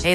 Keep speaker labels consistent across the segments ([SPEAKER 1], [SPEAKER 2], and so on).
[SPEAKER 1] Hey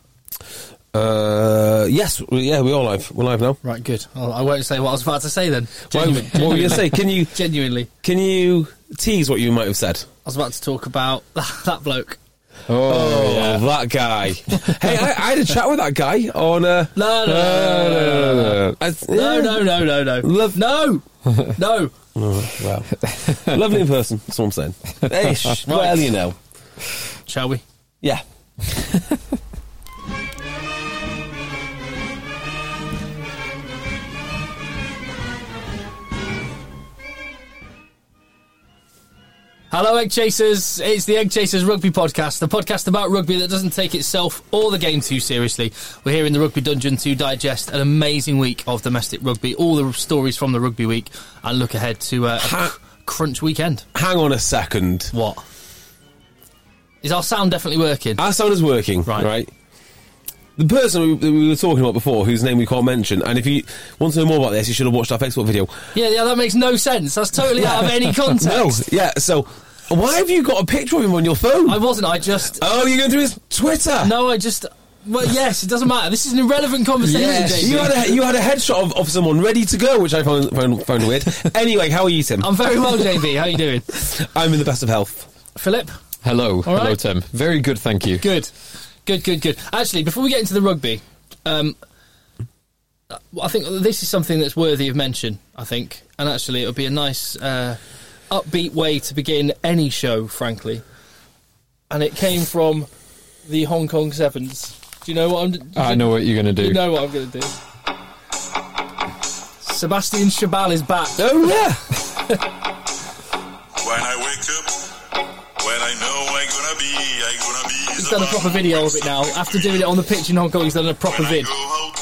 [SPEAKER 2] Uh, yes, we- yeah, we are live. We're live now.
[SPEAKER 3] Right, good. I'll, I won't say what I was about to say then.
[SPEAKER 2] Why-
[SPEAKER 3] Genuinely.
[SPEAKER 2] what were you going to say? Can you
[SPEAKER 3] Genuinely.
[SPEAKER 2] can you tease what you might have said?
[SPEAKER 3] I was about to talk about that bloke.
[SPEAKER 2] Oh, that guy! hey, I, I had a chat with that guy on. Uh,
[SPEAKER 3] No, no, no,
[SPEAKER 2] no, no,
[SPEAKER 3] No, no, no, no, no.
[SPEAKER 2] Love-
[SPEAKER 3] No! No!
[SPEAKER 2] Wow, lovely in person. That's what I'm saying. Hey, sh- well, you know,
[SPEAKER 3] Shall we?
[SPEAKER 2] yeah.
[SPEAKER 3] Hello, Egg Chasers. It's the Egg Chasers Rugby Podcast, the podcast about rugby that doesn't take itself or the game too seriously. We're here in the Rugby Dungeon to digest an amazing week of domestic rugby, all the stories from the rugby week, and look ahead to uh, a
[SPEAKER 2] Ha-
[SPEAKER 3] cr- crunch weekend.
[SPEAKER 2] Hang on a second.
[SPEAKER 3] What? Is our sound definitely working?
[SPEAKER 2] Our sound is working,
[SPEAKER 3] Right.
[SPEAKER 2] right? The person we, that we were talking about before, whose name we can't mention, and if you want to know more about this, you should have watched our Facebook video.
[SPEAKER 3] Yeah, yeah, that makes no sense. That's totally out of any context.
[SPEAKER 2] No, yeah. So, why have you got a picture of him on your phone?
[SPEAKER 3] I wasn't. I just
[SPEAKER 2] Oh, you're going through his Twitter?
[SPEAKER 3] no. I just. Well, yes, it doesn't matter. This is an irrelevant conversation.
[SPEAKER 2] Yes.
[SPEAKER 3] Jamie.
[SPEAKER 2] You had a you had a headshot of, of someone ready to go, which I found found, found weird. anyway, how are you, Tim?
[SPEAKER 3] I'm very well, JB. How you doing,
[SPEAKER 2] I'm in the best of health.
[SPEAKER 3] Philip?
[SPEAKER 4] Hello, hello,
[SPEAKER 3] right.
[SPEAKER 4] Tim. Very good, thank you.
[SPEAKER 3] Good, good, good, good. Actually, before we get into the rugby, um, I think this is something that's worthy of mention. I think, and actually, it would be a nice, uh, upbeat way to begin any show, frankly. And it came from the Hong Kong Sevens. Do you know what I'm? do
[SPEAKER 4] I
[SPEAKER 3] you-
[SPEAKER 4] know what you're going to do.
[SPEAKER 3] You know what I'm going to do. Sebastian Chabal is back.
[SPEAKER 2] Oh yeah,
[SPEAKER 5] When I wake up, when I know I'm gonna be, I'm gonna be.
[SPEAKER 3] He's done a proper video of it now. After doing it on the pitch in Hong Kong, he's done a proper
[SPEAKER 5] When I
[SPEAKER 3] vid.
[SPEAKER 5] go out,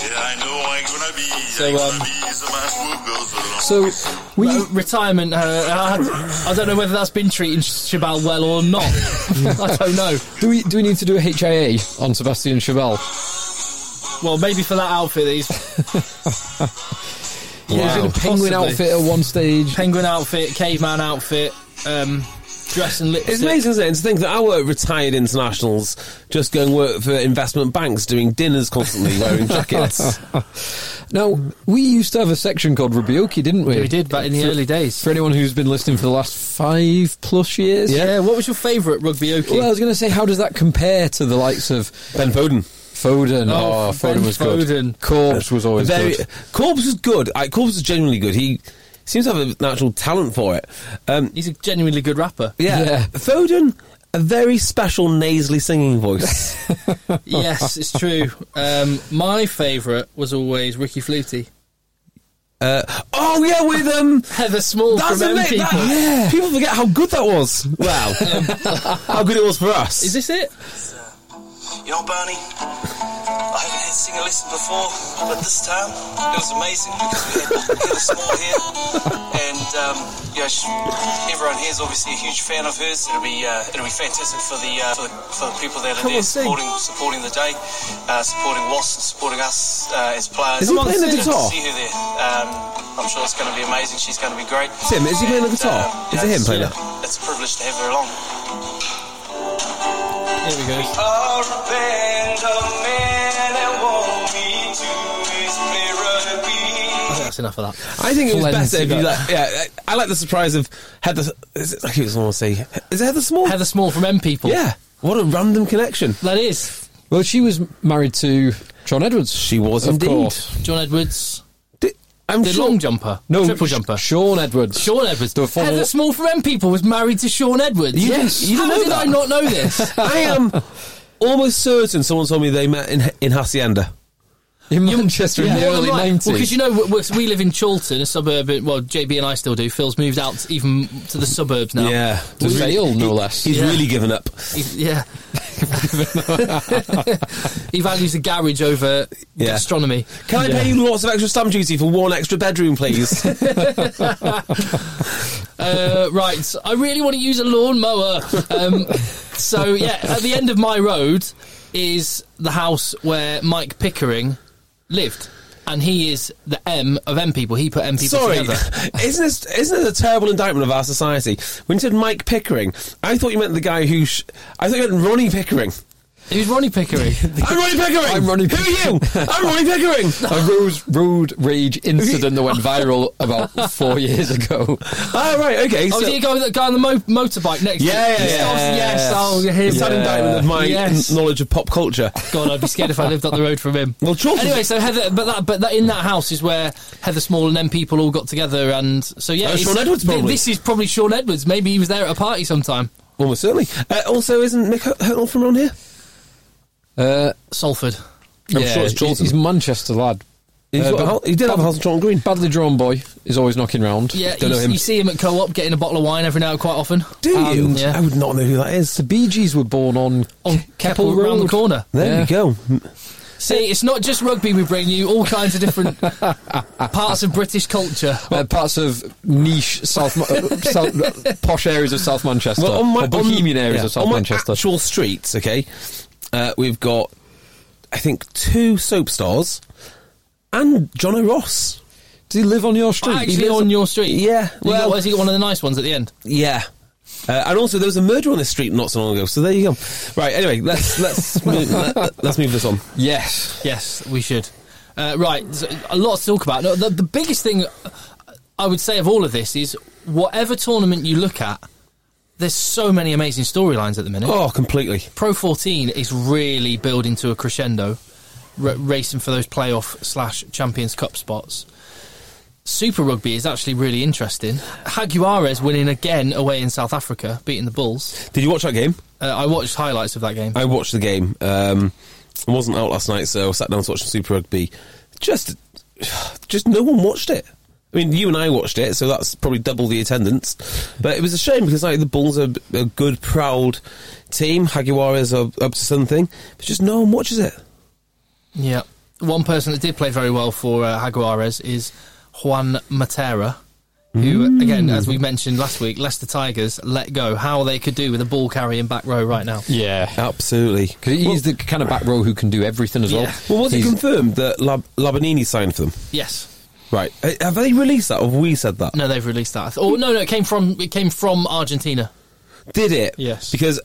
[SPEAKER 5] yeah, I know I'm gonna be.
[SPEAKER 3] So,
[SPEAKER 5] I'm
[SPEAKER 3] um,
[SPEAKER 5] gonna be the man who goes along.
[SPEAKER 4] So, we
[SPEAKER 3] Uh, retirement. Uh, I, I don't know whether that's been treating Chabal well or not. I don't know.
[SPEAKER 4] do we do we need to do a HIA on Sebastian Chabal?
[SPEAKER 3] Well, maybe for that outfit, that he's
[SPEAKER 4] He was in a
[SPEAKER 3] Possibly.
[SPEAKER 4] penguin outfit at one stage.
[SPEAKER 3] penguin outfit, caveman outfit, um, dress and lipstick.
[SPEAKER 2] it's amazing, isn't it? To think that our retired internationals just go and work for investment banks, doing dinners constantly, wearing jackets.
[SPEAKER 4] Now, we used to have a section called Rubioki, didn't we?
[SPEAKER 3] We did back in the early days.
[SPEAKER 4] For anyone who's been listening for the last five plus years.
[SPEAKER 3] Yeah. What was your favourite rugby okie?
[SPEAKER 4] Well, I was going to say, how does that compare to the likes of
[SPEAKER 2] ben Foden.
[SPEAKER 4] Foden?
[SPEAKER 3] Oh,
[SPEAKER 4] Oh,
[SPEAKER 3] Ben
[SPEAKER 4] Foden was
[SPEAKER 3] Foden.
[SPEAKER 4] good. Corpse was always
[SPEAKER 2] Very,
[SPEAKER 4] good.
[SPEAKER 2] Corbs was good. I, Corbs was genuinely good. He seems to have a natural talent for it. Um,
[SPEAKER 3] he's a genuinely good rapper.
[SPEAKER 2] yeah.
[SPEAKER 4] Yeah.
[SPEAKER 2] Foden, a very special nasally singing voice.
[SPEAKER 3] yes, it's true. Um, my favourite was always Ricky Flutie.
[SPEAKER 2] oh yeah, with um.
[SPEAKER 3] Heather Small
[SPEAKER 2] That's
[SPEAKER 3] from M
[SPEAKER 2] amazing.
[SPEAKER 3] People.
[SPEAKER 2] That, People forget how good that was. Wow. how good it was for us.
[SPEAKER 3] Um, Is this it?
[SPEAKER 6] You know, Bernie, I haven't had Sing a Listen before, but this time it was amazing because we had Heather Small here, and um, you know, sh everyone here is obviously a huge fan of hers. It'll be uh, it'll be fantastic for the, uh, for the for the people that are
[SPEAKER 3] Come on,
[SPEAKER 6] there
[SPEAKER 3] sing.
[SPEAKER 6] supporting supporting the day, uh, supporting Wasp, supporting us uh, as players.
[SPEAKER 2] Is he playing the
[SPEAKER 6] Good to
[SPEAKER 2] guitar?
[SPEAKER 6] See her there. Um, I'm sure it's going to be amazing. She's going to be great.
[SPEAKER 2] Tim, is he playing the guitar?
[SPEAKER 6] you
[SPEAKER 2] Is it him
[SPEAKER 6] it's-
[SPEAKER 2] playing
[SPEAKER 6] It's a privilege to have her along.
[SPEAKER 3] Here we go.
[SPEAKER 6] Are a band of men and what we do is play
[SPEAKER 3] I
[SPEAKER 6] rugby.
[SPEAKER 3] think that's enough of that.
[SPEAKER 2] I think it was
[SPEAKER 3] Lennon
[SPEAKER 2] better if you
[SPEAKER 3] Seagull.
[SPEAKER 2] like. Yeah, I I like the surprise of Heather. Is it, I keep want to say, is it Heather Small?
[SPEAKER 3] Heather Small from M People.
[SPEAKER 2] Yeah. What a random connection.
[SPEAKER 3] That is.
[SPEAKER 4] Well, she was married to John Edwards.
[SPEAKER 2] She was,
[SPEAKER 4] of
[SPEAKER 2] indeed.
[SPEAKER 4] course.
[SPEAKER 3] John Edwards.
[SPEAKER 2] Di- I'm
[SPEAKER 3] The
[SPEAKER 2] sure.
[SPEAKER 3] long jumper.
[SPEAKER 4] No,
[SPEAKER 3] Triple
[SPEAKER 4] Sh-
[SPEAKER 3] jumper.
[SPEAKER 4] Sean Edwards.
[SPEAKER 3] Sean Edwards.
[SPEAKER 4] The former-
[SPEAKER 3] Heather Small from M People was married to Sean Edwards.
[SPEAKER 2] You didn't- you didn't
[SPEAKER 3] How
[SPEAKER 2] know
[SPEAKER 3] did
[SPEAKER 2] that?
[SPEAKER 3] I not know this?
[SPEAKER 2] I am almost certain someone told me they met in, in Hacienda.
[SPEAKER 4] in Manchester in the
[SPEAKER 3] More than
[SPEAKER 4] early
[SPEAKER 3] right.
[SPEAKER 4] 90s.
[SPEAKER 3] Well, because you know, we- we- we live in Chulton, a suburb. Well, JB and I still do. Phil's moved out even to the suburbs now.
[SPEAKER 4] To Vale, no less.
[SPEAKER 2] He's
[SPEAKER 3] Yeah.
[SPEAKER 2] really given up.
[SPEAKER 3] He's- yeah. he values the garage over
[SPEAKER 2] Yeah.
[SPEAKER 3] gastronomy.
[SPEAKER 2] Can I pay you lots of extra stamp duty for one extra bedroom, please?
[SPEAKER 3] Uh, right, I really want to use a lawnmower. Um, so yeah, at the end of my road is the house where Mike Pickering lived, and he is the M of M people. He put M people
[SPEAKER 2] Sorry,
[SPEAKER 3] together.
[SPEAKER 2] isn't this isn't this a terrible indictment of our society? When you said Mike Pickering, I thought you meant the guy who. Sh- I thought you meant Ronnie Pickering.
[SPEAKER 3] Who's Ronnie Pickering?
[SPEAKER 2] I'm Ronnie Pickering.
[SPEAKER 4] I'm Ronnie
[SPEAKER 2] Who are you? I'm Ronnie Pickering.
[SPEAKER 4] a road, road rage incident that went viral about four years ago.
[SPEAKER 2] Oh right, okay.
[SPEAKER 3] Oh,
[SPEAKER 2] so-
[SPEAKER 3] is he the guy, with the guy on the mo- motorbike next
[SPEAKER 2] yeah,
[SPEAKER 3] to
[SPEAKER 2] yeah, yeah.
[SPEAKER 3] Yes, Yes, oh, him.
[SPEAKER 2] It's an indictment of my
[SPEAKER 3] Yes.
[SPEAKER 2] knowledge of pop culture.
[SPEAKER 3] God, I'd be scared if I lived up the road from him.
[SPEAKER 2] Well, Chaucer's-
[SPEAKER 3] anyway, so Heather, but that, but that in that house is where Heather Small and them people all got together, and so yeah,
[SPEAKER 2] That was
[SPEAKER 3] it's-
[SPEAKER 2] Uh, Sean Edwards,
[SPEAKER 3] thi-
[SPEAKER 2] probably.
[SPEAKER 3] This is probably Sean Edwards. Maybe he was there at a party sometime.
[SPEAKER 2] Almost certainly. Uh, also, isn't Mick Hur- Hurdle from around here?
[SPEAKER 4] Uh,
[SPEAKER 3] Salford.
[SPEAKER 4] I'm
[SPEAKER 2] Yeah,
[SPEAKER 4] sure it's Chorlton. He's a Manchester lad.
[SPEAKER 2] He's
[SPEAKER 4] Uh,
[SPEAKER 2] got a
[SPEAKER 4] but-
[SPEAKER 2] hou- he did have a house on Charlton Green.
[SPEAKER 4] Badly drawn boy is always knocking round.
[SPEAKER 3] Yeah,
[SPEAKER 4] Don't
[SPEAKER 3] you,
[SPEAKER 4] know him.
[SPEAKER 3] you see him at co-op getting a bottle of wine every now quite often.
[SPEAKER 2] Do you? Oh,
[SPEAKER 3] And, yeah.
[SPEAKER 2] I would not know who that is.
[SPEAKER 4] The Bee Gees were born on,
[SPEAKER 3] On
[SPEAKER 4] Ke-
[SPEAKER 3] Keppel round the corner.
[SPEAKER 2] There
[SPEAKER 4] Yeah.
[SPEAKER 2] we go.
[SPEAKER 3] See, it's not just rugby we bring you; all kinds of different parts of British culture.
[SPEAKER 4] Uh, parts of niche South, Ma- uh, South posh areas of South Manchester,
[SPEAKER 2] Well, on my
[SPEAKER 4] or bohemian
[SPEAKER 2] on-
[SPEAKER 4] areas
[SPEAKER 2] yeah,
[SPEAKER 4] of South
[SPEAKER 2] on my
[SPEAKER 4] Manchester.
[SPEAKER 2] actual streets, okay, uh, we've got, I think, two soap stars and John O'Ross.
[SPEAKER 4] Does he live on your street?
[SPEAKER 3] Actually, on your street.
[SPEAKER 2] Yeah, well-
[SPEAKER 3] well, got, has he got one of the nice ones at the end?
[SPEAKER 2] Yeah. Uh, and also, there was a murder on this street not so long ago. So there you go. Right. Anyway, let's let's move, let, us move this on.
[SPEAKER 4] yes.
[SPEAKER 3] Yes, we should. Uh, right, so a lot to talk about. No, the, the biggest thing I would say of all of this is whatever tournament you look at, there's so many amazing storylines at the minute.
[SPEAKER 2] Oh, completely.
[SPEAKER 3] Pro 14 is really building to a crescendo, r- racing for those playoff slash Champions Cup spots. Super Rugby is actually really interesting. Haguares winning again away in South Africa, beating the Bulls.
[SPEAKER 2] Did you watch that game?
[SPEAKER 3] Uh, I watched highlights of that game.
[SPEAKER 2] I watched the game. Um, I wasn't out last night, so I sat down to watch some Super Rugby. Just, just no one watched it. I mean, you and I watched it, so that's probably double the attendance. But it was a shame because like the Bulls are a good, proud team. Haguares are up to something, but just no one watches it.
[SPEAKER 3] Yeah. One person that did play very well for uh, Jaguares is Juan Matera, who,
[SPEAKER 2] Mm.
[SPEAKER 3] again, as we mentioned last week, Leicester Tigers let go. How they could do with a ball carrying back row right now.
[SPEAKER 4] Yeah.
[SPEAKER 2] Absolutely.
[SPEAKER 4] 'Cause he's the kind of back row who can do everything as
[SPEAKER 3] Yeah.
[SPEAKER 4] well.
[SPEAKER 2] Well, was it
[SPEAKER 4] He's-
[SPEAKER 2] confirmed that Lab- Labanini signed for them?
[SPEAKER 3] Yes.
[SPEAKER 2] Right. Uh, Have they released that, or have we said that?
[SPEAKER 3] No, they've released that. Oh no, no, it came from it came from Argentina.
[SPEAKER 2] Did it?
[SPEAKER 3] Yes.
[SPEAKER 2] Because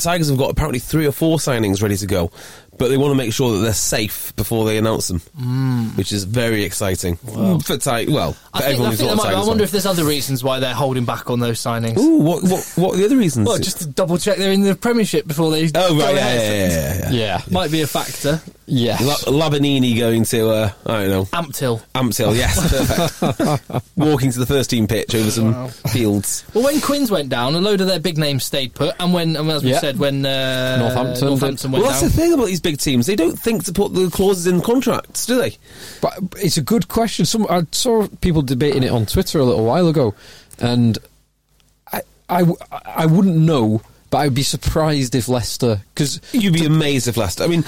[SPEAKER 2] Tigers have got apparently three or four signings ready to go, but they want to make sure that they're safe before they announce them, mm. which is very exciting Mm, for Tig. Well, for
[SPEAKER 3] I think,
[SPEAKER 2] everyone
[SPEAKER 3] I,
[SPEAKER 2] who's
[SPEAKER 3] think
[SPEAKER 2] not
[SPEAKER 3] they
[SPEAKER 2] a
[SPEAKER 3] might,
[SPEAKER 2] Tigers
[SPEAKER 3] I wonder if
[SPEAKER 2] fan.
[SPEAKER 3] there's other reasons why they're holding back on those signings.
[SPEAKER 2] Ooh, what, what, what are the other reasons?
[SPEAKER 3] Well, just to double check they're in the Premiership before they.
[SPEAKER 2] oh,
[SPEAKER 3] go
[SPEAKER 2] right, yeah,
[SPEAKER 3] ahead.
[SPEAKER 2] yeah, yeah, yeah, yeah.
[SPEAKER 4] Yeah.
[SPEAKER 3] Might be a factor.
[SPEAKER 4] Yes.
[SPEAKER 2] La- Labanini going to, uh, I don't know,
[SPEAKER 3] Amped Hill.
[SPEAKER 2] Amps Hill, yes, perfect. Walking to the first team pitch over some fields.
[SPEAKER 3] Well, when Quinns went down, a load of their big names stayed put, and when, and as we
[SPEAKER 4] Yeah.
[SPEAKER 3] said, when uh,
[SPEAKER 4] Northampton did.
[SPEAKER 3] Northampton
[SPEAKER 2] Well,
[SPEAKER 3] went
[SPEAKER 2] that's
[SPEAKER 3] down.
[SPEAKER 2] the thing about these big teams. They don't think to put the clauses in the contracts, do they?
[SPEAKER 4] But it's a good question. Some I saw people debating it on Twitter a little while ago, and I I, w- I wouldn't know, but I'd be surprised if Leicester because
[SPEAKER 2] You'd be amazed if Leicester. I mean,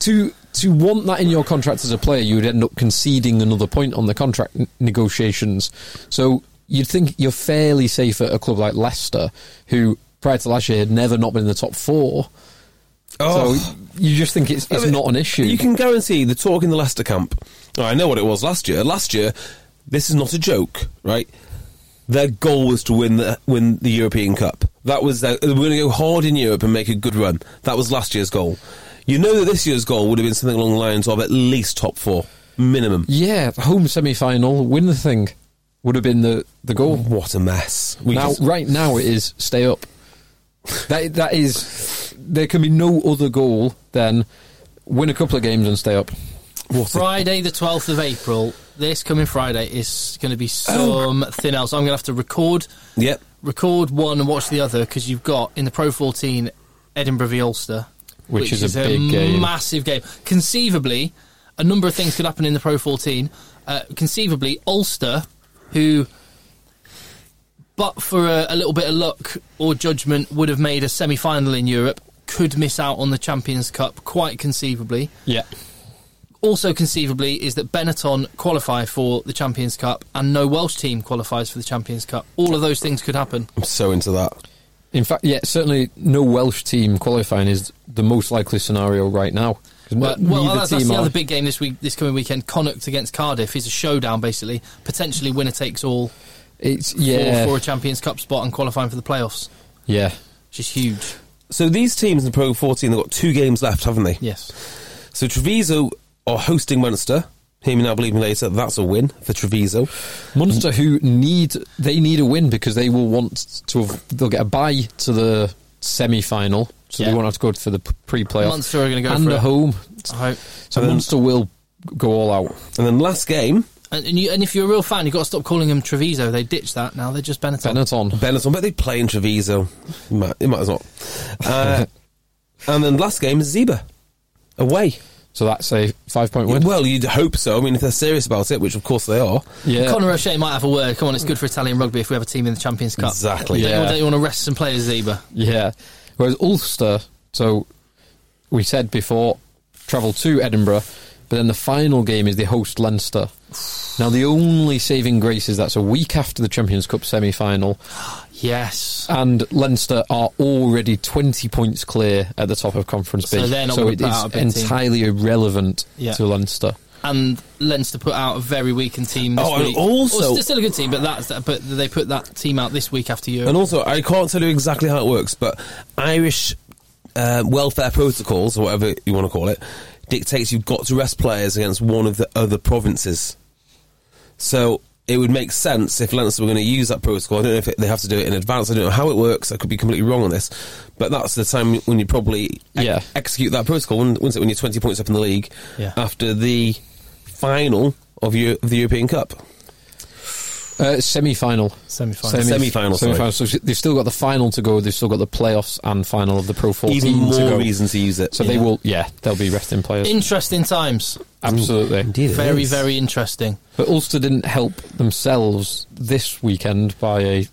[SPEAKER 4] to to want that in your contract as a player, you would end up conceding another point on the contract n- negotiations. So you'd think you're fairly safe at a club like Leicester, who prior to last year had never not been in the top four.
[SPEAKER 2] oh,
[SPEAKER 4] So you just think it's it's
[SPEAKER 2] I mean,
[SPEAKER 4] not an issue.
[SPEAKER 2] You can guarantee the talk in the Leicester camp. I know what it was last year. Last year, This is not a joke, right? Their goal was to win the win the European Cup. That was their, we're going to go hard in Europe and make a good run. That was last year's goal. You know that this year's goal would have been something along the lines of at least top four minimum.
[SPEAKER 4] Yeah, home semi final, win the thing would have been the, the goal.
[SPEAKER 2] What a mess! We
[SPEAKER 4] now,
[SPEAKER 2] just-
[SPEAKER 4] right now, it is stay up. That that is, there can be no other goal than win a couple of games and stay up.
[SPEAKER 2] what a-
[SPEAKER 3] Friday, the 12th of April, this coming Friday is going to be
[SPEAKER 4] Oh.
[SPEAKER 3] something else. I'm going to have to record
[SPEAKER 2] Yep.
[SPEAKER 3] record one and watch the other because you've got in the Pro 14 Edinburgh v Ulster,
[SPEAKER 4] Which is a big game.
[SPEAKER 3] massive game. Conceivably, a number of things could happen in the Pro 14. Uh, conceivably, Ulster, who, but for a, a little bit of luck or judgment, would have made a semi-final in Europe, could miss out on the Champions Cup quite conceivably
[SPEAKER 4] Yeah,
[SPEAKER 3] also conceivably is that Benetton qualify for the Champions Cup and no Welsh team qualifies for the Champions Cup. All of those things could happen.
[SPEAKER 2] I'm so into that.
[SPEAKER 4] in fact, yeah, certainly no Welsh team qualifying is the most likely scenario right now. 'Cause
[SPEAKER 3] But,
[SPEAKER 4] neither
[SPEAKER 3] well, that's, that's
[SPEAKER 4] team
[SPEAKER 3] the
[SPEAKER 4] are-
[SPEAKER 3] other big game this week, this coming weekend. Connacht against Cardiff is a showdown, basically. Potentially winner takes all
[SPEAKER 4] It's
[SPEAKER 3] for-
[SPEAKER 4] yeah,
[SPEAKER 3] for, a Champions Cup spot and qualifying for the playoffs,
[SPEAKER 4] yeah.
[SPEAKER 3] which is huge.
[SPEAKER 2] So these teams in Pro 14, they've got two games left, haven't they?
[SPEAKER 3] Yes.
[SPEAKER 2] So Treviso are hosting Munster. Hear me now, believe me later. That's a win for Treviso.
[SPEAKER 4] Munster who need they need a win because they will want to have, they'll get a bye to the semi final, so
[SPEAKER 3] Yeah.
[SPEAKER 4] they won't have to go for the pre playoff.
[SPEAKER 3] Munster are gonna go
[SPEAKER 4] and
[SPEAKER 3] for
[SPEAKER 4] at
[SPEAKER 3] it.
[SPEAKER 4] home,
[SPEAKER 3] I hope.
[SPEAKER 4] so
[SPEAKER 2] And then-
[SPEAKER 4] Munster will go all out.
[SPEAKER 2] And then last game,
[SPEAKER 3] And, and, you, and if you're a real fan, you've got to stop calling them Treviso. They ditched that now. They're just Benetton.
[SPEAKER 4] Benetton,
[SPEAKER 2] Benetton, but they play in Treviso. It might, it might as well. Uh, and then last game is Zebra. Away.
[SPEAKER 4] so that's a five point win.
[SPEAKER 2] Well, you'd hope so. I mean, if they're serious about it, which of course they are.
[SPEAKER 4] yeah,
[SPEAKER 3] Conor O'Shea might have a word. Come on, it's good for Italian rugby if we have a team in the Champions Cup.
[SPEAKER 2] Exactly.
[SPEAKER 3] Don't, you-
[SPEAKER 4] Yeah.
[SPEAKER 3] don't you want to rest some players, Zebra?
[SPEAKER 4] yeah. Whereas Ulster, so we said before, travel to Edinburgh, but then the final game is they host Leinster. Now the only saving grace is that's a week after the Champions Cup semi final.
[SPEAKER 3] Yes.
[SPEAKER 4] and Leinster are already 20 points clear at the top of Conference B.
[SPEAKER 3] So they're not
[SPEAKER 4] so
[SPEAKER 3] gonna
[SPEAKER 4] it
[SPEAKER 3] put out a
[SPEAKER 4] is
[SPEAKER 3] big team.
[SPEAKER 4] entirely irrelevant
[SPEAKER 3] Yeah.
[SPEAKER 4] to Leinster.
[SPEAKER 3] and Leinster put out a very weakened team. This
[SPEAKER 2] Oh, and
[SPEAKER 3] week.
[SPEAKER 2] also-
[SPEAKER 3] Well, it's still a good team, but that's but they put that team out this week after Europe.
[SPEAKER 2] And also, I can't tell you exactly how it works, but Irish uh, welfare protocols, or whatever you want to call it, dictates you've got to rest players against one of the other provinces. So it would make sense if Leinster were going to use that protocol. I don't know if it, they have to do it in advance. I don't know how it works. I could be completely wrong on this, but that's the time when you probably ex-
[SPEAKER 4] Yeah.
[SPEAKER 2] execute that protocol, wouldn't wouldn't it? When you're 20 points up in the league
[SPEAKER 3] Yeah.
[SPEAKER 2] after the final of, your, of the European Cup.
[SPEAKER 4] Uh, semi final.
[SPEAKER 3] Semi-final.
[SPEAKER 2] Semi-final, sorry.
[SPEAKER 4] So they've still got the final to go, they've still got the playoffs and final of the Pro 14
[SPEAKER 2] Even
[SPEAKER 4] to go.
[SPEAKER 2] more reason to use it.
[SPEAKER 4] So they will, yeah, they'll be resting players.
[SPEAKER 3] Interesting times,
[SPEAKER 4] Absolutely.
[SPEAKER 2] Indeed it
[SPEAKER 3] very
[SPEAKER 2] is.
[SPEAKER 3] very interesting.
[SPEAKER 4] But Ulster didn't help themselves this weekend by a,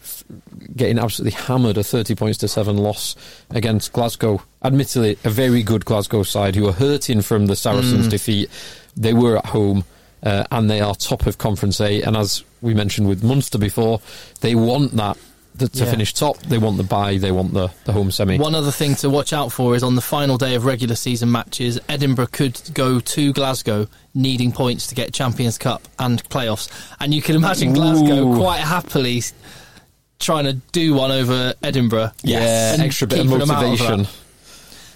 [SPEAKER 4] getting absolutely hammered a 30 points to 7 loss against Glasgow. Admittedly, a very good Glasgow side who are hurting from the
[SPEAKER 3] Mm.
[SPEAKER 4] Saracens' defeat. They were at home uh, and they are top of Conference A. And as we mentioned with Munster before, they want that. th- To
[SPEAKER 3] Yeah.
[SPEAKER 4] finish top, they want the bye, they want the, the home semi.
[SPEAKER 3] One other thing to watch out for is on the final day of regular season matches, Edinburgh could go to Glasgow needing points to get Champions Cup and playoffs, and you can imagine Glasgow
[SPEAKER 4] Ooh.
[SPEAKER 3] quite happily s- trying to do one over Edinburgh.
[SPEAKER 4] Yeah,
[SPEAKER 3] and
[SPEAKER 4] extra bit of
[SPEAKER 3] keeping them out that.
[SPEAKER 4] motivation.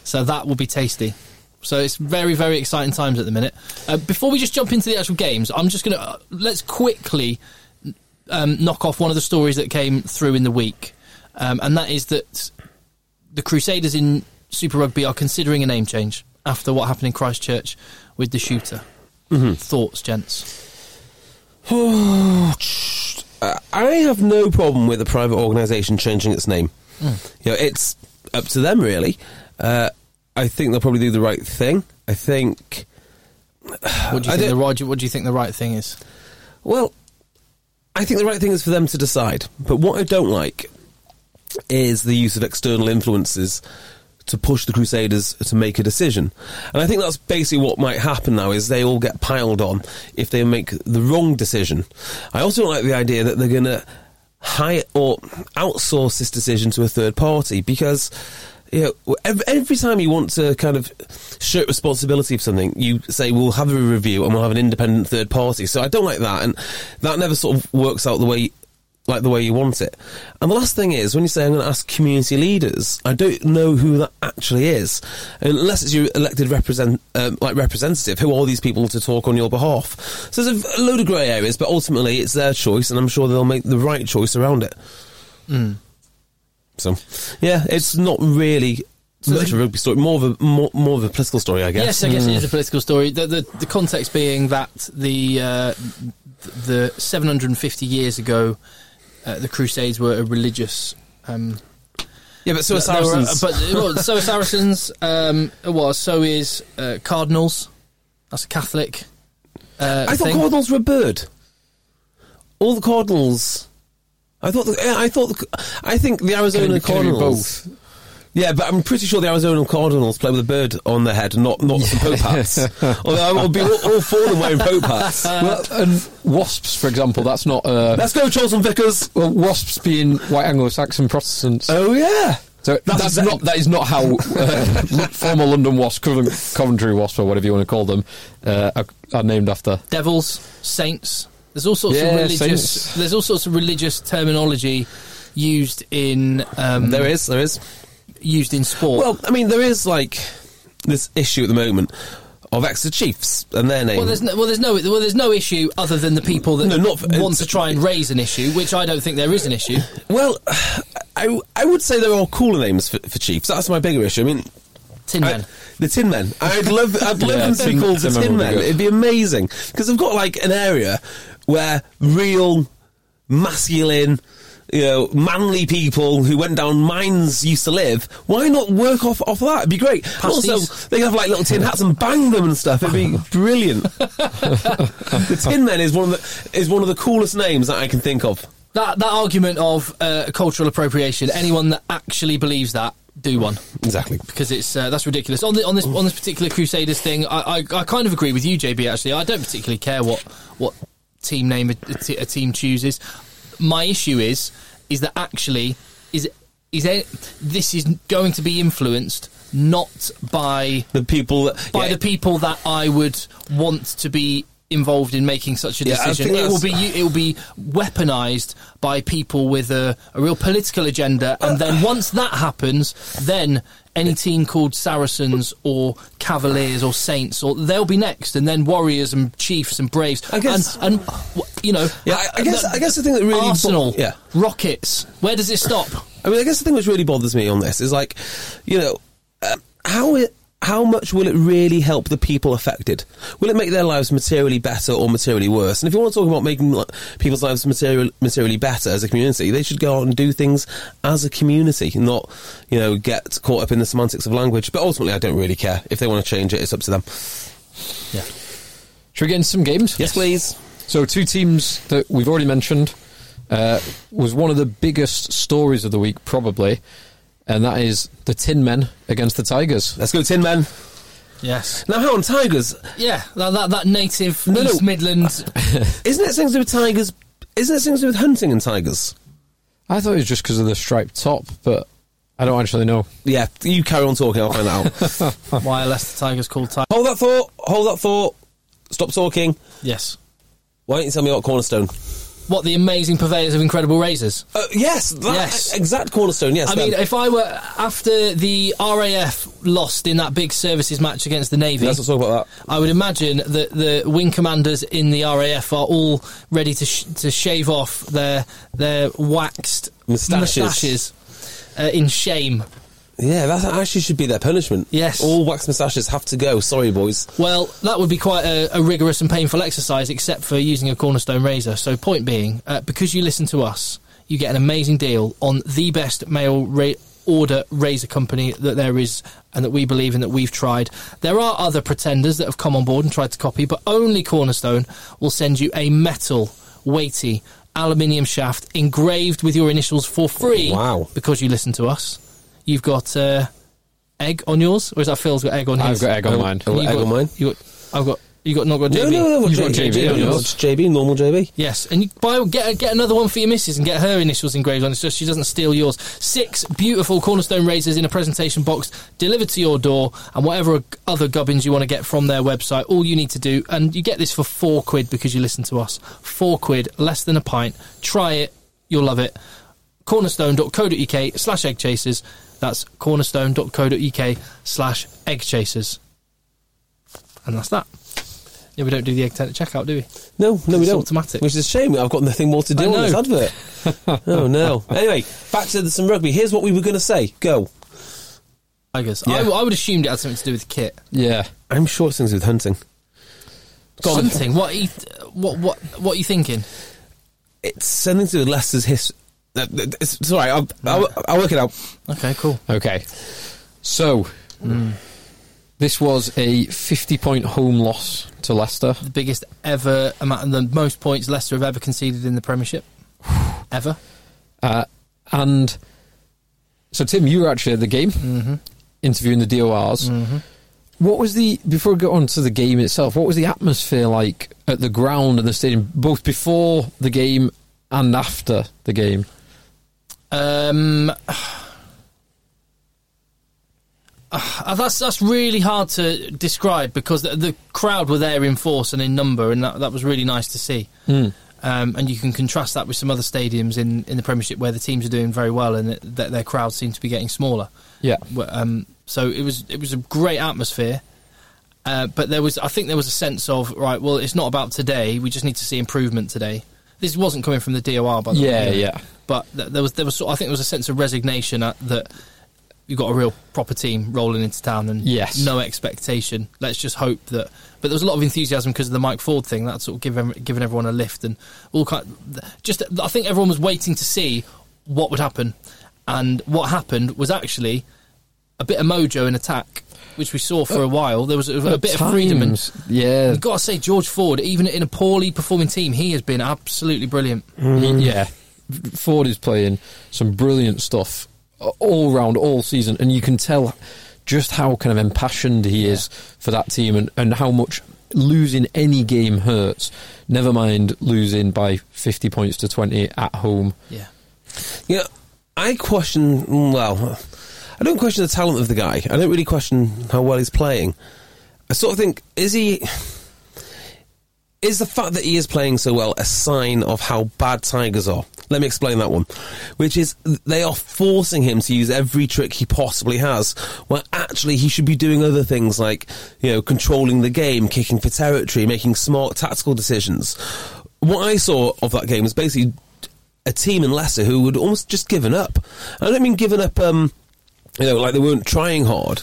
[SPEAKER 3] So that will be tasty. So it's very, very exciting times at the minute. Uh, before we just jump into the actual games, I'm just going to uh, let's quickly um, knock off one of the stories that came through in the week, um, and that is that the Crusaders in Super Rugby are considering a name change after what happened in Christchurch with the shooter.
[SPEAKER 2] Mm-hmm.
[SPEAKER 3] Thoughts, gents?
[SPEAKER 2] Uh, I have no problem with a private organisation changing its name. You know, it's up to them really. Uh, I think they'll probably do the right thing. I think.
[SPEAKER 3] What do you
[SPEAKER 2] I
[SPEAKER 3] think? The,
[SPEAKER 2] don't-
[SPEAKER 3] right- what do you think the right thing is?
[SPEAKER 2] Well, I think the right thing is for them to decide. But what I don't like is the use of external influences to push the Crusaders to make a decision. And I think that's basically what might happen now is they all get piled on if they make the wrong decision. I also don't like the idea that they're going to hire or outsource this decision to a third party because Yeah, well, ev- every time you want to kind of shirk responsibility for something, you say we'll have a review and we'll have an independent third party. So I don't like that, and that never sort of works out the way like the way you want it. And the last thing is when you say I'm going to ask community leaders, I don't know who that actually is, unless it's your elected represent um, like representative. Who are these people to talk on your behalf? So there's a load of grey areas, but ultimately it's their choice, and I'm sure they'll make the right choice around it.
[SPEAKER 3] Hmm.
[SPEAKER 2] So, yeah, it's not really much of a rugby story, more of a more, more of a political story, I guess. Mm.
[SPEAKER 3] Yes, I guess it is a political story. The, the, the context being that the uh, the 750 years ago, uh, the Crusades were a religious. Um,
[SPEAKER 2] yeah, but so are
[SPEAKER 3] they were-
[SPEAKER 2] Saracens.
[SPEAKER 3] but well, so are Saracens. Um, it was so is uh, cardinals. That's a Catholic. Uh,
[SPEAKER 2] I thought
[SPEAKER 3] thing.
[SPEAKER 2] cardinals were a bird. All the cardinals. I thought. The, yeah, I thought. The, I think the Arizona
[SPEAKER 4] Can you- can you do
[SPEAKER 2] Cardinals. Yeah, but I'm pretty sure the Arizona Cardinals play with a bird on their head, not not some pope hats. Although I will be all, all four of them wearing pope hats.
[SPEAKER 4] well, and wasps, for example, that's not. Uh,
[SPEAKER 2] Let's go, Charlton Vickers.
[SPEAKER 4] well, wasps being white Anglo-Saxon Protestants.
[SPEAKER 2] Oh yeah.
[SPEAKER 4] So that's,
[SPEAKER 2] exact-
[SPEAKER 4] not that is not how uh, Lo- former London Wasps, Covent- Coventry Wasps, or whatever you want to call them, uh, are, are named after.
[SPEAKER 3] devils, saints. There's all sorts
[SPEAKER 4] Yeah,
[SPEAKER 3] of religious.
[SPEAKER 4] saints.
[SPEAKER 3] There's all sorts of religious terminology used in um,
[SPEAKER 2] There is. There is.
[SPEAKER 3] used in sport.
[SPEAKER 2] Well, I mean, there is like this issue at the moment of Exeter Chiefs and their name.
[SPEAKER 3] Well, there's no, well, there's no, well, there's no issue other than the people that
[SPEAKER 2] No, not for- uh,
[SPEAKER 3] want to try and raise an issue, which I don't think there is an issue.
[SPEAKER 2] Well, I, I would say there are cooler names for, for Chiefs. That's my bigger issue. I mean,
[SPEAKER 3] Tin
[SPEAKER 2] I-
[SPEAKER 3] Man.
[SPEAKER 2] the Tin Men. I'd love, I'd love
[SPEAKER 4] Yeah,
[SPEAKER 2] them to be
[SPEAKER 4] Tin-
[SPEAKER 2] called the Tin
[SPEAKER 4] Tin Men would be
[SPEAKER 2] Men.
[SPEAKER 4] good.
[SPEAKER 2] It'd be amazing because they've got like an area where real masculine. You know, manly people who went down mines used to live. Why not work off off that? It'd be great. And
[SPEAKER 3] Pasties.
[SPEAKER 2] Also, they could have like little tin hats and bang them and stuff. It'd be brilliant. the Tin Men is one of the is one of the coolest names that I can think of.
[SPEAKER 3] That that argument of uh, cultural appropriation. Anyone that actually believes that, do one
[SPEAKER 2] Exactly.
[SPEAKER 3] because it's uh, that's ridiculous. On the, on this on this particular Crusaders thing, I, I I kind of agree with you, JB. Actually, I don't particularly care what what team name a, a t- a team chooses. My issue is is that actually is is a- this is going to be influenced not by
[SPEAKER 2] The people that
[SPEAKER 3] by
[SPEAKER 2] yeah,
[SPEAKER 3] the people that I would want to be involved in making such a
[SPEAKER 2] Yeah, I
[SPEAKER 3] decision.
[SPEAKER 2] think
[SPEAKER 3] It will be
[SPEAKER 2] that's-
[SPEAKER 3] it will be weaponized by people with a, a real political agenda, and
[SPEAKER 2] Uh,
[SPEAKER 3] then once that happens, then any team called Saracens or Cavaliers or Saints or they'll be next, and then Warriors and Chiefs and Braves.
[SPEAKER 2] I guess-
[SPEAKER 3] and, and you know,
[SPEAKER 2] Yeah, I- I guess- I guess the thing that really bo-
[SPEAKER 3] Arsenal,
[SPEAKER 2] yeah.
[SPEAKER 3] Rockets. Where does it stop?
[SPEAKER 2] I mean, I guess the thing which really bothers me on this is like, you know, um, how it, how much will it really help the people affected? Will it make their lives materially better or materially worse? And if you want to talk about making like, people's lives material, materially better as a community, they should go out and do things as a community, not you know get caught up in the semantics of language. But ultimately, I don't really care if they want to change it. It's up to them.
[SPEAKER 4] Should we get into some games?
[SPEAKER 2] Yes, please.
[SPEAKER 4] So, two teams that we've already mentioned uh, was one of the biggest stories of the week, probably, and that is the Tin Men against the Tigers.
[SPEAKER 2] Let's go, Tin Men.
[SPEAKER 3] Yes.
[SPEAKER 2] Now, how on Tigers?
[SPEAKER 3] Yeah, that, that, that native
[SPEAKER 2] No, no.
[SPEAKER 3] East Midlands
[SPEAKER 2] Isn't it things to do with tigers? Isn't it things to do with hunting and tigers?
[SPEAKER 4] I thought it was just because of the striped top, but I don't actually know.
[SPEAKER 2] Yeah, you carry on talking. I'll find that out.
[SPEAKER 3] Why are Leicester Tigers called Tigers?
[SPEAKER 2] Hold that thought. Hold that thought. Stop talking.
[SPEAKER 3] Yes.
[SPEAKER 2] Why don't you tell me about Cornerstone?
[SPEAKER 3] What the amazing purveyors of incredible razors.
[SPEAKER 2] Uh, yes, uh, that uh,
[SPEAKER 3] Yes.
[SPEAKER 2] exact Cornerstone. Yes,
[SPEAKER 3] I mean,
[SPEAKER 2] them.
[SPEAKER 3] if I were after the RAF lost in that big services match against the Navy,
[SPEAKER 2] let's not talk about that.
[SPEAKER 3] I would imagine that the wing commanders in the RAF are all ready to sh- to shave off their their waxed
[SPEAKER 2] Moustaches.
[SPEAKER 3] moustaches, uh, in shame.
[SPEAKER 2] Yeah, that actually should be their punishment.
[SPEAKER 3] Yes.
[SPEAKER 2] all wax moustaches have to go. Sorry, boys.
[SPEAKER 3] Well, that would be quite a, a rigorous and painful exercise, except for using a cornerstone razor. So, point being, uh, because you listen to us, you get an amazing deal on the best male ra- order razor company that there is and that we believe in that we've tried. There are other pretenders that have come on board and tried to copy, but only Cornerstone will send you a metal, weighty, aluminium shaft engraved with your initials for free.
[SPEAKER 2] Wow.
[SPEAKER 3] Because you listen to us. You've got. Uh, Egg on yours, or is that Phil's got egg on his?
[SPEAKER 4] I've got egg on mine.
[SPEAKER 2] I've got
[SPEAKER 3] You
[SPEAKER 2] egg on mine.
[SPEAKER 3] you got, I've got You got not got
[SPEAKER 2] No,
[SPEAKER 3] JB.
[SPEAKER 2] no, no,
[SPEAKER 4] You've
[SPEAKER 2] J-
[SPEAKER 4] got
[SPEAKER 2] J-
[SPEAKER 4] JB,
[SPEAKER 2] J-
[SPEAKER 4] haven't you?
[SPEAKER 2] It's JB, normal JB.
[SPEAKER 3] Yes, and you buy get get another one for your missus and get her initials engraved on it so she doesn't steal yours. Six beautiful cornerstone razors in a presentation box delivered to your door, and whatever other gubbins you want to get from their website. All you need to do, and you get this for four quid because you listen to us. Four quid, less than a pint. Try it, you'll love it. Cornerstone.co.uk slash egg chasers. That's cornerstone.co.uk slash egg chasers. And that's that. Yeah, we don't do the egg tent at checkout, do we?
[SPEAKER 2] No, no, we
[SPEAKER 3] It's
[SPEAKER 2] don't.
[SPEAKER 3] automatic.
[SPEAKER 2] Which is a shame. I've got nothing more to do
[SPEAKER 3] I
[SPEAKER 2] on this
[SPEAKER 3] know.
[SPEAKER 2] advert. oh no. Anyway, back to the, some rugby. Here's what we were going to say. Go.
[SPEAKER 3] I guess.
[SPEAKER 2] Yeah.
[SPEAKER 3] I, I would assume it had something to do with kit.
[SPEAKER 4] Yeah.
[SPEAKER 2] I'm sure it's things with hunting.
[SPEAKER 3] Something. What? He, what? What? What are you thinking?
[SPEAKER 2] It's something to do with Leicester's history. It's, it's all right. I'll, I'll, I'll work it out.
[SPEAKER 3] Okay, cool.
[SPEAKER 4] Okay. So, this was a 50 point home loss to Leicester.
[SPEAKER 3] The biggest ever amount, the most points Leicester have ever conceded in the Premiership, ever.
[SPEAKER 4] Uh, and so, Tim, you were actually at the game interviewing the DORs. What was the, before we go on to the game itself, what was the atmosphere like at the ground and the stadium, both before the game and after the game?
[SPEAKER 3] Um, uh, that's that's really hard to describe because the, the crowd were there in force and in number, and that, that was really nice to see. Um, and you can contrast that with some other stadiums in, in the Premiership where the teams are doing very well and that that their crowds seem to be getting smaller.
[SPEAKER 4] Yeah.
[SPEAKER 3] Well, um, so it was it was a great atmosphere, uh, but there was I think there was a sense of right. Well, it's not about today. We just need to see improvement today. This wasn't coming from the DOR, by the
[SPEAKER 4] Yeah,
[SPEAKER 3] way.
[SPEAKER 4] yeah.
[SPEAKER 3] But th- there was there was sort- I think there was a sense of resignation at, that you got a real proper team rolling into town and
[SPEAKER 4] Yes.
[SPEAKER 3] no expectation. Let's just hope that. But there was a lot of enthusiasm because of the Mike Ford thing. That sort of giving giving everyone a lift and all kind. Just I think everyone was waiting to see what would happen, and what happened was actually a bit of mojo in attack, which we saw
[SPEAKER 2] Oh,
[SPEAKER 3] for a while. There was a, a bit of freedom and.
[SPEAKER 4] Times, Yeah.
[SPEAKER 3] I've got to say, George Ford, even in a poorly performing team, he has been absolutely brilliant.
[SPEAKER 4] He- yeah, Ford is playing some brilliant stuff uh, all round all season, and you can tell just how kind of impassioned he is for that team, and, and how much losing any game hurts. Never mind losing by fifty points to twenty at home.
[SPEAKER 3] Yeah.
[SPEAKER 2] You know, I question. Well, I don't question the talent of the guy. I don't really question how well he's playing. I sort of think is he is the fact that he is playing so well a sign of how bad Tigers are? Let me explain that one. Which is they are forcing him to use every trick he possibly has, when actually he should be doing other things like, you know, controlling the game, kicking for territory, making smart tactical decisions. What I saw of that game was basically a team in Leicester who had almost just given up. I don't mean given up, um, you know, like they weren't trying hard,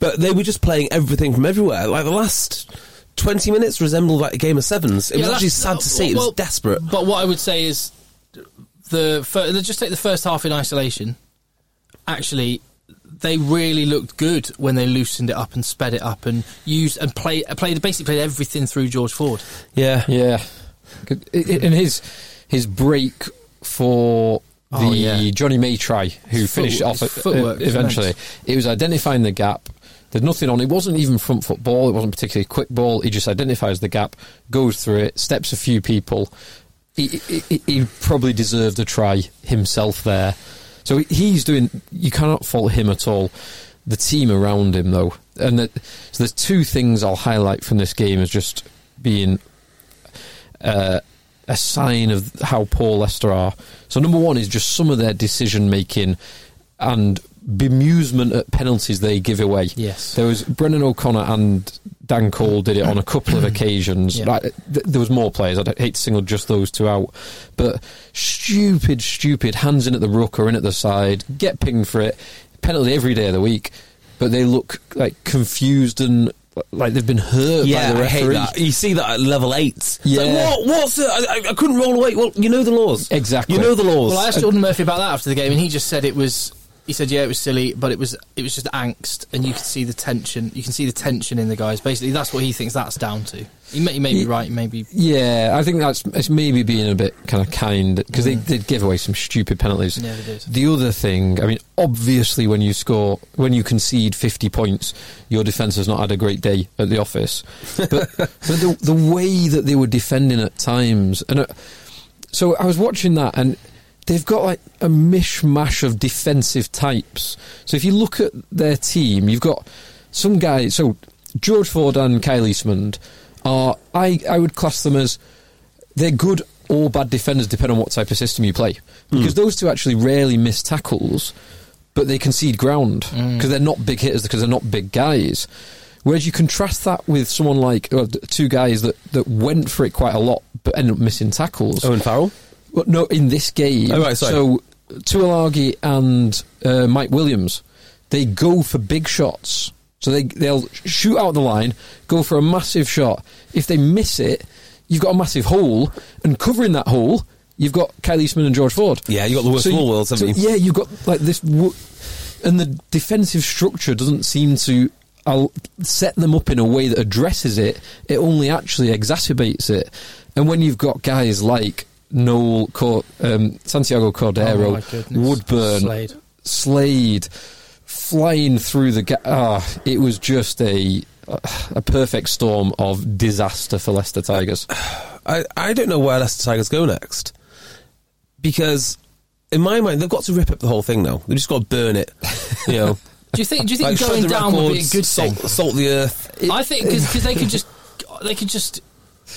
[SPEAKER 2] but they were just playing everything from everywhere. Like the last 20 minutes resembled like a game of sevens. It was
[SPEAKER 3] Yeah,
[SPEAKER 2] actually
[SPEAKER 3] that's- uh,
[SPEAKER 2] sad to see. It
[SPEAKER 3] well,
[SPEAKER 2] was desperate.
[SPEAKER 3] But what I would say is, the fir- let's just take the first half in isolation. Actually, they really looked good when they loosened it up and sped it up and used and played played basically played everything through George Ford.
[SPEAKER 2] Yeah.
[SPEAKER 4] Yeah, Good. I- I- and his his break for the
[SPEAKER 3] Oh, yeah.
[SPEAKER 4] Johnny May try, who
[SPEAKER 3] His
[SPEAKER 4] finished
[SPEAKER 3] footwork-
[SPEAKER 4] off
[SPEAKER 3] his
[SPEAKER 4] e-
[SPEAKER 3] footwork was
[SPEAKER 4] eventually. It was identifying the gap. There's nothing on. It wasn't even front foot ball. It wasn't particularly quick ball. He just identifies the gap, goes through it, steps a few people. He, he- he, he probably deserved a try himself there. So he's doing. You cannot fault him at all. The team around him, though, and that, so there's two things I'll highlight from this game as just being uh, a sign of how poor Leicester are. So number one is just some of their decision making and bemusement at penalties they give away.
[SPEAKER 3] Yes.
[SPEAKER 4] there was Brennan O'Connor and Dan Cole did it on a couple of occasions.
[SPEAKER 3] Yeah.
[SPEAKER 4] Like, th- there was more players. I'd hate to single just those two out, but stupid, stupid hands in at the rook or in at the side, get pinged for it. Penalty every day of the week, but they look like confused and like they've been hurt by the
[SPEAKER 2] I hate
[SPEAKER 4] referee.
[SPEAKER 2] that. You see that at level eight. It's like,
[SPEAKER 4] Yeah.
[SPEAKER 2] what? What's the, I, I- I couldn't roll away. Well, you know the laws.
[SPEAKER 4] Exactly.
[SPEAKER 2] You know the laws.
[SPEAKER 3] Well, I asked Jordan Murphy about that after the game, and he just said it was He said, "Yeah, it was silly, but it was it was just angst, and you could see the tension. You can see the tension in the guys. Basically, that's what he thinks that's down to. He may, he may be right. Maybe
[SPEAKER 4] Yeah, I think that's it's maybe being a bit kind of kind because they did give away some stupid penalties.
[SPEAKER 3] Mm. Yeah, they did.
[SPEAKER 4] The other thing, I mean, obviously when you score, when you concede fifty points, your defence has not had a great day at the office. But but the, the way that they were defending at times, and uh, so I was watching that and. They've got like a mishmash of defensive types. So if you look at their team, you've got some guy. So George Ford and Kyle Eastmond are I, I would class them as they're good or bad defenders depending on what type of system you play because those two actually rarely miss tackles but they concede ground because they're not big hitters because they're not big guys whereas you contrast that with someone like well, th- two guys that, that went for it quite a lot but ended up missing tackles
[SPEAKER 2] Owen Farrell.
[SPEAKER 4] well, no, in this game.
[SPEAKER 2] Oh, right, sorry.
[SPEAKER 4] So Tuilagi and uh, Mike Williams, they go for big shots. So they they'll shoot out the line, go for a massive shot. If they miss it, you've got a massive hole, and covering that hole, you've got Kyle Eastman and George Ford.
[SPEAKER 2] Yeah, you got the worst
[SPEAKER 4] you-
[SPEAKER 2] of all worlds, haven't
[SPEAKER 4] so,
[SPEAKER 2] you?
[SPEAKER 4] Yeah, you've got like this, w- and the defensive structure doesn't seem to al- set them up in a way that addresses it. It only actually exacerbates it. And when you've got guys like Noel, Cor- um, Santiago
[SPEAKER 3] Oh,
[SPEAKER 4] Cordero,
[SPEAKER 3] my goodness.
[SPEAKER 4] Woodburn,
[SPEAKER 3] Slade.
[SPEAKER 4] Slade, flying through the gap, ah, it was just a a perfect storm of disaster for Leicester Tigers.
[SPEAKER 2] I, I don't know where Leicester Tigers go next. Because, in my mind, they've got to rip up the whole thing now. They've just got to burn it. You know,
[SPEAKER 3] do you think do you
[SPEAKER 2] Like,
[SPEAKER 3] think
[SPEAKER 2] shred
[SPEAKER 3] going
[SPEAKER 2] the
[SPEAKER 3] down would be a
[SPEAKER 2] records,
[SPEAKER 3] good
[SPEAKER 2] salt,
[SPEAKER 3] thing?
[SPEAKER 2] Salt the earth.
[SPEAKER 3] I think because they could just they could just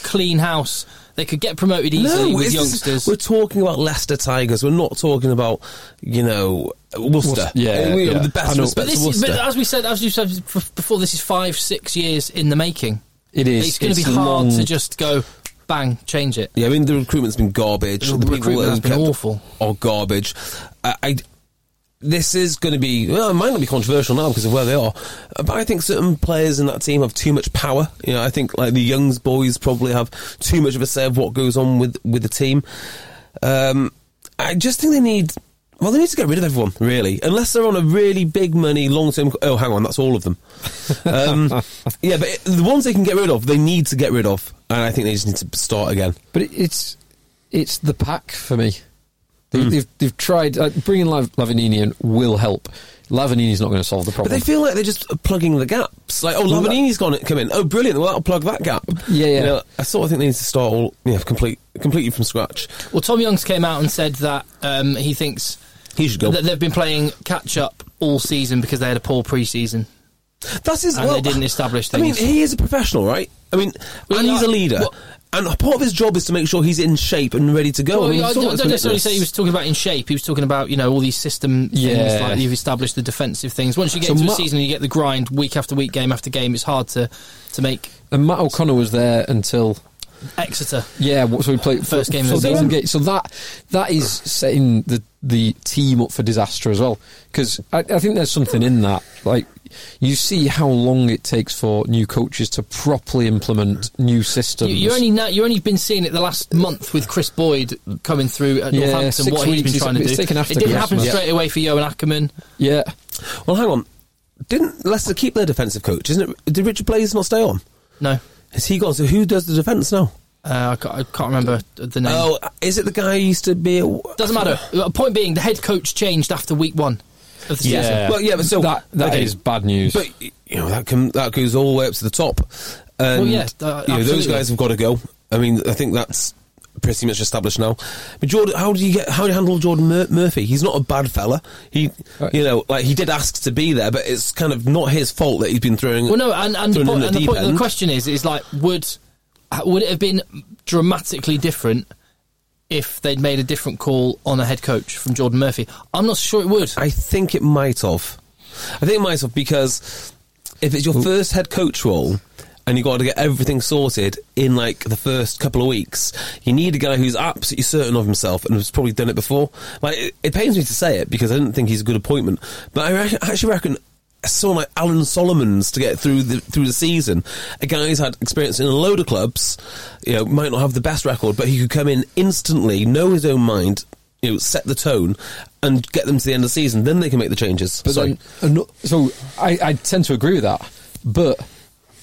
[SPEAKER 3] clean house. They could get promoted easily with
[SPEAKER 2] it's-
[SPEAKER 3] youngsters.
[SPEAKER 2] We're talking about Leicester Tigers. We're not talking about, you know, Worcester.
[SPEAKER 4] Worcest- yeah,
[SPEAKER 2] We-
[SPEAKER 4] yeah.
[SPEAKER 2] The
[SPEAKER 4] I
[SPEAKER 2] best
[SPEAKER 4] know.
[SPEAKER 2] respect
[SPEAKER 3] But,
[SPEAKER 2] to
[SPEAKER 3] this is,
[SPEAKER 2] Worcester.
[SPEAKER 3] but as we said, as you said f- before, this is five, six years in the making.
[SPEAKER 4] It is.
[SPEAKER 3] It's going to
[SPEAKER 4] it's
[SPEAKER 3] be hard
[SPEAKER 4] long-
[SPEAKER 3] to just go, bang, change it.
[SPEAKER 2] Yeah, I mean the recruitment's been garbage.
[SPEAKER 3] The
[SPEAKER 2] people
[SPEAKER 3] recruitment
[SPEAKER 2] that
[SPEAKER 3] has
[SPEAKER 2] have
[SPEAKER 3] been
[SPEAKER 2] kept
[SPEAKER 3] awful.
[SPEAKER 2] Or garbage. I, I- this is going to be. Well, it might not be controversial now because of where they are, uh, but I think certain players in that team have too much power. You know, I think like the Youngs boys probably have too much of a say of what goes on with with the team. Um, I just think they need. Well, they need to get rid of everyone, really, unless they're on a really big money long term. Oh, hang on, that's all of them. Um, yeah, but it, the ones they can get rid of, they need to get rid of, and I think they just need to start again.
[SPEAKER 4] But it, it's it's the pack for me. They,
[SPEAKER 2] Hmm.
[SPEAKER 4] They've they've tried uh, bringing Lav- Lavanini in will help. Lavanini's not going to solve the
[SPEAKER 2] But
[SPEAKER 4] problem.
[SPEAKER 2] they feel like they're just plugging the gaps. Like, oh,
[SPEAKER 4] Well, that-
[SPEAKER 2] Lavanini's gone come in. Oh, brilliant! Well, that'll plug that gap.
[SPEAKER 4] Yeah, yeah.
[SPEAKER 2] You know, I sort of think they need to start all yeah, complete, completely from scratch.
[SPEAKER 3] Well, Tom Youngs came out and said that um, he thinks
[SPEAKER 2] He should go.
[SPEAKER 3] that they've been playing catch up all season because they had a poor preseason.
[SPEAKER 2] That's his.
[SPEAKER 3] And
[SPEAKER 2] well,
[SPEAKER 3] they didn't establish
[SPEAKER 2] I mean,
[SPEAKER 3] things.
[SPEAKER 2] he is a professional, right? I mean,
[SPEAKER 3] Well,
[SPEAKER 2] and he's
[SPEAKER 3] yeah,
[SPEAKER 2] a leader.
[SPEAKER 3] well-
[SPEAKER 2] and part of his job is to make sure he's in shape and ready to go.
[SPEAKER 4] Oh,
[SPEAKER 3] Well,
[SPEAKER 2] I mean,
[SPEAKER 3] I, I
[SPEAKER 2] someone
[SPEAKER 3] don't
[SPEAKER 2] that's
[SPEAKER 3] necessarily
[SPEAKER 2] been-
[SPEAKER 3] say he was talking about in shape. He was talking about you know all these system things
[SPEAKER 4] Yeah.
[SPEAKER 3] like you've established the defensive things. Once you get
[SPEAKER 4] So
[SPEAKER 3] into
[SPEAKER 4] Ma-
[SPEAKER 3] a season, and you get the grind week after week, game after game. It's hard to to make
[SPEAKER 4] and Matt O'Connor was there until
[SPEAKER 3] Exeter.
[SPEAKER 4] yeah. what- So we played
[SPEAKER 3] First game of the
[SPEAKER 4] Fulham
[SPEAKER 3] season.
[SPEAKER 4] game. So that that is setting the the team up for disaster as well. Because I, I think there's something in that. Like you see how long it takes for new coaches to properly implement new systems.
[SPEAKER 3] You, you only now, you only been seeing it the last month with Chris Boyd coming through at
[SPEAKER 4] Yeah,
[SPEAKER 3] Northampton.
[SPEAKER 4] six
[SPEAKER 3] What he's
[SPEAKER 4] weeks,
[SPEAKER 3] been
[SPEAKER 4] he's-
[SPEAKER 3] trying to
[SPEAKER 4] it's
[SPEAKER 3] do.
[SPEAKER 4] taken after
[SPEAKER 3] it didn't happen
[SPEAKER 4] Christmas.
[SPEAKER 3] straight away for Johan Ackerman.
[SPEAKER 4] yeah.
[SPEAKER 2] Well, hang on. Didn't Leicester keep their defensive coach? Isn't it? Did Richard Blaze not stay on?
[SPEAKER 3] No,
[SPEAKER 2] Is he gone? So who does the defence now?
[SPEAKER 3] uh, I, can't, I can't remember the name.
[SPEAKER 2] Oh, is it the guy who used to be? At,
[SPEAKER 3] Doesn't matter. Uh, Point being, the head coach changed after week one of the season.
[SPEAKER 4] Yeah.
[SPEAKER 2] Well, yeah, but so
[SPEAKER 4] that that is
[SPEAKER 2] okay.
[SPEAKER 4] bad news.
[SPEAKER 2] But you know that can that goes all the way up to the top. And,
[SPEAKER 3] Well, yes, uh,
[SPEAKER 2] you know, those
[SPEAKER 3] absolutely.
[SPEAKER 2] guys have got to go. I mean, I think that's pretty much established now. But Jordan, how do you get how do you handle Jordan Mur- Murphy? He's not a bad fella. He,
[SPEAKER 4] Right.
[SPEAKER 2] you know, like he did ask to be there, but it's kind of not his fault that he's been throwing.
[SPEAKER 3] Well, no, and, and, the,
[SPEAKER 2] thrown in
[SPEAKER 3] point, and the,
[SPEAKER 2] deep
[SPEAKER 3] point, the
[SPEAKER 2] end.
[SPEAKER 3] question is, is like, would would it have been dramatically different if they'd made a different call on a head coach from Jordan Murphy? I'm not sure it would.
[SPEAKER 2] I think it might have. I think it might have because if it's your first head coach role and you've got to get everything sorted in like the first couple of weeks, you need a guy who's absolutely certain of himself and has probably done it before. Like it, it pains me to say it because I didn't think he's a good appointment, but I re- actually reckon someone like Alan Solomon's to get through the through the season, a guy who's had experience in a load of clubs, you know, might not have the best record, but he could come in instantly, know his own mind, you know, set the tone and get them to the end of the season. Then they can make the changes.
[SPEAKER 4] But
[SPEAKER 2] Sorry.
[SPEAKER 4] then, ano- so I, I tend to agree with that. But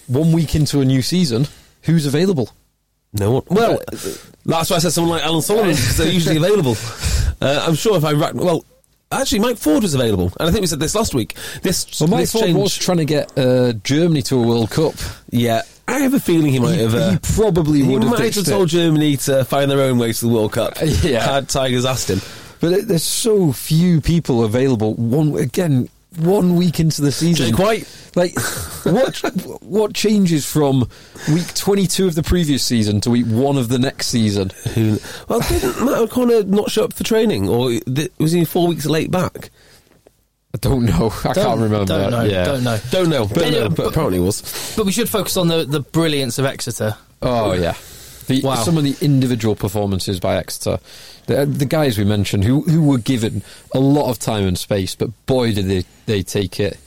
[SPEAKER 4] one week into a new season, who's available?
[SPEAKER 2] No one. Well, that's why I said someone like Alan Solomon because they're usually available. Uh, I'm sure if I rack. Well, actually, Mike Ford was available, and I think we said this last week. This,
[SPEAKER 4] So Mike
[SPEAKER 2] this
[SPEAKER 4] Ford
[SPEAKER 2] change,
[SPEAKER 4] was trying to get uh, Germany to a World Cup.
[SPEAKER 2] yeah, I have a feeling he might
[SPEAKER 4] He-
[SPEAKER 2] have. Uh,
[SPEAKER 4] he probably
[SPEAKER 2] he
[SPEAKER 4] would have
[SPEAKER 2] might
[SPEAKER 4] ditched it.
[SPEAKER 2] told Germany to find their own way to the World Cup.
[SPEAKER 4] Yeah.
[SPEAKER 2] had Tigers asked him.
[SPEAKER 4] But it- there's so few people available. One again, one week into the season.
[SPEAKER 2] Jake White.
[SPEAKER 4] Like, what what changes from week 22 of the previous season to week one of the next season?
[SPEAKER 2] Who? Well, didn't Matt O'Connor not show up for training, or th- was he four weeks late back?
[SPEAKER 4] I don't know. I can't remember.
[SPEAKER 3] Don't know.
[SPEAKER 4] Yeah.
[SPEAKER 3] Don't know.
[SPEAKER 2] Don't know. Don't
[SPEAKER 3] Anyway,
[SPEAKER 2] know. But
[SPEAKER 3] but-
[SPEAKER 2] apparently he was.
[SPEAKER 3] But we should focus on the, the brilliance of Exeter.
[SPEAKER 4] Oh yeah. The,
[SPEAKER 3] Wow.
[SPEAKER 4] Some of the individual performances by Exeter, the, the guys we mentioned who who were given a lot of time and space, but boy did they, they take it.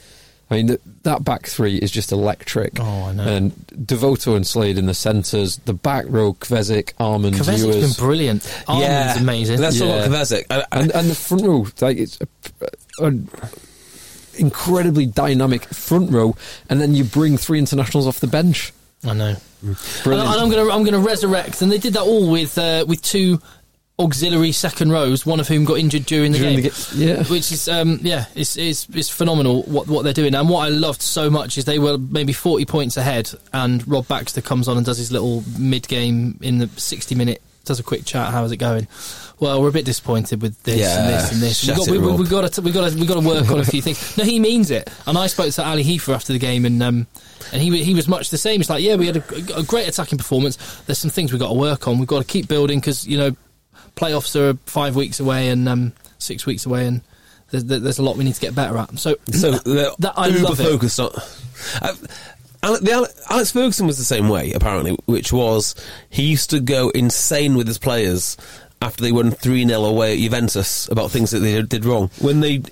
[SPEAKER 4] I mean, th that back three is just electric.
[SPEAKER 3] Oh, I know.
[SPEAKER 4] And Devoto and Slade in the centres, the back row, Kvesic, Armand,
[SPEAKER 3] Kvesic's
[SPEAKER 4] Ewers,
[SPEAKER 3] been brilliant. Armand's amazing.
[SPEAKER 2] That's all
[SPEAKER 4] Yeah.
[SPEAKER 2] Kovacic. I, I,
[SPEAKER 4] and and the front row, like it's a, a incredibly dynamic front row, and then you bring three internationals off the bench.
[SPEAKER 3] I know.
[SPEAKER 4] Brilliant.
[SPEAKER 3] And, and I'm going to I'm going to resurrect, and they did that all with uh, with two auxiliary second rows, one of whom got injured during the
[SPEAKER 4] During the
[SPEAKER 3] game.
[SPEAKER 4] ga- yeah.
[SPEAKER 3] which is um, yeah, it's, it's it's phenomenal what what they're doing. And what I loved so much is they were maybe 40 points ahead, and Rob Baxter comes on and does his little mid game in the 60 minute. Does a quick chat. How's it going? Well, we're a bit disappointed with this and
[SPEAKER 2] Yeah,
[SPEAKER 3] this and this.
[SPEAKER 2] shut
[SPEAKER 3] got,
[SPEAKER 2] it,
[SPEAKER 3] we,
[SPEAKER 2] Rob.
[SPEAKER 3] we, got to we got to we got to work on a few things. No, he means it. And I spoke to Ali Heifer after the game, and um, and he wa- he was much the same. He's like, yeah, we had a, a great attacking performance. There's some things we have got to work on. We've got to keep building because you know playoffs are five weeks away and um, six weeks away, and there's, there's a lot we need to get better at. So,
[SPEAKER 2] So they're
[SPEAKER 3] that I
[SPEAKER 2] uber
[SPEAKER 3] love it.
[SPEAKER 2] focused on. I, Ale- the Ale- Alex Ferguson was the same way, apparently, which was he used to go insane with his players after they won 3 0 away at Juventus about things that they did- did wrong. When they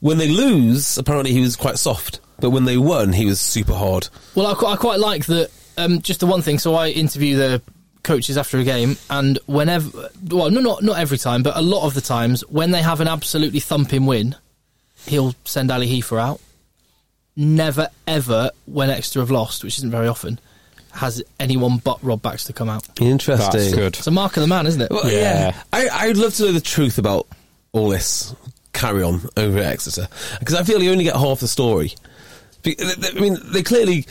[SPEAKER 2] when they lose, apparently he was quite soft, but when they won, he was super hard.
[SPEAKER 3] well, I, qu- I quite like that. Um, just the one thing. So I interview the coaches after a game, and whenever, well, no, not not every time, but a lot of the times when they have an absolutely thumping win, he'll send Ali Heifer out. Never ever, when Exeter have lost, which isn't very often, has anyone but Rob Baxter come out.
[SPEAKER 2] Interesting.
[SPEAKER 4] That's good.
[SPEAKER 3] It's a mark of the man, isn't it?
[SPEAKER 2] Well, yeah.
[SPEAKER 4] Yeah.
[SPEAKER 2] I, I'd love to know the truth about all this carry on over at Exeter because I feel you only get half the story. Be- th- th- I mean, they clearly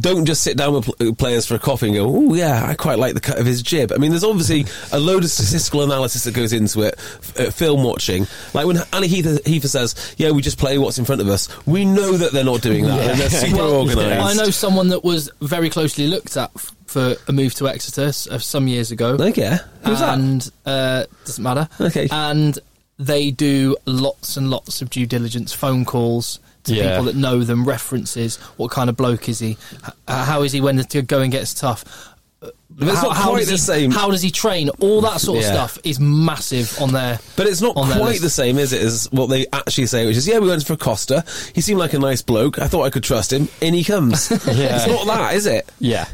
[SPEAKER 2] don't just sit down with pl- players for a coffee and go, "Oh yeah, I quite like the cut of his jib." I mean, there's obviously a load of statistical analysis that goes into it, f- uh, film watching. Like when Annie Heather, Heifer says, "Yeah, we just play what's in front of us." We know that they're not doing that. and they're super
[SPEAKER 3] Well,
[SPEAKER 2] organised.
[SPEAKER 3] I know someone that was very closely looked at f- for a move to Exeter s- uh, some years ago.
[SPEAKER 2] Okay, who's that?
[SPEAKER 3] and, Uh, doesn't matter.
[SPEAKER 2] Okay.
[SPEAKER 3] And they do lots and lots of due diligence, phone calls to
[SPEAKER 4] Yeah.
[SPEAKER 3] people that know them, references. What kind of bloke is he? H- uh, how is he when the going gets tough? Uh,
[SPEAKER 2] But it's not quite
[SPEAKER 3] does
[SPEAKER 2] the
[SPEAKER 3] he,
[SPEAKER 2] same.
[SPEAKER 3] How does he train? All that sort of
[SPEAKER 2] Yeah.
[SPEAKER 3] stuff is massive on their.
[SPEAKER 2] But it's not
[SPEAKER 3] on their
[SPEAKER 2] quite
[SPEAKER 3] list.
[SPEAKER 2] the same, is it, as what they actually say, which is, yeah, we went for Costa. He seemed like a nice bloke. I thought I could trust him. In he comes. It's not that, is it?
[SPEAKER 4] Yeah.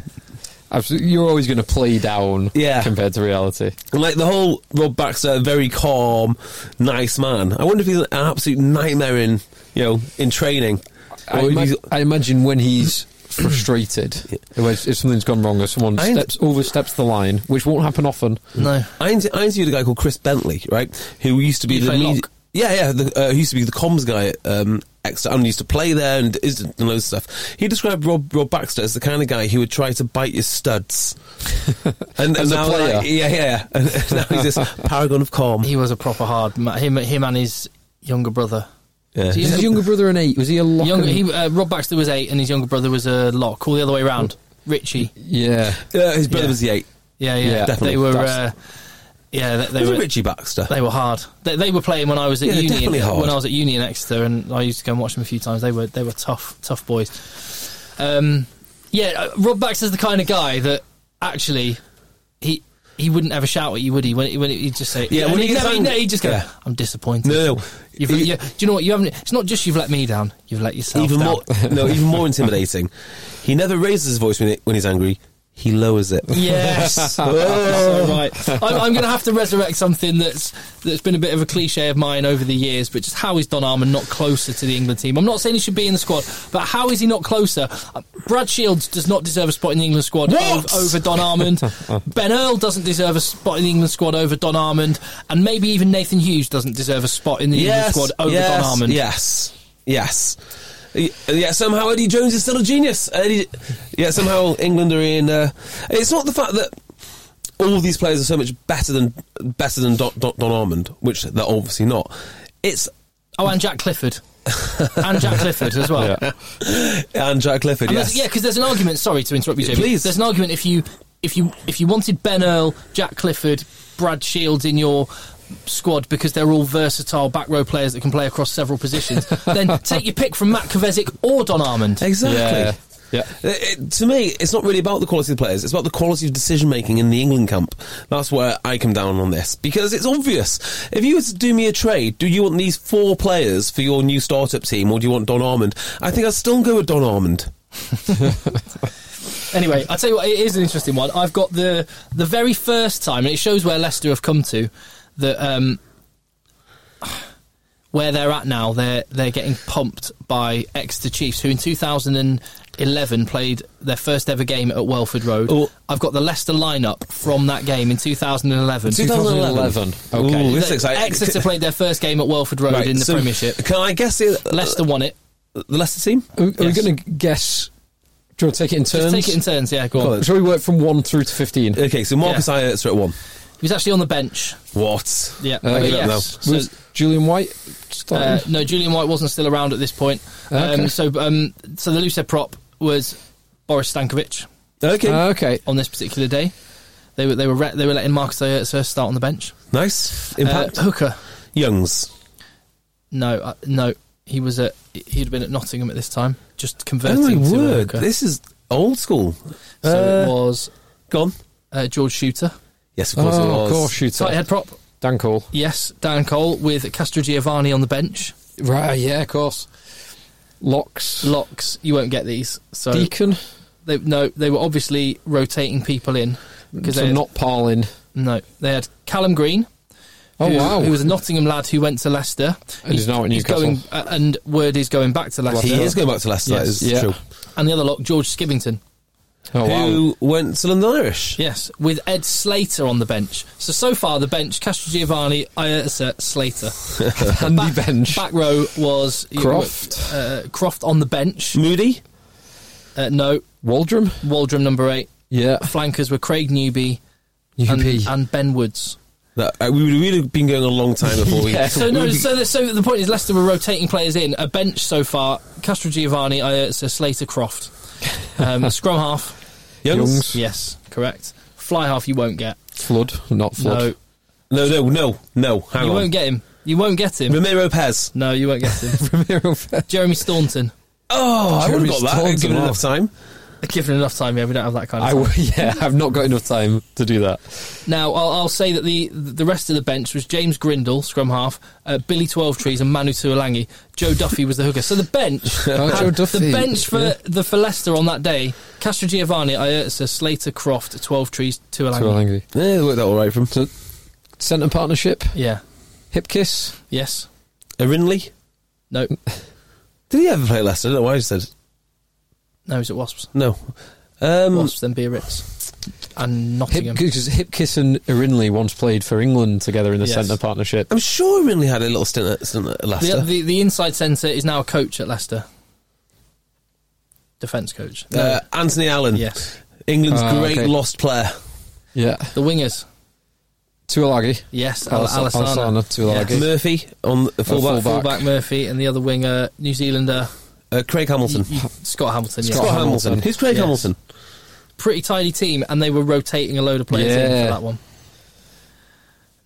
[SPEAKER 4] Absolutely. You're always going to play down
[SPEAKER 2] Yeah.
[SPEAKER 4] compared to reality.
[SPEAKER 2] And like the whole Rob Baxter, very calm, nice man. I wonder if he's an absolute nightmare in, you know, in training.
[SPEAKER 4] I,
[SPEAKER 2] Or if
[SPEAKER 4] ima-
[SPEAKER 2] he's-
[SPEAKER 4] I imagine when he's frustrated, where if something's gone wrong or someone
[SPEAKER 2] I-
[SPEAKER 4] steps oversteps the line, which won't happen often.
[SPEAKER 3] No.
[SPEAKER 2] I, inter- I interviewed a guy called Chris Bentley, right? Who used to be
[SPEAKER 3] You
[SPEAKER 2] the
[SPEAKER 3] play
[SPEAKER 2] media-
[SPEAKER 3] lock?
[SPEAKER 2] yeah, yeah, the, uh, who used to be the comms guy at um, Exeter and used to play there and is and loads of stuff. He described Rob Rob Baxter as the kind of guy who would try to bite your studs. And,
[SPEAKER 4] As a
[SPEAKER 2] now,
[SPEAKER 4] player?
[SPEAKER 2] like, yeah, yeah. And, now he's this paragon of calm.
[SPEAKER 3] He was a proper hard man. Him, him and his younger brother.
[SPEAKER 2] Yeah.
[SPEAKER 3] So
[SPEAKER 4] Is
[SPEAKER 3] he's
[SPEAKER 4] his
[SPEAKER 3] a-
[SPEAKER 4] younger brother an eight? Was he a lock?
[SPEAKER 3] Younger,
[SPEAKER 4] and-
[SPEAKER 3] he, uh, Rob Baxter was eight, and his younger brother was a lock. All the other way
[SPEAKER 2] Mm.
[SPEAKER 3] round. Richie.
[SPEAKER 4] yeah.
[SPEAKER 2] Yeah, his brother
[SPEAKER 3] Yeah.
[SPEAKER 2] was the eight.
[SPEAKER 3] Yeah, yeah,
[SPEAKER 4] Yeah,
[SPEAKER 2] definitely.
[SPEAKER 3] They were, uh,
[SPEAKER 2] That's-
[SPEAKER 3] yeah, they, they
[SPEAKER 2] Was it
[SPEAKER 3] were.
[SPEAKER 2] Richie Baxter?
[SPEAKER 3] They were hard. They, they were playing when I was at
[SPEAKER 2] Yeah, they're
[SPEAKER 3] uni.
[SPEAKER 2] definitely hard.
[SPEAKER 3] When I was at uni in Exeter, and I used to go and watch them a few times. They were they were tough tough boys. Um, yeah, uh, Rob Baxter's the kind of guy that actually he he wouldn't ever shout at you, would he? When he- when he'd just say
[SPEAKER 2] Yeah, when
[SPEAKER 3] and
[SPEAKER 2] he
[SPEAKER 3] he'd
[SPEAKER 2] gets
[SPEAKER 3] never-
[SPEAKER 2] angry-
[SPEAKER 3] he'd just go,
[SPEAKER 2] Yeah.
[SPEAKER 3] I'm disappointed.
[SPEAKER 2] No, no.
[SPEAKER 3] You've,
[SPEAKER 2] He-
[SPEAKER 3] you, do you know what? You haven't. It's not just you've let me down. You've let yourself
[SPEAKER 2] even
[SPEAKER 3] down.
[SPEAKER 2] more, no, even more intimidating. He never raises his voice when, he, when he's angry. he lowers it.
[SPEAKER 3] Yes, Oh, so right. I'm, I'm going to have to resurrect something that's that's been a bit of a cliche of mine over the years, but just how is Don Armand not closer to the England team? I'm not saying he should be in the squad, but how is he not closer? Uh, Brad Shields does not deserve a spot in the England squad over,
[SPEAKER 2] What?
[SPEAKER 3] over Don Armand. ben Earl doesn't deserve a spot in the England squad over Don Armand, and maybe even Nathan Hughes doesn't deserve a spot in the
[SPEAKER 2] yes,
[SPEAKER 3] England squad over
[SPEAKER 2] yes,
[SPEAKER 3] Don Armand.
[SPEAKER 2] Yes, yes. Y- Yeah, somehow Eddie Jones is still a genius. Eddie, yeah, somehow England are in. Uh, it's not the fact that all these players are so much better than better than Don, Don, Don Armand, which they're obviously not. It's
[SPEAKER 3] Oh, and Jack Clifford. and Jack Clifford as well.
[SPEAKER 2] and Jack Clifford.
[SPEAKER 3] And
[SPEAKER 2] yes,
[SPEAKER 3] there's- Yeah, because there's an argument. Sorry to interrupt you,
[SPEAKER 2] Yeah,
[SPEAKER 3] Jamie.
[SPEAKER 2] please.
[SPEAKER 3] There's an argument if you if you if you wanted Ben Earl, Jack Clifford, Brad Shields in your squad because they're all versatile back row players that can play across several positions. then take your pick from Matt Kovacic or Don Armand.
[SPEAKER 2] exactly.
[SPEAKER 4] Yeah. Yeah.
[SPEAKER 2] It, Uh, it- to me, it's not really about the quality of the players. It's about the quality of decision making in the England camp. That's where I come down on this because it's obvious. If you were to do me a trade, do you want these four players for your new startup team, or do you want Don Armand? I think I'd still go with Don Armand.
[SPEAKER 3] Anyway, I tell you what, it is an interesting one. I've got the the very first time, and it shows where Leicester have come to that um, where they're at now. They're they're getting pumped by Exeter Chiefs, who in 2011 played their first ever game at Welford Road.
[SPEAKER 2] Oh.
[SPEAKER 3] I've got the Leicester lineup from that game in 2011.
[SPEAKER 4] 2011. Okay.
[SPEAKER 2] Ooh, this is exciting.
[SPEAKER 3] Exeter played their first game at Welford Road
[SPEAKER 2] Right,
[SPEAKER 3] in the
[SPEAKER 2] so
[SPEAKER 3] Premiership.
[SPEAKER 2] Can I guess the,
[SPEAKER 3] Leicester Uh, won it.
[SPEAKER 2] the Leicester team?
[SPEAKER 4] Are, we- are
[SPEAKER 3] Yes.
[SPEAKER 4] we going to guess? Do you want to take it in
[SPEAKER 3] Just
[SPEAKER 4] turns?
[SPEAKER 3] take it in turns. Yeah, go on.
[SPEAKER 4] Shall we work from one through to fifteen?
[SPEAKER 2] Okay, so Marcus
[SPEAKER 3] Yeah.
[SPEAKER 2] Iyer, Iyerts are at one.
[SPEAKER 3] He was actually on the bench.
[SPEAKER 2] What?
[SPEAKER 3] Yeah,
[SPEAKER 4] Uh,
[SPEAKER 3] but
[SPEAKER 2] up
[SPEAKER 4] give it
[SPEAKER 3] yes.
[SPEAKER 2] now.
[SPEAKER 3] So-
[SPEAKER 4] Was Julian White
[SPEAKER 3] Uh,
[SPEAKER 4] starting?
[SPEAKER 3] no, Julian White wasn't still around at this point. Um,
[SPEAKER 4] Okay.
[SPEAKER 3] so, um, so the Lucid prop was Boris Stankovic
[SPEAKER 2] Okay,
[SPEAKER 4] Ah, okay.
[SPEAKER 3] on this particular day. They were they were re- they were letting Marcus Iurtsa start on the bench.
[SPEAKER 2] nice
[SPEAKER 3] Uh,
[SPEAKER 2] impact.
[SPEAKER 3] Hooker,
[SPEAKER 2] Youngs.
[SPEAKER 3] no, uh, no, he was at he'd been at Nottingham at this time, just
[SPEAKER 2] Oh my
[SPEAKER 3] converting to
[SPEAKER 2] word!
[SPEAKER 3] Hooker.
[SPEAKER 2] This is old school.
[SPEAKER 3] so
[SPEAKER 2] uh,
[SPEAKER 3] it was
[SPEAKER 2] Gone.
[SPEAKER 3] uh, George Shooter,
[SPEAKER 2] Yes, of course it
[SPEAKER 4] Oh,
[SPEAKER 2] was.
[SPEAKER 4] of course, shooter.
[SPEAKER 3] tight head prop.
[SPEAKER 4] Dan Cole.
[SPEAKER 3] Yes, Dan Cole with Castro Giovanni on the bench.
[SPEAKER 4] Right, yeah, of course. Locks.
[SPEAKER 3] Locks, you won't get these. So
[SPEAKER 4] Deacon.
[SPEAKER 3] they, no, they were obviously rotating people in because
[SPEAKER 4] So
[SPEAKER 3] they
[SPEAKER 4] not Parlin.
[SPEAKER 3] No, they had Callum Green.
[SPEAKER 4] Oh,
[SPEAKER 3] who,
[SPEAKER 4] wow.
[SPEAKER 3] Who was a Nottingham lad who went to Leicester.
[SPEAKER 4] And he's now at Newcastle.
[SPEAKER 3] Going, uh, and word is going back to Leicester.
[SPEAKER 2] He is going back to Leicester.
[SPEAKER 3] Yes.
[SPEAKER 2] That is
[SPEAKER 4] Yeah.
[SPEAKER 2] true.
[SPEAKER 3] And the other lot, George Skivington.
[SPEAKER 4] Oh, wow.
[SPEAKER 2] Who went to London Irish?
[SPEAKER 3] Yes, with Ed Slater on the bench. So, so far, the bench, Castro Giovanni, Iersa, Slater.
[SPEAKER 4] Handy
[SPEAKER 3] back,
[SPEAKER 4] bench.
[SPEAKER 3] Back row was...
[SPEAKER 4] Croft.
[SPEAKER 3] Uh, Croft on the bench.
[SPEAKER 2] Moody.
[SPEAKER 3] Uh, no,
[SPEAKER 4] Waldrum.
[SPEAKER 3] Waldrum, number eight.
[SPEAKER 4] Yeah.
[SPEAKER 3] Flankers were Craig Newby and,
[SPEAKER 4] UP.
[SPEAKER 3] and Ben Woods.
[SPEAKER 2] That, uh, we would have really been going a long time before we.
[SPEAKER 4] Yes.
[SPEAKER 3] So no,
[SPEAKER 4] We'll be-
[SPEAKER 3] so the, so the point is Leicester were rotating players in a bench so far. Castro Giovanni, Iersa, Slater, Croft, um, scrum half.
[SPEAKER 2] Youngs?
[SPEAKER 4] Youngs.
[SPEAKER 3] Yes, correct. Fly half you won't get.
[SPEAKER 4] Flood. Not Flood.
[SPEAKER 2] No, no, no, no. Hang
[SPEAKER 3] No, you
[SPEAKER 2] on.
[SPEAKER 3] won't get him. You won't get him.
[SPEAKER 2] Romero Pez.
[SPEAKER 3] No, you won't get him.
[SPEAKER 4] Romero Fe-
[SPEAKER 3] Jeremy Staunton.
[SPEAKER 2] Oh, I would
[SPEAKER 4] Jeremy's
[SPEAKER 2] have got that.
[SPEAKER 4] talked
[SPEAKER 2] Given
[SPEAKER 4] him
[SPEAKER 2] enough
[SPEAKER 4] off.
[SPEAKER 2] time.
[SPEAKER 3] Given enough time, yeah, we don't have that kind of.
[SPEAKER 4] I
[SPEAKER 3] Time.
[SPEAKER 4] w- yeah, I've not got enough time to do that.
[SPEAKER 3] now I'll, I'll say that the the rest of the bench was James Grindle, scrum half, uh, Billy Twelve Trees, and Manu Tuolangi. Joe Duffy was the hooker. So the bench,
[SPEAKER 4] Oh,
[SPEAKER 3] had-
[SPEAKER 4] Joe
[SPEAKER 3] the
[SPEAKER 4] Duffy,
[SPEAKER 3] bench for
[SPEAKER 4] yeah.
[SPEAKER 3] the for Leicester on that day, Castro Giovanni, Iersa, Slater, Croft, Twelve Trees, Tuolangi.
[SPEAKER 4] Tuolangi.
[SPEAKER 2] Yeah, it worked out all right from
[SPEAKER 4] So, centre partnership.
[SPEAKER 3] Yeah.
[SPEAKER 4] Hip kiss.
[SPEAKER 3] Yes.
[SPEAKER 2] uh, Rinley.
[SPEAKER 3] No.
[SPEAKER 2] Did he ever play Leicester? I don't know why I said
[SPEAKER 3] No, he's at Wasps.
[SPEAKER 2] no. Um,
[SPEAKER 3] Wasps, then Biarritz. And
[SPEAKER 4] Hmm. Hip,
[SPEAKER 3] Nottingham.
[SPEAKER 4] because hip kiss and Erinley once played for England together in the
[SPEAKER 3] Yes.
[SPEAKER 4] centre partnership.
[SPEAKER 2] I'm sure Rinley had a little stint at, stint at Leicester.
[SPEAKER 3] The, the, the inside centre is now a coach at Leicester. Defence coach. No.
[SPEAKER 2] uh, Anthony Allen.
[SPEAKER 3] Yes.
[SPEAKER 2] England's
[SPEAKER 4] Ah,
[SPEAKER 2] great
[SPEAKER 4] okay.
[SPEAKER 2] lost player.
[SPEAKER 4] Yeah.
[SPEAKER 3] the wingers.
[SPEAKER 4] Tuolagi.
[SPEAKER 3] Yes. Al-
[SPEAKER 4] Alas-
[SPEAKER 3] Alassana.
[SPEAKER 4] Alassana, Tuilagi.
[SPEAKER 3] Yes.
[SPEAKER 2] Murphy on the fullback.
[SPEAKER 4] fullback.
[SPEAKER 3] Fullback Murphy and the other winger, New Zealander,
[SPEAKER 2] Uh, Craig Hamilton.
[SPEAKER 3] y- y- Scott Hamilton. yeah.
[SPEAKER 4] Scott
[SPEAKER 2] Scott
[SPEAKER 4] Hamilton.
[SPEAKER 2] Hamilton. Who's Craig
[SPEAKER 3] Yes.
[SPEAKER 2] Hamilton?
[SPEAKER 3] Pretty tidy team, and they were rotating a load of players in
[SPEAKER 4] Yeah.
[SPEAKER 3] for that one.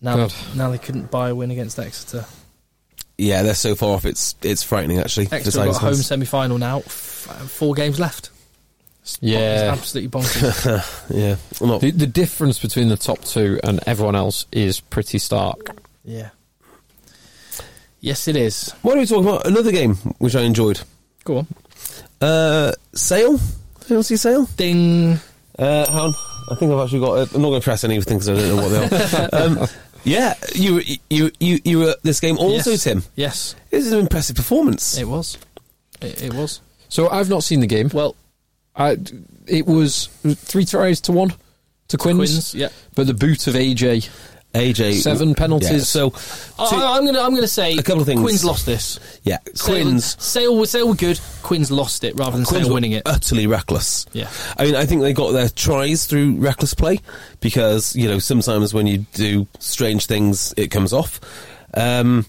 [SPEAKER 3] Now,
[SPEAKER 4] God.
[SPEAKER 3] now they couldn't buy a win against Exeter.
[SPEAKER 2] Yeah, they're so far off. It's it's frightening actually.
[SPEAKER 3] Exeter
[SPEAKER 2] Design
[SPEAKER 3] have got a home
[SPEAKER 2] sense.
[SPEAKER 3] semi final now. F- four games left. It's bon-
[SPEAKER 4] Yeah.
[SPEAKER 3] it's absolutely bonkers.
[SPEAKER 2] Yeah, I'm not
[SPEAKER 4] The, the difference between the top two and everyone else is pretty stark.
[SPEAKER 3] yeah. Yes, it is.
[SPEAKER 2] Why don't we talk about another game which I enjoyed?
[SPEAKER 3] Go on.
[SPEAKER 2] Uh, Sale? Did you see Sale?
[SPEAKER 3] Ding.
[SPEAKER 2] Uh, hang on. I think I've actually got. it. I'm not going to press anything because I don't know what they are. um, yeah, you you you you were at this game also,
[SPEAKER 3] yes.
[SPEAKER 2] Tim.
[SPEAKER 3] Yes,
[SPEAKER 2] This is an impressive performance.
[SPEAKER 3] it was. It, it was.
[SPEAKER 4] So I've not seen the game.
[SPEAKER 3] Well,
[SPEAKER 4] I, it was three tries to one to Quinn's.
[SPEAKER 3] Quinn's, yeah.
[SPEAKER 4] But the boot of AJ.
[SPEAKER 2] AJ
[SPEAKER 4] Seven penalties.
[SPEAKER 2] Yeah, so
[SPEAKER 3] I,
[SPEAKER 2] two-
[SPEAKER 3] I- I'm gonna I'm gonna say
[SPEAKER 2] A couple of things.
[SPEAKER 3] Quinn's lost this.
[SPEAKER 2] yeah, Quinn's
[SPEAKER 3] Sale, Sale, were- Sale were good. Quinn's lost it rather than
[SPEAKER 2] Quinn's Uh.
[SPEAKER 3] Sale
[SPEAKER 2] were
[SPEAKER 3] winning it.
[SPEAKER 2] Utterly reckless.
[SPEAKER 3] Yeah.
[SPEAKER 2] I mean, I think they got their tries through reckless play because you know sometimes when you do strange things, it comes off. Um,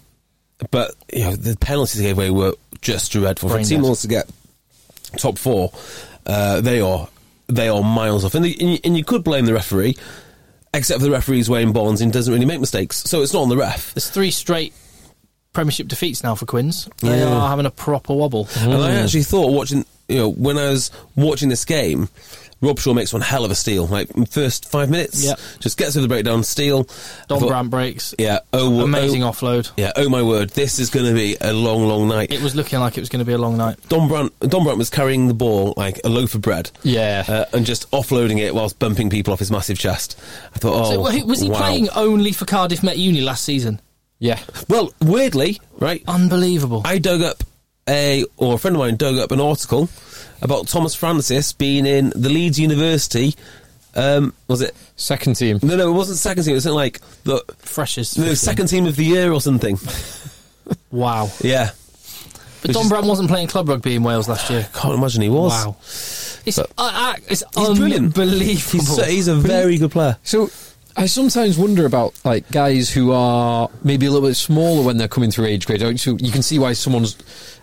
[SPEAKER 2] but you know the penalties they gave away were just dreadful. For a
[SPEAKER 3] Brain
[SPEAKER 2] team
[SPEAKER 3] dead.
[SPEAKER 2] wants to get top four, uh, they are they are miles off, and, they, and, you, and you could blame the referee, except for the referee's Wayne Bonds, and he doesn't really make mistakes, so it's not on the ref.
[SPEAKER 3] There's three straight Premiership defeats now for Quinn's. They
[SPEAKER 2] Yeah. Mm.
[SPEAKER 3] are having a proper wobble.
[SPEAKER 2] And I actually thought watching, you know, when I was watching this game, Rob Shaw makes one hell of a steal. Like first five minutes,
[SPEAKER 3] Yeah.
[SPEAKER 2] just gets through the breakdown, steal. I
[SPEAKER 3] Don
[SPEAKER 2] thought,
[SPEAKER 3] Brandt breaks.
[SPEAKER 2] yeah, oh,
[SPEAKER 3] Amazing
[SPEAKER 2] oh,
[SPEAKER 3] offload.
[SPEAKER 2] yeah, oh my word, this is going to be a long, long night.
[SPEAKER 3] It was looking like it was going to be a long night.
[SPEAKER 2] Don Brandt, Don Brandt was carrying the ball like a loaf of bread.
[SPEAKER 4] Yeah.
[SPEAKER 2] Uh, and just offloading it whilst bumping people off his massive chest. I thought, oh,
[SPEAKER 3] So wa- was he
[SPEAKER 2] wow.
[SPEAKER 3] playing only for Cardiff Met Uni last season?
[SPEAKER 4] yeah.
[SPEAKER 2] Well, weirdly, right?
[SPEAKER 3] Unbelievable.
[SPEAKER 2] I dug up a, or a friend of mine dug up an article about Thomas Francis being in the Leeds University. Um, was it?
[SPEAKER 4] Second team.
[SPEAKER 2] No, no, it wasn't second team. It was in like the
[SPEAKER 3] Freshers.
[SPEAKER 2] no,
[SPEAKER 3] 15.
[SPEAKER 2] second team of the year or something.
[SPEAKER 3] Wow.
[SPEAKER 2] Yeah,
[SPEAKER 3] But Don
[SPEAKER 2] is-
[SPEAKER 3] Brandt wasn't playing club rugby in Wales last year.
[SPEAKER 2] can't imagine he was.
[SPEAKER 3] Wow. It's,
[SPEAKER 2] But-
[SPEAKER 3] I- I- it's
[SPEAKER 2] He's brilliant.
[SPEAKER 3] unbelievable.
[SPEAKER 2] He's, so- he's a very good player.
[SPEAKER 4] So I sometimes wonder about like guys who are maybe a little bit smaller when they're coming through age grade. Don't you? You can see why someone's.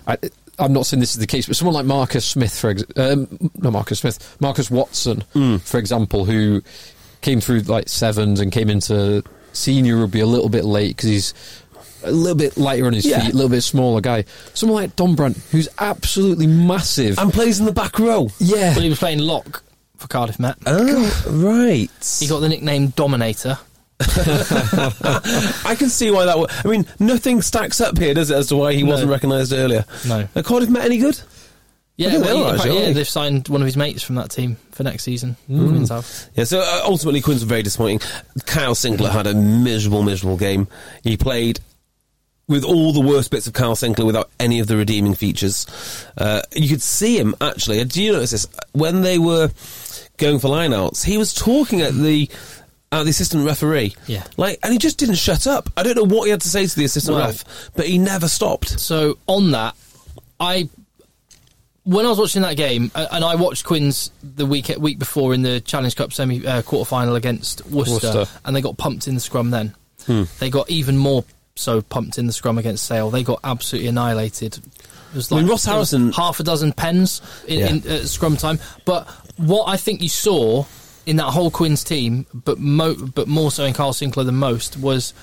[SPEAKER 4] I, I'm not saying this is the case, but someone like Marcus Smith, for ex- um, no Marcus Smith, Marcus Watson,
[SPEAKER 3] Hmm.
[SPEAKER 4] for example, who came through like sevens and came into senior rugby a little bit late because he's a little bit lighter on his
[SPEAKER 2] Yeah.
[SPEAKER 4] feet, a little bit smaller guy. Someone like Don Brandt, who's absolutely massive.
[SPEAKER 2] And plays in the back row.
[SPEAKER 4] yeah,
[SPEAKER 3] Well, he was playing lock for Cardiff Met.
[SPEAKER 2] Oh, right.
[SPEAKER 3] He got the nickname Dominator.
[SPEAKER 2] I can see why that. Was, I mean, nothing stacks up here, does it, as to why he
[SPEAKER 3] No.
[SPEAKER 2] wasn't recognised earlier?
[SPEAKER 3] No.
[SPEAKER 2] Are Cardiff Met any good? I
[SPEAKER 3] Yeah,
[SPEAKER 2] think they
[SPEAKER 3] well,
[SPEAKER 2] are,
[SPEAKER 3] yeah,
[SPEAKER 2] actually, aren't
[SPEAKER 3] yeah,
[SPEAKER 2] they?
[SPEAKER 3] they've signed one of his mates from that team for next season. Queens have.
[SPEAKER 2] Yeah, so uh, ultimately, Quinns were very disappointing. Kyle Sinclair had a miserable, miserable game. He played with all the worst bits of Kyle Sinclair without any of the redeeming features. Uh, you could see him, actually. uh, Do you notice this? When they were going for lineouts, he was talking at the. at the assistant referee,
[SPEAKER 3] Yeah.
[SPEAKER 2] like, and he just didn't shut up. I don't know what he had to say to the assistant
[SPEAKER 3] Well-
[SPEAKER 2] ref, but he never stopped.
[SPEAKER 3] So on that, I when I was watching that game, a- and I watched Quinns the week week before in the Challenge Cup semi uh, quarter final against Worcester,
[SPEAKER 4] Worcester.
[SPEAKER 3] and they got pumped in the scrum. Then
[SPEAKER 2] Hmm.
[SPEAKER 3] they got even more so pumped in the scrum against Sale. They got absolutely annihilated. It was
[SPEAKER 2] I mean, Ross
[SPEAKER 3] there was
[SPEAKER 2] Harrison-
[SPEAKER 3] half a dozen pens in,
[SPEAKER 2] Yeah.
[SPEAKER 3] in uh, scrum time. But what I think you saw in that whole Quinns team, but mo- but more so in Carl Sinclair than most, was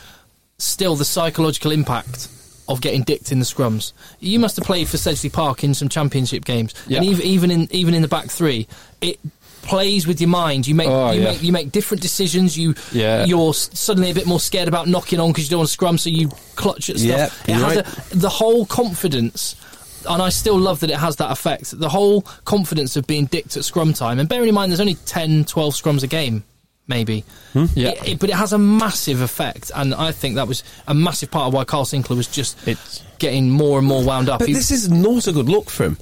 [SPEAKER 3] still the psychological impact of getting dicked in the scrums. You must have played for Sedgley Park in some championship games, and
[SPEAKER 4] Yeah.
[SPEAKER 3] even, even in even in the back three, it plays with your mind. You make
[SPEAKER 4] Oh,
[SPEAKER 3] you
[SPEAKER 4] yeah.
[SPEAKER 3] make you make different decisions. You
[SPEAKER 4] Yeah.
[SPEAKER 3] you're s- suddenly a bit more scared about knocking on because you don't want to scrum, so you clutch at stuff.
[SPEAKER 2] Yeah,
[SPEAKER 3] it
[SPEAKER 2] you're
[SPEAKER 3] has
[SPEAKER 2] right.
[SPEAKER 3] a, the whole confidence. And I still love that it has that effect. The whole confidence of being dicked at scrum time. And bearing in mind, there's only 10, 12 scrums a game, maybe.
[SPEAKER 4] Hmm? Yeah.
[SPEAKER 3] It- it- but it has a massive effect, and I think that was a massive part of why Carl Sinclair was just
[SPEAKER 4] It's-
[SPEAKER 3] getting more and more wound up.
[SPEAKER 2] But
[SPEAKER 3] He-
[SPEAKER 2] this is not a good look for him.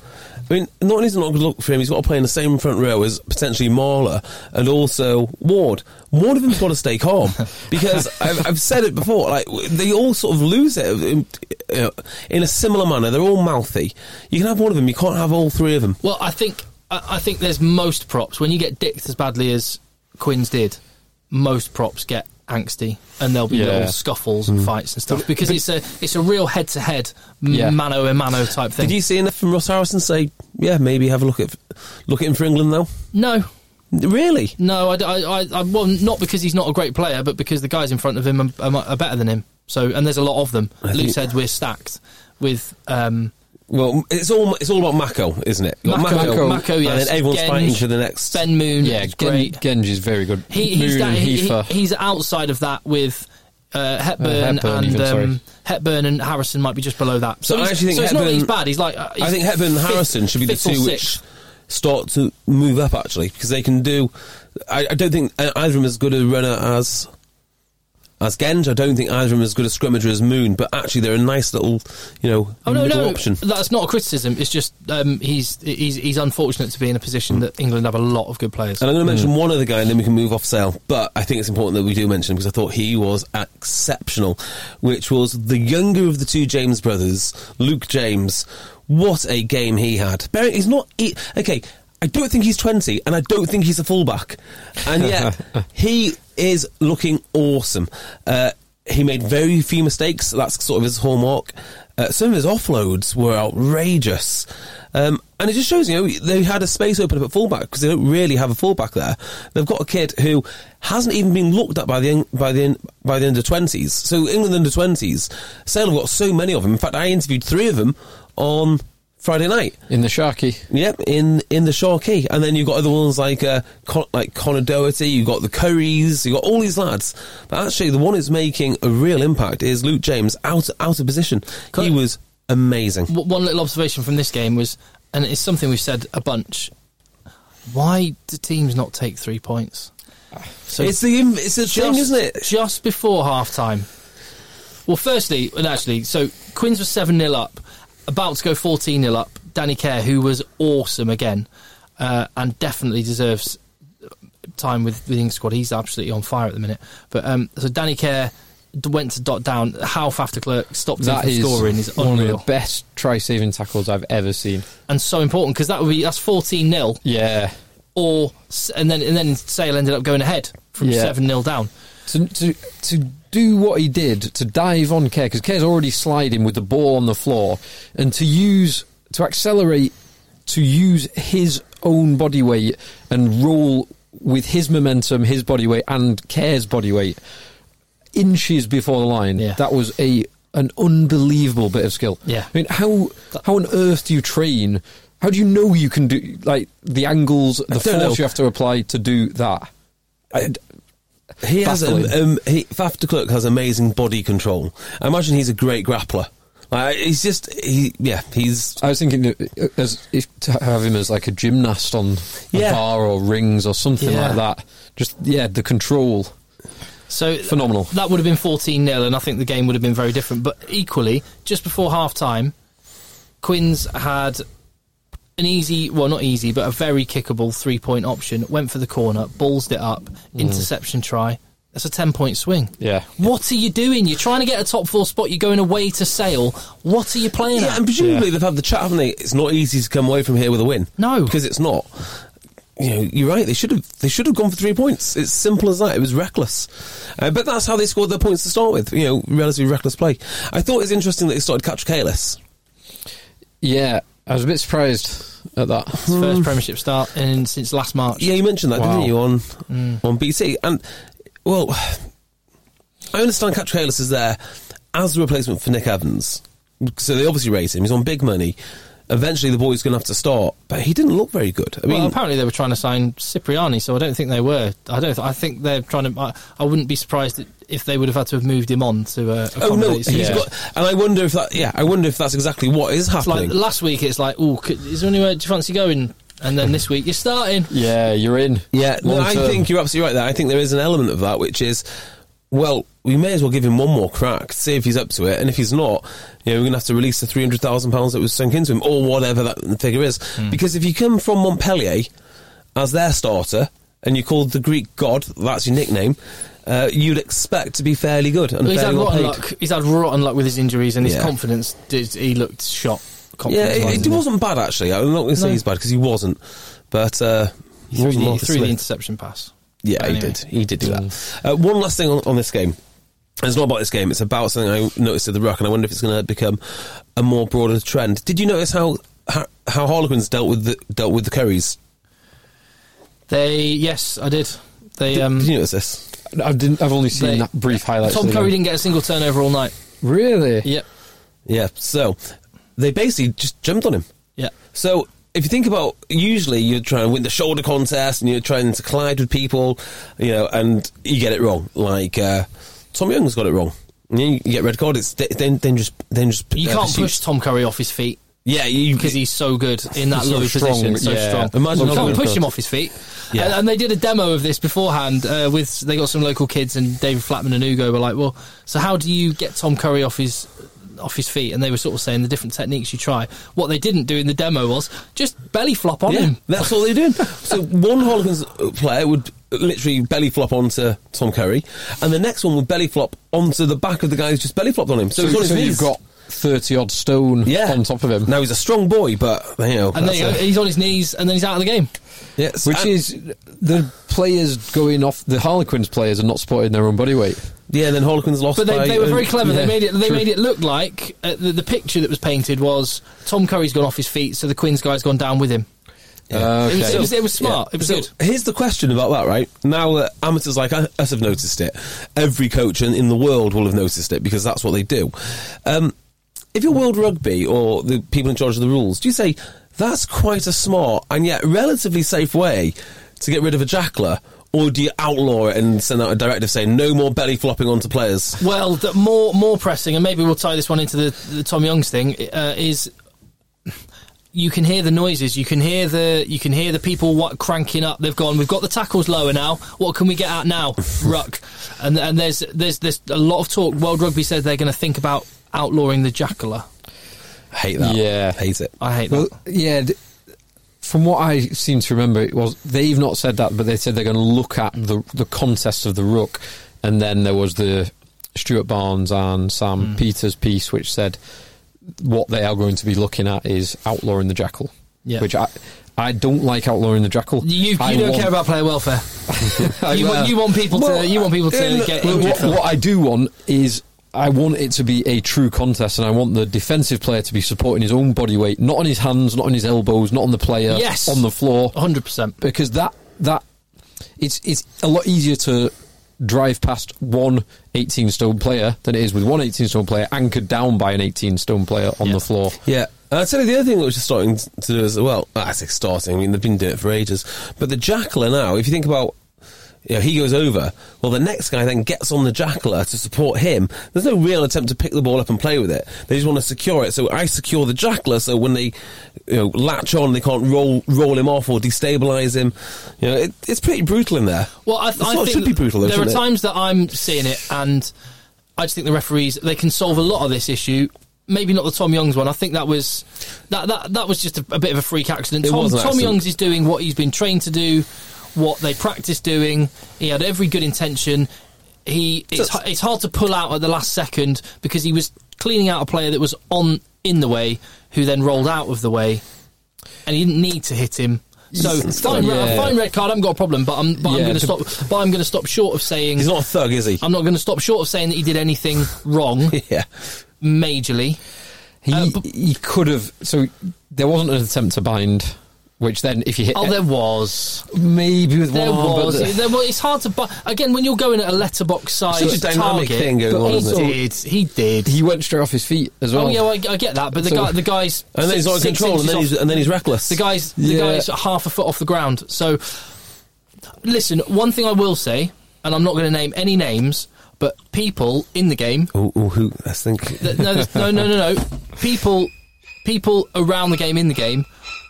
[SPEAKER 2] I mean, not only is it not a good look for him, he's got to play in the same front row as potentially Marler and also Ward. One of them's got to stay calm because I've, I've said it before. Like w- they all sort of lose it in, you know, in a similar manner. They're all mouthy. You can have one of them, you can't have all three of them.
[SPEAKER 3] well, I think I, I think there's most props when you get dicked as badly as Quinns did. Most props get angsty, and there'll be
[SPEAKER 4] Yeah. Mm.
[SPEAKER 3] little scuffles and fights and stuff because it's a it's a real head to head
[SPEAKER 4] Yeah.
[SPEAKER 3] mano a mano type thing.
[SPEAKER 2] Did you see enough from Ross Harrison say, yeah, maybe have a look at look at him for England though?
[SPEAKER 3] no.
[SPEAKER 2] Really?
[SPEAKER 3] No, I, d- I- I- I- well, not because he's not a great player, but because the guys in front of him are, are, mu- are better than him. So, and there's a lot of them.
[SPEAKER 2] think-
[SPEAKER 3] Lou said we're stacked with um,
[SPEAKER 2] Well, it's all it's all about Mako, isn't it? You've got
[SPEAKER 3] Mako, Mako,
[SPEAKER 2] and
[SPEAKER 3] yes.
[SPEAKER 2] then everyone's
[SPEAKER 3] Genge,
[SPEAKER 2] fighting for the next.
[SPEAKER 3] Ben Moon.
[SPEAKER 4] yeah,
[SPEAKER 3] is
[SPEAKER 4] Gen-
[SPEAKER 3] great.
[SPEAKER 4] Genji's very good.
[SPEAKER 3] He, he's,
[SPEAKER 4] Moon
[SPEAKER 3] that,
[SPEAKER 4] and
[SPEAKER 3] he, he-
[SPEAKER 4] Heifer.
[SPEAKER 3] he's outside of that with uh, Hepburn,
[SPEAKER 4] Hepburn
[SPEAKER 3] and
[SPEAKER 4] even,
[SPEAKER 3] um,
[SPEAKER 4] sorry.
[SPEAKER 3] Hepburn and Harrison might be just below that.
[SPEAKER 2] So I
[SPEAKER 3] he's-
[SPEAKER 2] actually think
[SPEAKER 3] so it's not that
[SPEAKER 2] Hepburn-
[SPEAKER 3] he's bad. He's like uh, he's
[SPEAKER 2] I think Hepburn and
[SPEAKER 3] fifth-
[SPEAKER 2] Harrison should be the
[SPEAKER 3] fifth or
[SPEAKER 2] two which
[SPEAKER 3] sixth.
[SPEAKER 2] start to move up actually because they can do. I, I don't think uh, either of them is as good a runner as as Genge. I don't think either of them is as good a scrummager as Moon. But actually, they're a nice little you know
[SPEAKER 3] Oh no,
[SPEAKER 2] middle
[SPEAKER 3] no,
[SPEAKER 2] option.
[SPEAKER 3] that's not a criticism. It's just um, he's he's he's unfortunate to be in a position that England have a lot of good players.
[SPEAKER 2] And I'm going to mention one other guy, and then we can move off Sale. But I think it's important that we do mention him because I thought he was exceptional, which was the younger of the two James brothers, Luke James. What a game he had! Bearing, he's not he, okay. I don't think he's 20, and I don't think he's a fullback, and yet he is looking awesome. Uh, he made very few mistakes. That's sort of his hallmark. Uh, some of his offloads were outrageous. Um, and it just shows, you know, they had a space open up at fullback because they don't really have a fullback there. They've got a kid who hasn't even been looked at by the by the by the under twenties. So England under twenties, Sale have got so many of them. In fact, I interviewed three of them on Friday night.
[SPEAKER 4] in the Sharky.
[SPEAKER 2] Yep, in in the Sharkey, and then you've got other ones like uh, Con- like Conor Doherty. You've got the Currys. You've got all these lads. But actually, the one who's making a real impact is Luke James out out of position. He was amazing.
[SPEAKER 3] W- One little observation from this game was, and it's something we've said a bunch. Why do teams not take three points? So
[SPEAKER 2] It's the inv- it's the thing, isn't it?
[SPEAKER 3] Just before half time. Well, firstly, and actually, so Quinns was 7 0 up, about to go 14 0 up. Danny Kerr, who was awesome again, uh, and definitely deserves uh, time with the England squad. He's absolutely on fire at the minute. But um, so Danny Kerr d- went to dot down. Half after Clerk stopped
[SPEAKER 4] That
[SPEAKER 3] him from
[SPEAKER 4] is
[SPEAKER 3] scoring is
[SPEAKER 4] one of the
[SPEAKER 3] unreal.
[SPEAKER 4] best try saving tackles I've ever seen.
[SPEAKER 3] and so important because that would be that's 14 0
[SPEAKER 4] Yeah.
[SPEAKER 3] or s- and then and then Sale ended up going ahead from
[SPEAKER 4] Yeah.
[SPEAKER 3] seven 0 down.
[SPEAKER 4] to to to do what he did to dive on Kerr because Kerr's already sliding with the ball on the floor, and to use to accelerate to use his own body weight and roll with his momentum, his body weight, and Kerr's body weight inches before the line.
[SPEAKER 3] Yeah.
[SPEAKER 4] That was a an unbelievable bit of skill.
[SPEAKER 3] Yeah.
[SPEAKER 4] I mean, how how on earth do you train? How do you know you can do like the angles, the force
[SPEAKER 2] don't know.
[SPEAKER 4] you have to apply to do that? I-
[SPEAKER 2] He has um,
[SPEAKER 4] Baffling.
[SPEAKER 2] um, he, Faf de Klerk has amazing body control. I imagine he's a great grappler. Like, he's just he yeah he's
[SPEAKER 4] I was thinking that, as if to have him as like a gymnast on a
[SPEAKER 2] Yeah.
[SPEAKER 4] bar or rings or something
[SPEAKER 3] Yeah.
[SPEAKER 4] like that. Just yeah, the control.
[SPEAKER 3] So
[SPEAKER 4] Phenomenal.
[SPEAKER 3] That would have been 14 0, and I think the game would have been very different. But equally, just before half time, Quinns had an easy, well, not easy, but a very kickable three point option. Went for the corner, ballsed it up, interception try. That's a 10 point swing.
[SPEAKER 4] Mm. Yeah.
[SPEAKER 3] What are you doing? You're trying to get a top four spot, you're going away to sale. What are you playing
[SPEAKER 2] Yeah,
[SPEAKER 3] at?
[SPEAKER 2] and presumably they've had the chat, haven't they? It's not easy to come away from here with a win.
[SPEAKER 3] No.
[SPEAKER 2] because it's not. You know, you're right. They should have. They should have gone for three points. It's simple as that. It was reckless, uh, but that's how they scored their points to start with. You know, relatively reckless play. I thought it was interesting that they started Catch Kalis.
[SPEAKER 4] Yeah, I was a bit surprised at that.
[SPEAKER 3] First Premiership start in, since last March.
[SPEAKER 2] Yeah, you mentioned that,
[SPEAKER 4] Wow.
[SPEAKER 2] didn't you, on on BT? And well, I understand Catch Kalis is there as a replacement for Nick Evans, so they obviously raise him. He's on big money. Eventually, the boy's going to have to start, but he didn't look very good. I mean,
[SPEAKER 3] well, apparently they were trying to sign Cipriani, so I don't think they were. I don't. I think they're trying to. I, I wouldn't be surprised if they would have had to have moved him on to. Uh,
[SPEAKER 2] Oh no,
[SPEAKER 3] accommodate
[SPEAKER 2] he's
[SPEAKER 3] Cipriani.
[SPEAKER 2] got. And I wonder if that. Yeah, I wonder if that's exactly what is
[SPEAKER 3] It's like
[SPEAKER 2] happening.
[SPEAKER 3] last week. It's like, oh, is there anywhere? Do you fancy going? And then this week you're starting.
[SPEAKER 4] Yeah, you're in.
[SPEAKER 2] yeah, no,
[SPEAKER 4] Long
[SPEAKER 2] I
[SPEAKER 4] term.
[SPEAKER 2] think you're absolutely right. There, I think there is an element of that, which is, well, we may as well give him one more crack, see if he's up to it, and if he's not, you know, we're going to have to release the three hundred thousand pounds that was sunk into him, or whatever that figure is.
[SPEAKER 3] Hmm.
[SPEAKER 2] Because if you come from Montpellier as their starter and you're called the Greek god, that's your nickname. Uh, you'd expect to be fairly good and
[SPEAKER 3] But he's had
[SPEAKER 2] fairly well
[SPEAKER 3] rotten
[SPEAKER 2] paid.
[SPEAKER 3] luck. He's had rotten luck with his injuries and his
[SPEAKER 2] Yeah.
[SPEAKER 3] confidence. Did, he looked shot.
[SPEAKER 2] Yeah, it,
[SPEAKER 3] confidence-wise,
[SPEAKER 2] it wasn't bad actually. I'm not going to say
[SPEAKER 3] No.
[SPEAKER 2] he's bad because he wasn't, but uh, he
[SPEAKER 3] He
[SPEAKER 2] wasn't
[SPEAKER 3] threw,
[SPEAKER 2] Marcus
[SPEAKER 3] the
[SPEAKER 2] Smith.
[SPEAKER 3] interception pass.
[SPEAKER 2] Yeah, he
[SPEAKER 3] Anyway. Mm.
[SPEAKER 2] did. He did do that. Uh, one last thing on, on this game. It's not about this game. It's about something I noticed at the Ruck, and I wonder if it's going to become a more broader trend. Did you notice how how, how Harlequins dealt with the dealt with the Curries?
[SPEAKER 3] They yes, I did. They
[SPEAKER 2] Did,
[SPEAKER 3] um.
[SPEAKER 2] did you notice this?
[SPEAKER 4] I didn't. I've only seen
[SPEAKER 3] They-
[SPEAKER 4] that brief highlight.
[SPEAKER 3] Tom Curry didn't get a single turnover all night.
[SPEAKER 4] really.
[SPEAKER 3] Yep.
[SPEAKER 2] Yeah. So they basically just jumped on him.
[SPEAKER 3] Yep.
[SPEAKER 2] So if you think about, usually you're trying to win the shoulder contest and you're trying to collide with people, you know, and you get it wrong. Like uh, Tom Young's got it wrong. And then you get red card. It's da- dan- dangerous. Dangerous.
[SPEAKER 3] You
[SPEAKER 2] uh,
[SPEAKER 3] can't
[SPEAKER 2] pursuit.
[SPEAKER 3] push Tom Curry off his feet.
[SPEAKER 2] Yeah, you,
[SPEAKER 3] because he's so good in that
[SPEAKER 4] So
[SPEAKER 3] low
[SPEAKER 4] strong,
[SPEAKER 3] position, so
[SPEAKER 4] yeah.
[SPEAKER 3] strong.
[SPEAKER 2] Imagine
[SPEAKER 3] you
[SPEAKER 2] how
[SPEAKER 3] can't
[SPEAKER 2] good
[SPEAKER 3] push
[SPEAKER 2] it
[SPEAKER 3] him
[SPEAKER 2] does.
[SPEAKER 3] off his feet.
[SPEAKER 2] Yeah.
[SPEAKER 3] And, and they did a demo of this beforehand uh, with they got some local kids and David Flatman and Ugo were like, "Well, so how do you get Tom Curry off his off his feet?" And they were sort of saying the different techniques you try. What they didn't do in the demo was just belly flop on
[SPEAKER 2] yeah,
[SPEAKER 3] him.
[SPEAKER 2] that's all they're doing. So one Harlequins player would literally belly flop onto Tom Curry, and the next one would belly flop onto the back of the guy who's just belly flopped on him. So, he's
[SPEAKER 4] so,
[SPEAKER 2] on his
[SPEAKER 4] so
[SPEAKER 2] knees.
[SPEAKER 4] you've got thirty odd stone
[SPEAKER 2] yeah.
[SPEAKER 4] on top of him,
[SPEAKER 2] Now he's a strong boy, but you know,
[SPEAKER 3] And there
[SPEAKER 2] that's
[SPEAKER 3] you go.
[SPEAKER 2] a-
[SPEAKER 3] He's on his knees, and then he's out of the game.
[SPEAKER 2] yeah, so-
[SPEAKER 4] which
[SPEAKER 2] and-
[SPEAKER 4] is the players going off. The Harlequins players are not supporting their own body weight.
[SPEAKER 2] yeah. Then Harlequins lost,
[SPEAKER 3] But
[SPEAKER 2] by-
[SPEAKER 3] they, they were very
[SPEAKER 2] uh,
[SPEAKER 3] clever.
[SPEAKER 4] yeah,
[SPEAKER 3] they made it. They
[SPEAKER 4] true.
[SPEAKER 3] made it look like uh, the, the picture that was painted was Tom Curry's gone off his feet, so the Queen's guy's gone down with him.
[SPEAKER 4] Uh,
[SPEAKER 3] It, was,
[SPEAKER 4] okay.
[SPEAKER 3] it, was, it was smart. It was
[SPEAKER 2] So,
[SPEAKER 3] good.
[SPEAKER 2] Here's the question about that, right? Now that amateurs like us have noticed it, every coach in, in the world will have noticed it because that's what they do. Um, if you're World Rugby or the people in charge of the rules, do you say that's quite a smart and yet relatively safe way to get rid of a jackler, or do you outlaw it and send out a directive saying no more belly flopping onto players?
[SPEAKER 3] Well, the more more pressing, and maybe we'll tie this one into the, the Tom Youngs thing. Uh, is you can hear the noises, you can hear the you can hear the people what cranking up. They've gone. We've got the tackles lower now. What can we get at now? Ruck, and and there's there's there's a lot of talk. World Rugby said they're going to think about outlawing the jackler.
[SPEAKER 2] Hate that.
[SPEAKER 4] Yeah.
[SPEAKER 2] hate it.
[SPEAKER 3] I hate that.
[SPEAKER 4] Well, yeah. d- From what I seem to remember, it was they've not said that, but they said they're going to look at the the contest of the rook, and then there was the Stuart Barnes and Sam
[SPEAKER 3] Mm.
[SPEAKER 4] Peters piece, which said what they are going to be looking at is outlawing the jackal.
[SPEAKER 3] Yeah.
[SPEAKER 4] Which I I don't like outlawing the jackal.
[SPEAKER 3] you you
[SPEAKER 4] I
[SPEAKER 3] don't
[SPEAKER 4] want-
[SPEAKER 3] care about player welfare.
[SPEAKER 4] I-
[SPEAKER 3] you, want, you want people
[SPEAKER 4] Well, uh,
[SPEAKER 3] to you want people
[SPEAKER 2] in
[SPEAKER 3] to
[SPEAKER 2] the-
[SPEAKER 3] get
[SPEAKER 4] Well,
[SPEAKER 3] injured.
[SPEAKER 4] what,
[SPEAKER 3] for that.
[SPEAKER 4] what I do want is I want it to be a true contest, and I want the defensive player to be supporting his own body weight, not on his hands, not on his elbows, not on the player,
[SPEAKER 3] Yes. Oh.
[SPEAKER 4] on the floor,
[SPEAKER 3] 100%.
[SPEAKER 4] because that that it's it's a lot easier to drive past one 18 stone player than it is with one 18 stone player anchored down by an 18 stone player on
[SPEAKER 3] Yeah.
[SPEAKER 4] the floor.
[SPEAKER 2] Yeah. And I'll tell you the other thing that was just starting to do as well. ah, I say starting, I mean, they've been doing it for ages. But the jackler now, if you think about, you know, he goes over, well, the next guy then gets on the jackler to support him. There's no real attempt to pick the ball up and play with it. They just want to secure it. So I secure the jackler so when they, you know, latch on, they can't roll roll him off or destabilise him. You know, it, it's pretty brutal in there.
[SPEAKER 3] Well, I,
[SPEAKER 2] It's
[SPEAKER 3] I
[SPEAKER 2] not-
[SPEAKER 3] think
[SPEAKER 2] it should be brutal, though,
[SPEAKER 3] There are
[SPEAKER 2] shouldn't it?
[SPEAKER 3] times that I'm seeing it, and I just think the referees they can solve a lot of this issue. Maybe not the Tom Youngs one. I think that was that that, that was just a, a bit of a freak accident.
[SPEAKER 2] It
[SPEAKER 3] Tom,
[SPEAKER 2] was an
[SPEAKER 3] Tom
[SPEAKER 2] accident.
[SPEAKER 3] Youngs is doing what he's been trained to do, what they practice doing. He had every good intention. He it's,
[SPEAKER 2] So-
[SPEAKER 3] h- it's hard to pull out at the last second because he was cleaning out a player that was on in the way, who then rolled out of the way, and he didn't need to hit him. So fine, re-
[SPEAKER 4] Yeah.
[SPEAKER 3] fine red card. I haven't got a problem, but I'm but I'm
[SPEAKER 4] Yeah,
[SPEAKER 3] going to
[SPEAKER 4] to-
[SPEAKER 3] stop. But I'm going to stop short of saying
[SPEAKER 2] He's not a thug, is he?
[SPEAKER 3] I'm not going to stop short of saying that he did anything wrong
[SPEAKER 2] yeah.
[SPEAKER 3] majorly.
[SPEAKER 4] He
[SPEAKER 3] Uh, but-
[SPEAKER 4] he could have so there wasn't an attempt to bind, which then if you hit
[SPEAKER 3] Oh, there was,
[SPEAKER 4] maybe with
[SPEAKER 3] there
[SPEAKER 4] one arm, but
[SPEAKER 3] was.
[SPEAKER 4] the-
[SPEAKER 3] There was. It's hard to. Bu- Again, when you're going at a letterbox size
[SPEAKER 2] Such a dynamic
[SPEAKER 3] target,
[SPEAKER 2] thing going
[SPEAKER 3] but
[SPEAKER 2] on,
[SPEAKER 3] he
[SPEAKER 2] isn't it?
[SPEAKER 3] did. He did.
[SPEAKER 4] he went straight off his feet as well.
[SPEAKER 3] oh yeah, well, I, I get that, but the
[SPEAKER 4] So-
[SPEAKER 3] guy, the guy's
[SPEAKER 2] And then he's
[SPEAKER 3] six-
[SPEAKER 2] out of
[SPEAKER 3] six
[SPEAKER 2] control, and
[SPEAKER 3] inches
[SPEAKER 2] then he's,
[SPEAKER 3] off-
[SPEAKER 2] and then he's reckless.
[SPEAKER 3] The guy's the
[SPEAKER 4] Yeah.
[SPEAKER 3] guy's half a foot off the ground. So, listen. One thing I will say, and I'm not going to name any names, but people in the game
[SPEAKER 2] Ooh, ooh, who? I think.
[SPEAKER 3] Th- no, there's- no, no, no, no. People, people around the game, in the game,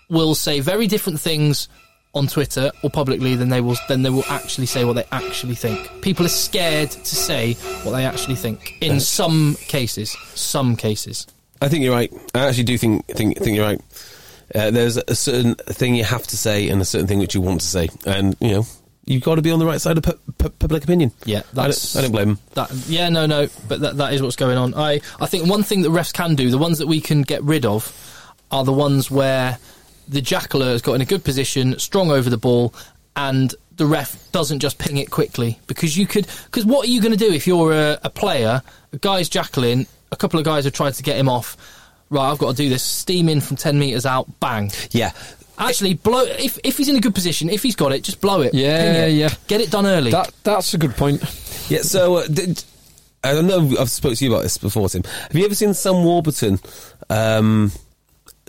[SPEAKER 3] will say very different things on Twitter or publicly than they will than they will actually say what they actually think. People are scared to say what they actually think. In some cases, some cases.
[SPEAKER 2] I think you're right. I actually do think think think you're right. Uh, there's a certain thing you have to say and a certain thing which you want to say, and you know you've got to be on the right side of pu- pu- public opinion.
[SPEAKER 3] Yeah,
[SPEAKER 2] I
[SPEAKER 3] that's-
[SPEAKER 2] don't, I don't blame him.
[SPEAKER 3] That yeah, no, no. But that, that is what's going on. I I think one thing that refs can do, the ones that we can get rid of, are the ones where the jackler has got in a good position, strong over the ball, and the ref doesn't just ping it quickly because you could. Because what are you going to do if you're a, a player? A guy's jackling. A couple of guys have tried to get him off. Right, I've got to do this. Steam in from ten meters out. Bang.
[SPEAKER 2] Yeah,
[SPEAKER 3] Actually, blow. If if he's in a good position, if he's got it, just blow it.
[SPEAKER 4] Yeah,
[SPEAKER 3] Ping it.
[SPEAKER 4] yeah.
[SPEAKER 3] Get it done early.
[SPEAKER 4] That that's a good point.
[SPEAKER 2] yeah. So uh, did, I don't know. I've spoke to you about this before, Tim. Have you ever seen Sam Warburton um,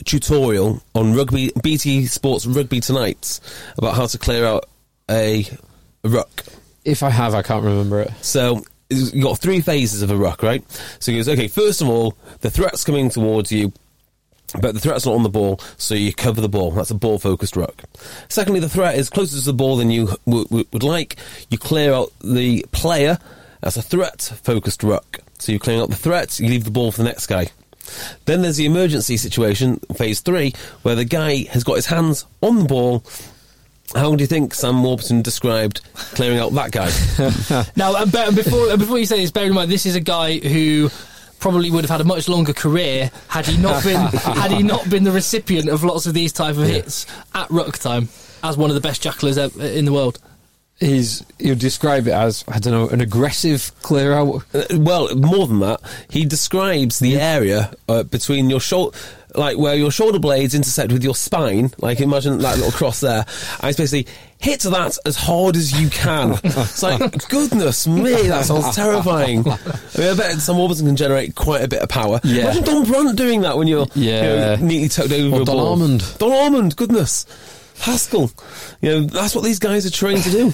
[SPEAKER 2] tutorial on rugby BT Sports Rugby Tonight about how to clear out a ruck?
[SPEAKER 4] If I have, I can't remember it.
[SPEAKER 2] So you've got three phases of a ruck, right? So he goes, okay, first of all, the threat's coming towards you. But the threat's not on the ball, so you cover the ball. That's a ball focused ruck. Secondly, the threat is closer to the ball than you w- w- would like. You clear out the player. That's a threat focused ruck. So you clear out the threat, you leave the ball for the next guy. Then there's the emergency situation, phase three, where the guy has got his hands on the ball. How do you think Sam Warburton described clearing out that guy?
[SPEAKER 3] Now, and, be- and before and before you say this, bear in mind this is a guy who probably would have had a much longer career had he not been had he not been the recipient of lots of these type of hits at ruck time as one of the best jacklers ev- in the world.
[SPEAKER 4] He's you describe it as I don't know an aggressive clear out.
[SPEAKER 2] Uh, Well, more than that, he describes the area uh, between your shoulder, like where your shoulder blades intersect with your spine. Like imagine that little cross there. And it's basically hit that as hard as you can. it's like goodness me, that sounds terrifying. I mean, I bet some Warburton can generate quite a bit of power.
[SPEAKER 4] Yeah.
[SPEAKER 2] Imagine Don Brunt doing that when you're you know,
[SPEAKER 4] Yeah.
[SPEAKER 2] neatly tucked over
[SPEAKER 4] Or
[SPEAKER 2] a
[SPEAKER 4] Don
[SPEAKER 2] ball.
[SPEAKER 4] Armand.
[SPEAKER 2] Don Armand, goodness, Haskell. You know that's what these guys are trained to do.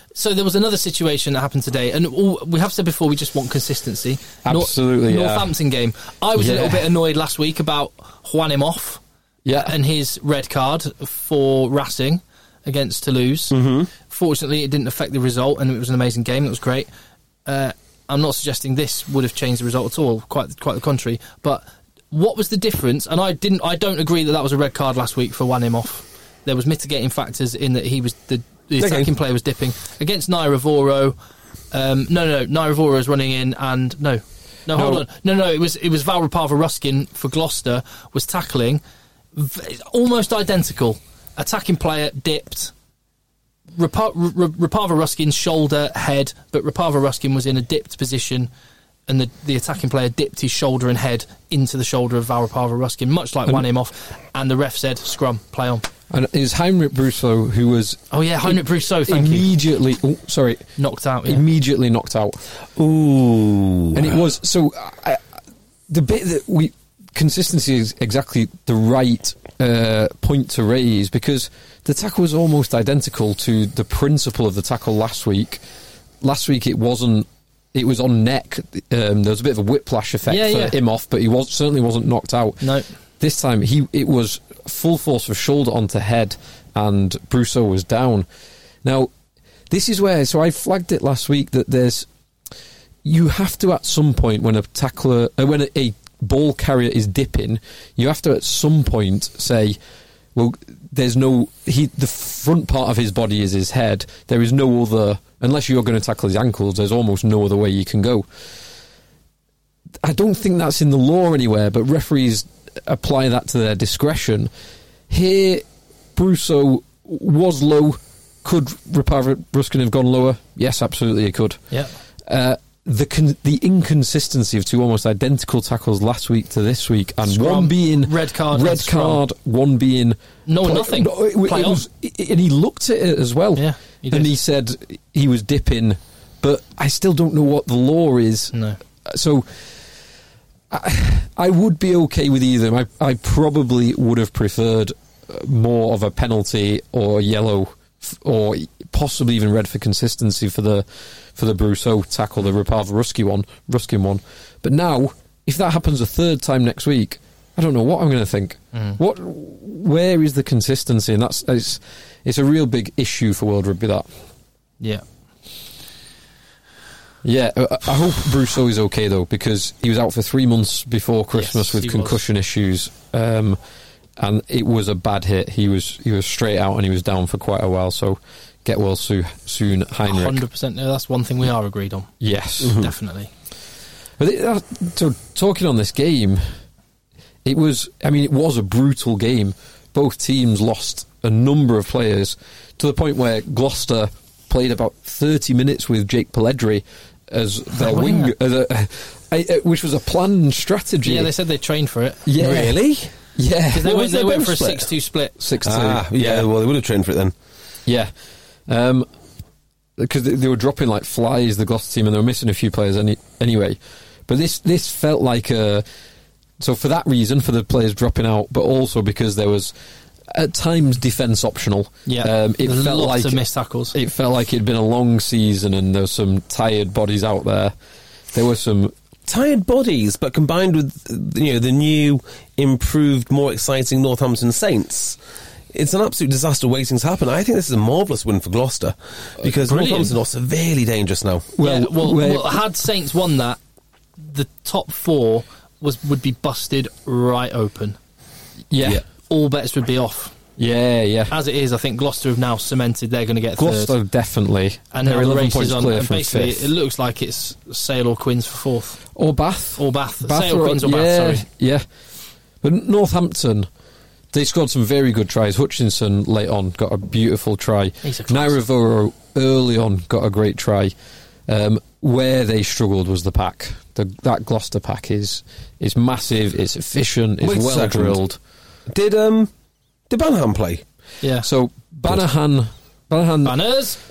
[SPEAKER 3] so there was another situation that happened today, and all, we have said before we just want consistency. Nor-
[SPEAKER 4] Absolutely, yeah.
[SPEAKER 3] Northampton game. I was a little
[SPEAKER 4] Yeah.
[SPEAKER 3] bit annoyed last week about Juan him off
[SPEAKER 4] Yeah,
[SPEAKER 3] and his red card for Racing against Toulouse. Fortunately, it didn't affect the result, and it was an amazing game. It was great. Uh, I'm not suggesting this would have changed the result at all. Quite, quite the contrary. But what was the difference? And I didn't. I don't agree that that was a red card last week for one him off. There was mitigating factors in that he was the, the
[SPEAKER 2] Okay.
[SPEAKER 3] attacking player was dipping against Naira Voro. Um, no, no, no. Naira Voro is running in, and no, no, hold
[SPEAKER 4] No.
[SPEAKER 3] on. No, no, it was it was Valrapava Ruskin for Gloucester was tackling, v- almost identical. Attacking player dipped. Rapa- R- R- Rapava Ruskin's shoulder, head, but Rapava Ruskin was in a dipped position, and the, the attacking player dipped his shoulder and head into the shoulder of Valrapava Ruskin, much like one him off. And the ref said, "Scrum, play on."
[SPEAKER 4] and it was Heinrich Brousseau who was
[SPEAKER 3] Oh yeah, Heinrich Brousseau, thank you.
[SPEAKER 4] immediately. Oh, sorry,
[SPEAKER 3] Knocked out. Yeah.
[SPEAKER 4] immediately knocked out.
[SPEAKER 2] Ooh.
[SPEAKER 4] and it was so I, I- the bit that we consistency is exactly the right uh, point to raise because the tackle was almost identical to the principle of the tackle last week. Last week it wasn't. It was on neck. Um, there was a bit of a whiplash effect
[SPEAKER 3] Yeah,
[SPEAKER 4] for
[SPEAKER 3] yeah.
[SPEAKER 4] him off, but he was certainly wasn't knocked out.
[SPEAKER 3] No.
[SPEAKER 4] This time he it was full force of shoulder onto head, and Brusso was down. Now, this is where so I flagged it last week that there's you have to at some point when a tackler uh, when a, a ball carrier is dipping you have to at some point say well there's no he the front part of his body is his head there is no other unless you're going to tackle his ankles there's almost no other way you can go I don't think that's in the law anywhere, but referees apply that to their discretion. Here, Brusso was low. Could Rapava Ruskin have gone lower? Yes, absolutely, he could.
[SPEAKER 3] Yeah.
[SPEAKER 4] Uh, the con- the inconsistency of two almost identical tackles last week to this week, and
[SPEAKER 3] Scrum.
[SPEAKER 4] one being
[SPEAKER 3] Red card and
[SPEAKER 4] red
[SPEAKER 3] scrum.
[SPEAKER 4] card, one being
[SPEAKER 3] No, nothing.
[SPEAKER 4] it, it
[SPEAKER 3] Play on.
[SPEAKER 4] was, and he looked at it as well,
[SPEAKER 3] Yeah, he did.
[SPEAKER 4] and he said he was dipping, but I still don't know what the law is.
[SPEAKER 3] No.
[SPEAKER 4] So I, I would be okay with either. I, I probably would have preferred uh, more of a penalty or yellow f- or possibly even red for consistency for the for the Brousseau tackle, the Rapava Ruskin one, Ruskin one. But now, if that happens a third time next week, I don't know what I'm going to think. What, where is the consistency? And that's it's, it's a real big issue for World Rugby. That,
[SPEAKER 3] Yeah.
[SPEAKER 4] yeah. I, I hope Brusso is okay though because he was out for three months before Christmas
[SPEAKER 3] Yes,
[SPEAKER 4] with
[SPEAKER 3] he was.
[SPEAKER 4] concussion issues, um, and it was a bad hit. He was he was straight out and he was down for quite a while. So get well soon, soon Heinrich.
[SPEAKER 3] 100%. No, that's one thing we are agreed on.
[SPEAKER 4] Yes.
[SPEAKER 3] Definitely.
[SPEAKER 4] But it, uh, so talking on this game, it was. I mean, it was a brutal game. Both teams lost a number of players to the point where Gloucester played about thirty minutes with Jake Pelledri as their
[SPEAKER 3] Wow.
[SPEAKER 4] wing, as a, I- I- which was a planned strategy.
[SPEAKER 3] Yeah, they said they trained for it.
[SPEAKER 4] Yeah.
[SPEAKER 2] Really?
[SPEAKER 4] Yeah,
[SPEAKER 3] Because they
[SPEAKER 4] What
[SPEAKER 3] went,
[SPEAKER 4] was
[SPEAKER 3] they
[SPEAKER 4] their
[SPEAKER 3] went
[SPEAKER 4] bench
[SPEAKER 3] for a
[SPEAKER 4] split?
[SPEAKER 3] 6 2 split.
[SPEAKER 4] Six two.
[SPEAKER 2] Ah, yeah, Well, they would have trained for it then.
[SPEAKER 4] Yeah. Um, because they, they were dropping like flies, the Gloucester team, and they were missing a few players any, anyway. But this this felt like a. So, for that reason, for the players dropping out, but also because there was at times defence optional.
[SPEAKER 3] Yeah.
[SPEAKER 4] Um, it
[SPEAKER 3] There's
[SPEAKER 4] felt
[SPEAKER 3] lots
[SPEAKER 4] like.
[SPEAKER 3] of missed tackles.
[SPEAKER 4] It felt like it'd been a long season and there was some tired bodies out there. There were some.
[SPEAKER 2] Tired bodies, but combined with you know the new, improved, more exciting Northampton Saints. It's an absolute disaster waiting to happen. I think this is a marvellous win for Gloucester because
[SPEAKER 3] Brilliant.
[SPEAKER 2] Northampton are severely dangerous now.
[SPEAKER 3] Well,
[SPEAKER 4] Well,
[SPEAKER 3] well,
[SPEAKER 4] where-
[SPEAKER 3] well, had Saints won that, the top four was would be busted right open.
[SPEAKER 4] Yeah.
[SPEAKER 3] All bets would be off.
[SPEAKER 4] Yeah, yeah.
[SPEAKER 3] As it is, I think Gloucester have now cemented they're going to get
[SPEAKER 4] Gloucester,
[SPEAKER 3] third.
[SPEAKER 4] definitely.
[SPEAKER 3] And
[SPEAKER 4] they're
[SPEAKER 3] now the
[SPEAKER 4] 11
[SPEAKER 3] race
[SPEAKER 4] points
[SPEAKER 3] is on.
[SPEAKER 4] clear
[SPEAKER 3] And
[SPEAKER 4] from
[SPEAKER 3] basically,
[SPEAKER 4] fifth.
[SPEAKER 3] it looks like it's Sale or Quinns for fourth.
[SPEAKER 4] Or Bath.
[SPEAKER 3] Or Bath.
[SPEAKER 4] Bath
[SPEAKER 3] Sale,
[SPEAKER 4] were-
[SPEAKER 3] Quinns, or Bath,
[SPEAKER 4] yeah,
[SPEAKER 3] sorry.
[SPEAKER 4] Yeah. But Northampton, they scored some very good tries. Hutchinson late on got a beautiful try.
[SPEAKER 3] He's a class.
[SPEAKER 4] Naira Voro early on got a great try. Um, where they struggled was the pack. The, that Gloucester pack is is massive, it's efficient, it's
[SPEAKER 2] Wait a
[SPEAKER 4] well
[SPEAKER 2] second.
[SPEAKER 4] drilled.
[SPEAKER 2] Did um did Banham play?
[SPEAKER 3] Yeah.
[SPEAKER 4] So Banahan Banahan
[SPEAKER 3] Banners.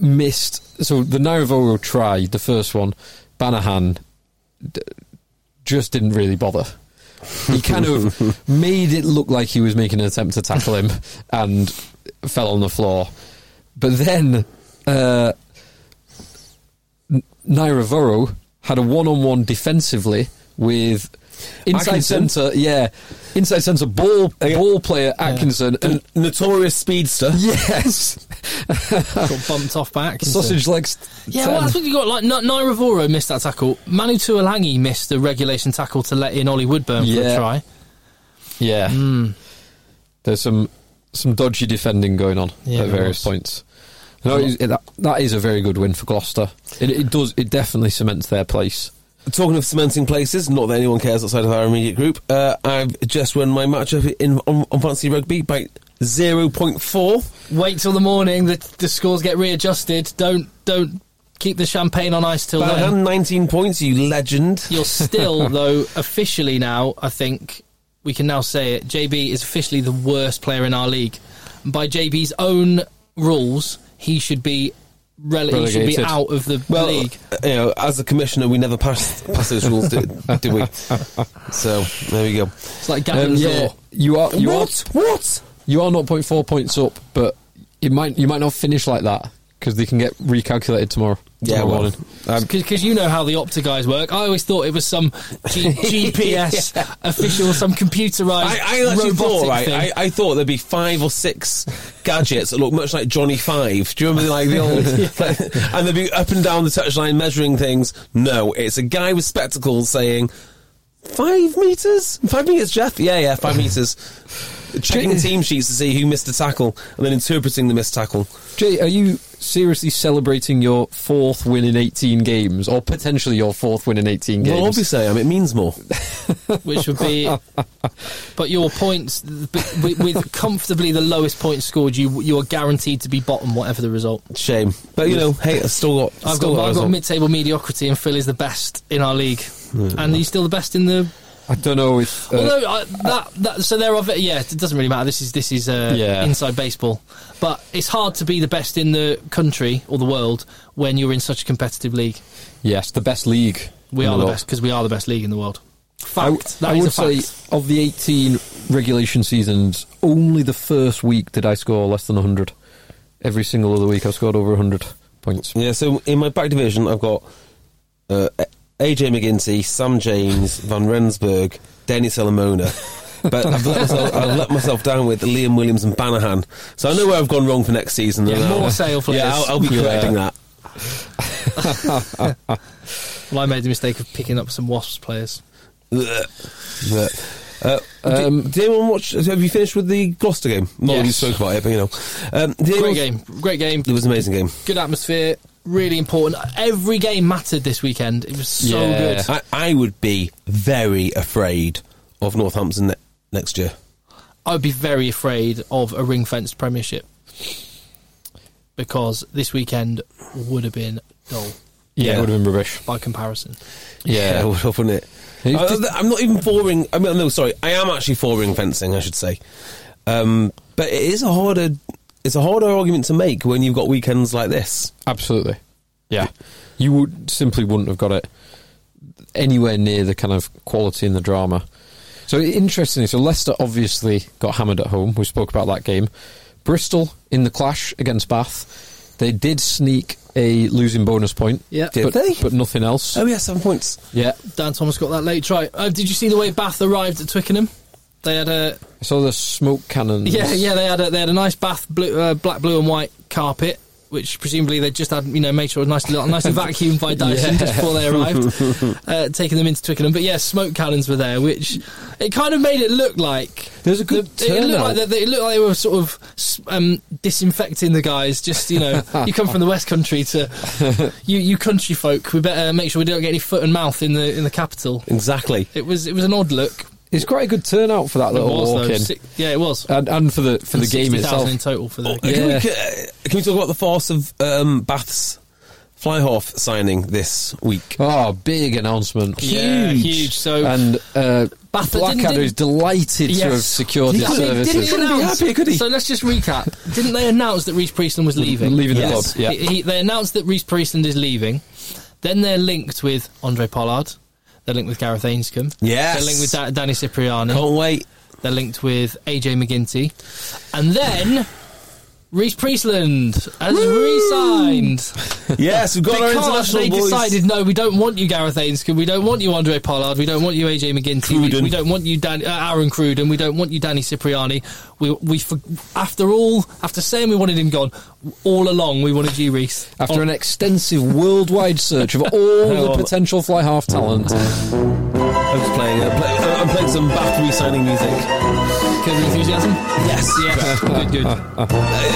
[SPEAKER 4] missed. So the Narivoro try, the first one, Banahan d- just didn't really bother. He kind of made it look like he was making an attempt to tackle him and fell on the floor. But then uh, N- Narivoro had a one on one defensively with. Inside
[SPEAKER 2] Atkinson?
[SPEAKER 4] centre, yeah, inside centre ball ball player Atkinson, and
[SPEAKER 2] N- notorious speedster.
[SPEAKER 4] yes,
[SPEAKER 3] Got bumped off back.
[SPEAKER 4] sausage legs.
[SPEAKER 3] Yeah,
[SPEAKER 4] 10.
[SPEAKER 3] well, that's what you got. Like, N- Naira Voro missed that tackle. Manu Tuolangi missed the regulation tackle to let in Ollie Woodburn for a
[SPEAKER 4] Yeah.
[SPEAKER 3] try.
[SPEAKER 4] Yeah. There's some some dodgy defending going on
[SPEAKER 3] Yeah,
[SPEAKER 4] at
[SPEAKER 3] there
[SPEAKER 4] various
[SPEAKER 3] was.
[SPEAKER 4] points. No, it, it- that, that is a very good win for Gloucester. It, it does. It definitely cements their place.
[SPEAKER 2] Talking of cementing places, not that anyone cares outside of our immediate group. Uh, I've just won my matchup in on, on fantasy rugby by zero point four.
[SPEAKER 3] Wait till the morning. The, the scores get readjusted. Don't don't keep the champagne on ice till then.
[SPEAKER 2] Banham nineteen points, you legend.
[SPEAKER 3] You're still though officially now. I think we can now say it. JB is officially the worst player in our league. By JB's own rules, he should be rele- he should be
[SPEAKER 4] Relegated.
[SPEAKER 3] out of the
[SPEAKER 2] Well,
[SPEAKER 3] league.
[SPEAKER 2] uh, you know, as a commissioner, we never passed passed those rules, did, did we? So there we go.
[SPEAKER 3] It's like
[SPEAKER 4] Um,
[SPEAKER 3] Gavin's
[SPEAKER 4] yeah,
[SPEAKER 3] law.
[SPEAKER 4] you are. You
[SPEAKER 2] what?
[SPEAKER 4] Are,
[SPEAKER 2] What?
[SPEAKER 4] you are 0.4 points up, but it might you might not finish like that because they can get recalculated tomorrow.
[SPEAKER 2] Yeah,
[SPEAKER 4] tomorrow
[SPEAKER 2] well,
[SPEAKER 4] morning.
[SPEAKER 2] um,
[SPEAKER 3] Because you know how the Opta guys work. I always thought it was some G- GPS official, some computerized
[SPEAKER 2] I, I actually
[SPEAKER 3] robotic
[SPEAKER 2] thought, right,
[SPEAKER 3] thing.
[SPEAKER 2] I, I thought there'd be five or six gadgets that look much like Johnny Five. Do you remember like the old? and they'd be up and down the touchline measuring things. No, it's a guy with spectacles saying five meters, five meters, Jeff. Yeah, yeah, five meters. Checking team sheets to see who missed a tackle and then interpreting the missed tackle.
[SPEAKER 4] Jay, are you seriously celebrating your fourth win in 18 games, or potentially your fourth win in 18 games?
[SPEAKER 2] Well, obviously, I mean, it means more.
[SPEAKER 3] which would be. but your points, but with, with comfortably the lowest points scored, you you are guaranteed to be bottom, whatever the result.
[SPEAKER 2] Shame, but you know, hey, I've still got.
[SPEAKER 3] I've
[SPEAKER 2] still
[SPEAKER 3] got, I've got
[SPEAKER 2] result.
[SPEAKER 3] mid-table mediocrity, and Phil is the best in our league, and he's still the best in the.
[SPEAKER 4] I don't know if uh,
[SPEAKER 3] Although I, that, that so there are ve- yeah, it doesn't really matter. This is this is uh,
[SPEAKER 4] Yeah.
[SPEAKER 3] inside baseball, but it's hard to be the best in the country or the world when you're in such a competitive league.
[SPEAKER 4] yes, the best league.
[SPEAKER 3] We
[SPEAKER 4] in
[SPEAKER 3] are the
[SPEAKER 4] world.
[SPEAKER 3] best because we are the best league in the world.
[SPEAKER 4] I, w-
[SPEAKER 3] Fact. that
[SPEAKER 4] I
[SPEAKER 3] is
[SPEAKER 4] would
[SPEAKER 3] a fact.
[SPEAKER 4] say of the 18 regulation seasons, only the first week did I score less than 100. Every single other week I've scored over 100 points.
[SPEAKER 2] Yeah, so in my back division, I've got uh, AJ McGinty, Sam James, Van Rensburg, Dennis Elamona. But I've let, myself, I've let myself down with Liam Williams and Banahan. So I know where I've gone wrong for next season.
[SPEAKER 3] Yeah,
[SPEAKER 2] and I'll-
[SPEAKER 3] more sale players.
[SPEAKER 2] Yeah, I'll, I'll be
[SPEAKER 3] Yeah.
[SPEAKER 2] correcting that.
[SPEAKER 3] Well, I made the mistake of picking up some Wasps players.
[SPEAKER 2] Ugh. But, uh, did, did anyone watch? Have you finished with the Gloucester game? Not that you
[SPEAKER 3] Um, Yes.
[SPEAKER 2] spoke about it, but you know. Um, did anyone-
[SPEAKER 3] Great game. Great game.
[SPEAKER 2] It was an amazing game.
[SPEAKER 3] Good atmosphere. Really important. Every game mattered this weekend. It was so
[SPEAKER 4] Yeah.
[SPEAKER 3] good.
[SPEAKER 2] I, I would be very afraid of Northampton ne- next year.
[SPEAKER 3] I would be very afraid of a ring fenced Premiership because this weekend would have been dull
[SPEAKER 4] Yeah,
[SPEAKER 2] Yeah.
[SPEAKER 4] it would have been rubbish.
[SPEAKER 3] by comparison.
[SPEAKER 2] Yeah, it would have, wouldn't it?
[SPEAKER 4] Who
[SPEAKER 2] I,
[SPEAKER 4] did-
[SPEAKER 2] I'm not even for ring. I mean, no, sorry, I am actually for ring fencing. I should say, um, but it is a harder. It's a harder argument to make when you've got weekends like this.
[SPEAKER 4] Absolutely. Yeah. You would simply wouldn't have got it anywhere near the kind of quality and the drama. So interestingly, so Leicester obviously got hammered at home. We spoke about that game. Bristol in the clash against Bath, they did sneak a losing bonus point.
[SPEAKER 3] Yeah.
[SPEAKER 2] Did
[SPEAKER 4] but,
[SPEAKER 2] they?
[SPEAKER 4] But nothing else.
[SPEAKER 2] Oh yeah, seven points.
[SPEAKER 4] Yeah.
[SPEAKER 3] Dan Thomas got that late try. Uh, did you see the way Bath arrived at Twickenham? They had a
[SPEAKER 4] So the smoke cannons.
[SPEAKER 3] yeah yeah they had a, they had a nice Bath blue, uh, black blue and white carpet. Which presumably they just had, you know, made sure it was nicely, nicely vacuumed by Dyson just before they arrived, uh, taking them into Twickenham. But yeah, smoke cannons were there, which it kind of made it look like
[SPEAKER 4] There's a good
[SPEAKER 3] It- It looked like
[SPEAKER 4] turnout.
[SPEAKER 3] they, they looked like they were sort of s- um, disinfecting the guys. Just you know, you come from the West Country to you, you country folk. We better make sure we don't get any foot and mouth in the in the capital.
[SPEAKER 2] Exactly.
[SPEAKER 3] It was it was an odd look.
[SPEAKER 4] It's quite a good turnout for that
[SPEAKER 3] It
[SPEAKER 4] little
[SPEAKER 3] was
[SPEAKER 4] walk
[SPEAKER 3] though.
[SPEAKER 4] in.
[SPEAKER 3] Six- yeah, it was
[SPEAKER 4] and, and for the for the game
[SPEAKER 3] 60,000
[SPEAKER 4] itself.
[SPEAKER 3] in total for the.
[SPEAKER 2] Oh, Can, we,
[SPEAKER 4] Yeah.
[SPEAKER 2] can, uh, can we talk about the farce of um, Bath's fly half signing this week?
[SPEAKER 4] Oh, big announcement.
[SPEAKER 3] Yeah, huge. huge. So-
[SPEAKER 4] and uh,
[SPEAKER 3] Bath- didn't-
[SPEAKER 4] Blackadder
[SPEAKER 3] didn't-
[SPEAKER 4] is delighted to have
[SPEAKER 3] Yes.
[SPEAKER 4] secured his
[SPEAKER 3] Didn't-
[SPEAKER 4] services.
[SPEAKER 3] didn't they
[SPEAKER 2] Couldn't be
[SPEAKER 3] announce-
[SPEAKER 2] happier, could he?
[SPEAKER 3] So let's just recap. didn't they announce that Reese Priestland was leaving?
[SPEAKER 4] Leaving the club, yeah.
[SPEAKER 3] He- he- they announced that Reese Priestland is leaving. Then they're linked with Andre Pollard. They're linked with Gareth Ainscombe.
[SPEAKER 2] Yes.
[SPEAKER 3] They're linked with da- Danny Cipriani.
[SPEAKER 2] Can't wait.
[SPEAKER 3] They're linked with AJ McGinty. And then Reese Priestland has re-signed.
[SPEAKER 2] Yes, we've got our
[SPEAKER 3] Because
[SPEAKER 2] international
[SPEAKER 3] they
[SPEAKER 2] boys.
[SPEAKER 3] decided, no, we don't want you, Gareth Ainscombe. We don't want you, Andre Pollard. We don't want you, AJ McGinty. We,
[SPEAKER 2] Cruden.
[SPEAKER 3] we don't want you, Dan, uh, Aaron Cruden. We don't want you, Danny Cipriani. We, we, for, after all, after saying we wanted him gone, all along we wanted you, Reese.
[SPEAKER 4] After an extensive worldwide search of all the
[SPEAKER 2] on.
[SPEAKER 4] potential fly half
[SPEAKER 2] I'm
[SPEAKER 4] talent,
[SPEAKER 2] just playing. Uh, play, uh, I'm playing some Bath re-signing music.
[SPEAKER 3] Because of enthusiasm? Yes. Yes. good, good.
[SPEAKER 2] Uh,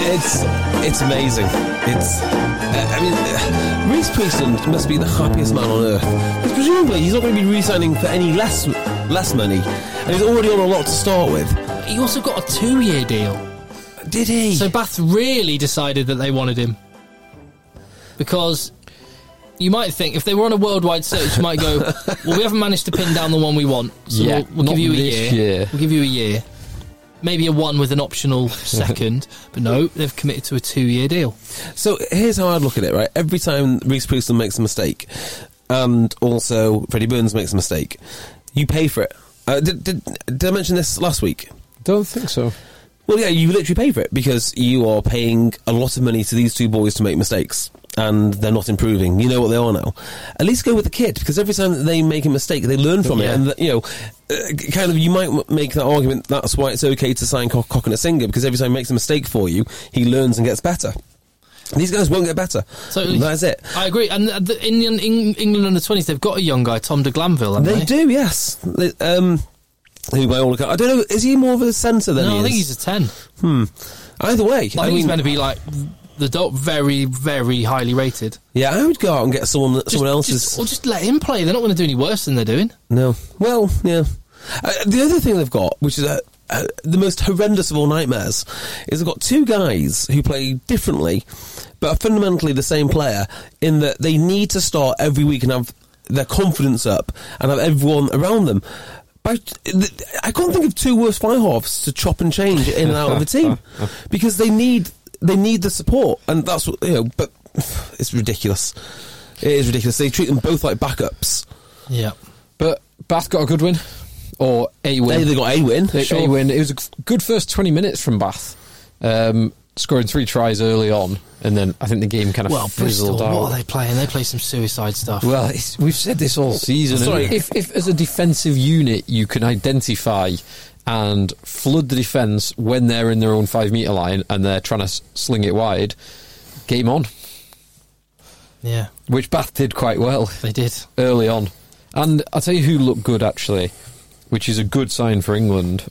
[SPEAKER 2] It's it's amazing. It's uh, I mean, uh, Reese Priestland must be the happiest man on earth. Because presumably he's not going to be re-signing for any less less money, and he's already on a lot to start with.
[SPEAKER 3] He also got a two-year deal.
[SPEAKER 2] Did he?
[SPEAKER 3] So Bath really decided that they wanted him because you might think if they were on a worldwide search, you might go, "Well, we haven't managed to pin down the one we want, so
[SPEAKER 4] Yeah,
[SPEAKER 3] we'll, we'll
[SPEAKER 4] not
[SPEAKER 3] give you a year.
[SPEAKER 4] this year.
[SPEAKER 3] We'll give you a year, maybe a one with an optional second, but no, they've committed to a two-year deal.
[SPEAKER 2] So here's how I'd look at it, right? Every time Reese Priestland makes a mistake, and also Freddie Burns makes a mistake, you pay for it. Uh, did, did, did I mention this last week?
[SPEAKER 4] don't think so.
[SPEAKER 2] Well, yeah, you literally pay for it because you are paying a lot of money to these two boys to make mistakes, and they're not improving. You know what they are now. At least go with the kid because every time that they make a mistake, they learn from it,
[SPEAKER 3] Yeah.
[SPEAKER 2] and th- you know, uh, kind of you might m- make that argument. That's why it's okay to sign Cock, Cock and a singer because every time he makes a mistake for you, he learns and gets better. These guys won't get better.
[SPEAKER 3] So
[SPEAKER 2] that's it.
[SPEAKER 3] I agree. And uh, the, in, in England under twenties, they've got a young guy, Tom de Glanville. haven't
[SPEAKER 2] They do, yes. They, um, who by all accounts, I don't know. Is he more of a centre than
[SPEAKER 3] No,
[SPEAKER 2] he
[SPEAKER 3] I think
[SPEAKER 2] is?
[SPEAKER 3] he's a ten.
[SPEAKER 2] Either way,
[SPEAKER 3] I,
[SPEAKER 2] I
[SPEAKER 3] think he's
[SPEAKER 2] mean,
[SPEAKER 3] meant to be like the dot very, very highly rated.
[SPEAKER 2] yeah, I would go out and get someone that someone
[SPEAKER 3] Just-
[SPEAKER 2] else's.
[SPEAKER 3] Just, or just let him play. They're not going to do any worse than they're doing.
[SPEAKER 2] No. Well, yeah. Uh, the other thing they've got, which is uh uh the most horrendous of all nightmares, is they've got two guys who play differently, but are fundamentally the same player. In that they need to start every week and have their confidence up and have everyone around them. But uh, th- I can't think of two worse fly halves to chop and change in and out of a team because they need they need the support, and that's what you know. But it's ridiculous. It is ridiculous. They treat them both like backups.
[SPEAKER 3] Yeah.
[SPEAKER 4] But Bath got a good win, or a win.
[SPEAKER 2] They, they got a win.
[SPEAKER 4] They- a
[SPEAKER 2] sure.
[SPEAKER 4] win. It was a g- good first twenty minutes from Bath. Um, scoring three tries early on, and then I think the game kind of
[SPEAKER 3] Well, Bristol,
[SPEAKER 4] fizzled out.
[SPEAKER 3] what are they playing? They play some suicide stuff.
[SPEAKER 4] Well, it's, we've said this all season.
[SPEAKER 2] Sorry.
[SPEAKER 4] If, if, as a defensive unit, you can identify and flood the defence when they're in their own five metre line and they're trying to s- sling it wide, game on.
[SPEAKER 3] yeah,
[SPEAKER 4] Which Bath did quite well
[SPEAKER 3] they did.
[SPEAKER 4] early on. And I'll tell you who looked good, actually, which is a good sign for England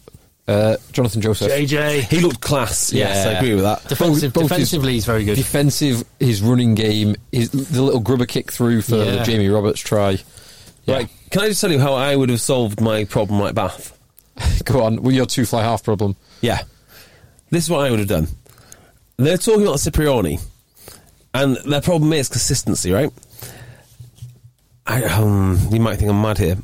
[SPEAKER 4] uh, Jonathan Joseph.
[SPEAKER 3] JJ.
[SPEAKER 2] He looked class. Yes,
[SPEAKER 4] Yeah.
[SPEAKER 2] I agree with that.
[SPEAKER 3] Defensive,
[SPEAKER 4] both his-
[SPEAKER 3] defensively, he's very good.
[SPEAKER 4] Defensive, his running game, his, the little grubber kick through for
[SPEAKER 3] Yeah.
[SPEAKER 4] the Jamie Roberts try. Yeah.
[SPEAKER 2] Right. Can I just tell you how I would have solved my problem like Bath?
[SPEAKER 4] Go on. Well, your two fly half problem.
[SPEAKER 2] Yeah. This is what I would have done. They're talking about Cipriani, and their problem is consistency, right? I, um, you might think I'm mad here.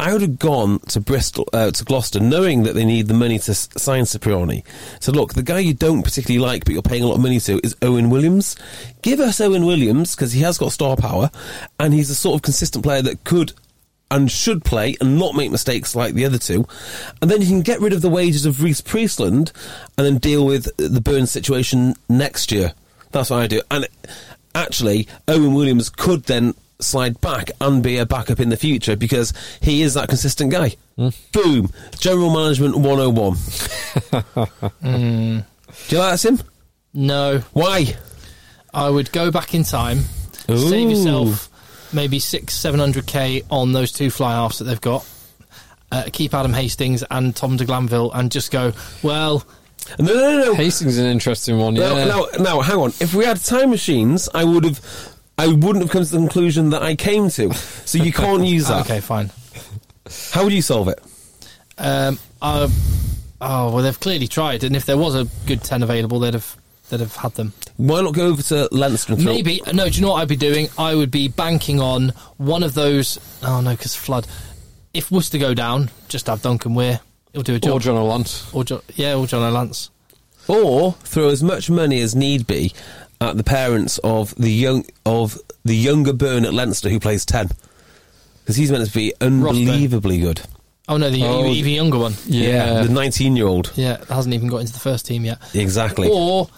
[SPEAKER 2] I would have gone to Bristol, uh, to Gloucester, knowing that they need the money to s- sign Cipriani. So look, the guy you don't particularly like, but you're paying a lot of money to, is Owen Williams. Give us Owen Williams because he has got star power, and he's the sort of consistent player that could and should play and not make mistakes like the other two. And then you can get rid of the wages of Reese Priestland and then deal with the Burns situation next year. That's what I do. And actually, Owen Williams could then slide back and be a backup in the future because he is that consistent guy. Boom. General Management 101. Do you like that, Sim?
[SPEAKER 3] No,
[SPEAKER 2] Why?
[SPEAKER 3] I would go back in time, save
[SPEAKER 2] Ooh.
[SPEAKER 3] yourself maybe six, seven hundred k on those two fly halves that they've got. Uh, keep Adam Hastings and Tom de Glanville, and just go. Well,
[SPEAKER 2] No, no, no, no.
[SPEAKER 4] Hastings is an interesting one. Yeah.
[SPEAKER 2] Now, now, now, hang on. If we had time machines, I would have, I wouldn't have come to the conclusion that I came to. So you can't use that.
[SPEAKER 3] okay, fine.
[SPEAKER 2] How would you solve it?
[SPEAKER 3] Um, I, oh well, they've clearly tried, and if there was a good ten available, they'd have they'd have had them.
[SPEAKER 2] Why not go over to Leinster? and throw-
[SPEAKER 3] Maybe no. Do you know what I'd be doing? I would be banking on one of those. Oh no, because flood. If Worcester go down, just have Duncan Weir. He'll do a
[SPEAKER 4] or
[SPEAKER 3] job.
[SPEAKER 4] John O'Lant.
[SPEAKER 3] Or jo- yeah, or John O'Lance.
[SPEAKER 2] or throw as much money as need be at the parents of the young of the younger Byrne at Leinster who plays ten, because he's meant to be unbelievably good.
[SPEAKER 3] Oh no, the
[SPEAKER 4] Oh,
[SPEAKER 3] even, even younger one.
[SPEAKER 4] Yeah.
[SPEAKER 2] the nineteen-year-old.
[SPEAKER 3] Yeah, hasn't even got into the first team yet.
[SPEAKER 2] Exactly.
[SPEAKER 3] Or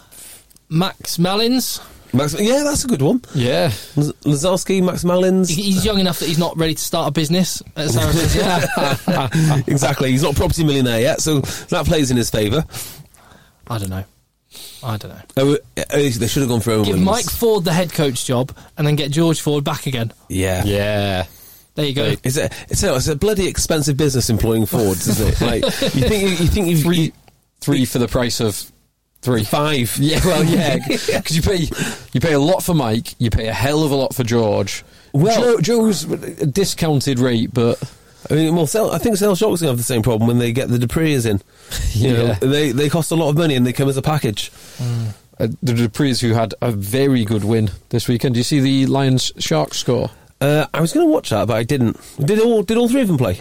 [SPEAKER 3] Max Mellins.
[SPEAKER 2] Max, yeah, that's a good one.
[SPEAKER 4] Yeah.
[SPEAKER 2] Laz- Lazarski, Max Malins.
[SPEAKER 3] He- He's young enough that he's not ready to start a business at Saracens yet.
[SPEAKER 2] exactly. He's not a property millionaire yet, so that plays in his favour.
[SPEAKER 3] I don't know. I don't know.
[SPEAKER 2] Oh, uh, they should have gone for Owen
[SPEAKER 3] Give
[SPEAKER 2] Williams.
[SPEAKER 3] Mike Ford the head coach job and then get George Ford back again.
[SPEAKER 2] Yeah.
[SPEAKER 4] Yeah.
[SPEAKER 3] There you go.
[SPEAKER 2] It's a, it's, a, it's a bloody expensive business employing Fords, isn't it? Like you think you, you think you've
[SPEAKER 4] Three, three for the price of three.
[SPEAKER 2] five.
[SPEAKER 4] Yeah, well, yeah, because you pay you pay a lot for Mike, you pay a hell of a lot for George.
[SPEAKER 2] Well-
[SPEAKER 4] Joe, Joe's a discounted rate, but
[SPEAKER 2] I mean, well, Sel, I think Sale Shock's gonna have the same problem when they get the Dupreas in. You know,
[SPEAKER 4] Yeah.
[SPEAKER 2] they they cost a lot of money and they come as a package.
[SPEAKER 4] uh, the Duprees who had a very good win this weekend. Do you see the Lions Sharks score?
[SPEAKER 2] Uh, I was going to watch that, but I didn't. Did all did all three of them play?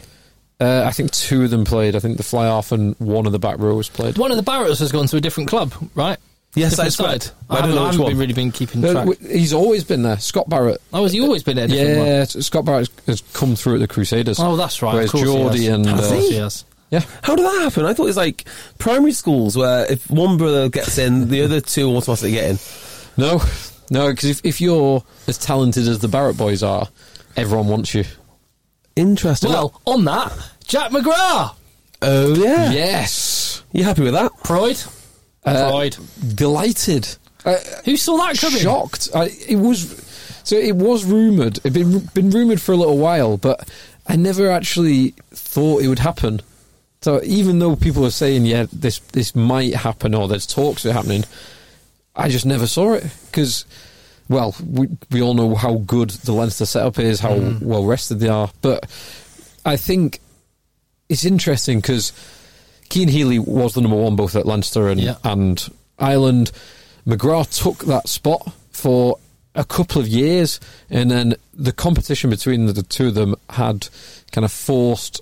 [SPEAKER 4] Uh, I think two of them played. I think the fly off and one of the back rowers played.
[SPEAKER 3] One of the Barretts has gone to a different club, right?
[SPEAKER 2] Yes,
[SPEAKER 3] Different
[SPEAKER 2] that's right.
[SPEAKER 3] side.
[SPEAKER 2] But
[SPEAKER 3] I,
[SPEAKER 2] I don't
[SPEAKER 3] haven't,
[SPEAKER 2] know
[SPEAKER 3] I
[SPEAKER 2] which
[SPEAKER 3] haven't
[SPEAKER 2] one.
[SPEAKER 3] really been keeping
[SPEAKER 4] No,
[SPEAKER 3] track.
[SPEAKER 4] w- he's always been there. Scott Barrett.
[SPEAKER 3] oh, has he always been at a different
[SPEAKER 4] Yeah, Scott Barrett has come through at the Crusaders.
[SPEAKER 3] one? Oh, that's right.
[SPEAKER 4] Whereas
[SPEAKER 3] of course he
[SPEAKER 4] Geordie
[SPEAKER 3] has.
[SPEAKER 4] and
[SPEAKER 3] Of
[SPEAKER 4] uh,
[SPEAKER 3] course he has.
[SPEAKER 4] yeah,
[SPEAKER 2] How did that happen? I thought it was like primary schools where if one brother gets in, the other two automatically get in.
[SPEAKER 4] No, no, because if, if you're as talented as the Barrett boys are, everyone wants you.
[SPEAKER 2] Interesting.
[SPEAKER 3] Well, on that, Jack McGrath.
[SPEAKER 2] oh yeah.
[SPEAKER 4] Yes,
[SPEAKER 2] You happy with that?
[SPEAKER 3] Pride. Pride.
[SPEAKER 4] delighted, uh,
[SPEAKER 3] Who saw that coming?
[SPEAKER 4] shocked. I, it was so. It was rumored. It'd been been rumored for a little while, but I never actually thought it would happen. So even though people are saying, "Yeah, this this might happen," or there's talks of it happening, I just never saw it because, well, we we all know how good the Leinster setup is, how well rested they are. But I think it's interesting because Keane Healy was the number one both at Leinster and
[SPEAKER 3] Yeah.
[SPEAKER 4] and Ireland. McGrath took that spot for a couple of years, and then the competition between the two of them had kind of forced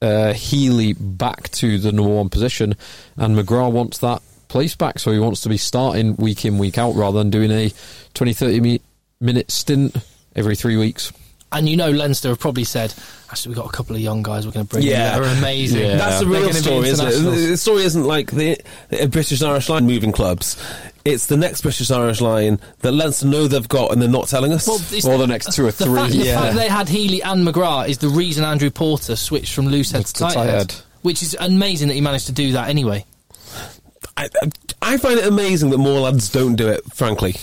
[SPEAKER 4] uh, Healy back to the number one position, and McGrath wants that place back, so he wants to be starting week in, week out, rather than doing a 20, 30 mi- minute stint every three weeks.
[SPEAKER 3] And you know, Leinster have probably said, actually, we've got a couple of young guys we're going to bring
[SPEAKER 2] Yeah.
[SPEAKER 3] in that are amazing.
[SPEAKER 4] Yeah.
[SPEAKER 2] That's the
[SPEAKER 3] They're
[SPEAKER 2] real
[SPEAKER 3] gonna be
[SPEAKER 2] story, isn't
[SPEAKER 3] internationals.
[SPEAKER 2] it? The story isn't like the, the British and Irish Line moving clubs. It's the next British and Irish Line that Leinster know they've got and they're not telling us.
[SPEAKER 3] Well, it's-
[SPEAKER 4] Or the next two or
[SPEAKER 3] the
[SPEAKER 4] three,
[SPEAKER 3] Fact,
[SPEAKER 4] yeah.
[SPEAKER 3] The fact they had Healy and McGrath is the reason Andrew Porter switched from loose head
[SPEAKER 4] It's
[SPEAKER 3] to
[SPEAKER 4] the
[SPEAKER 3] tight
[SPEAKER 4] tight
[SPEAKER 3] head,
[SPEAKER 4] head.
[SPEAKER 3] which is amazing that he managed to do that anyway.
[SPEAKER 2] I, I find it amazing that more lads don't do it, frankly.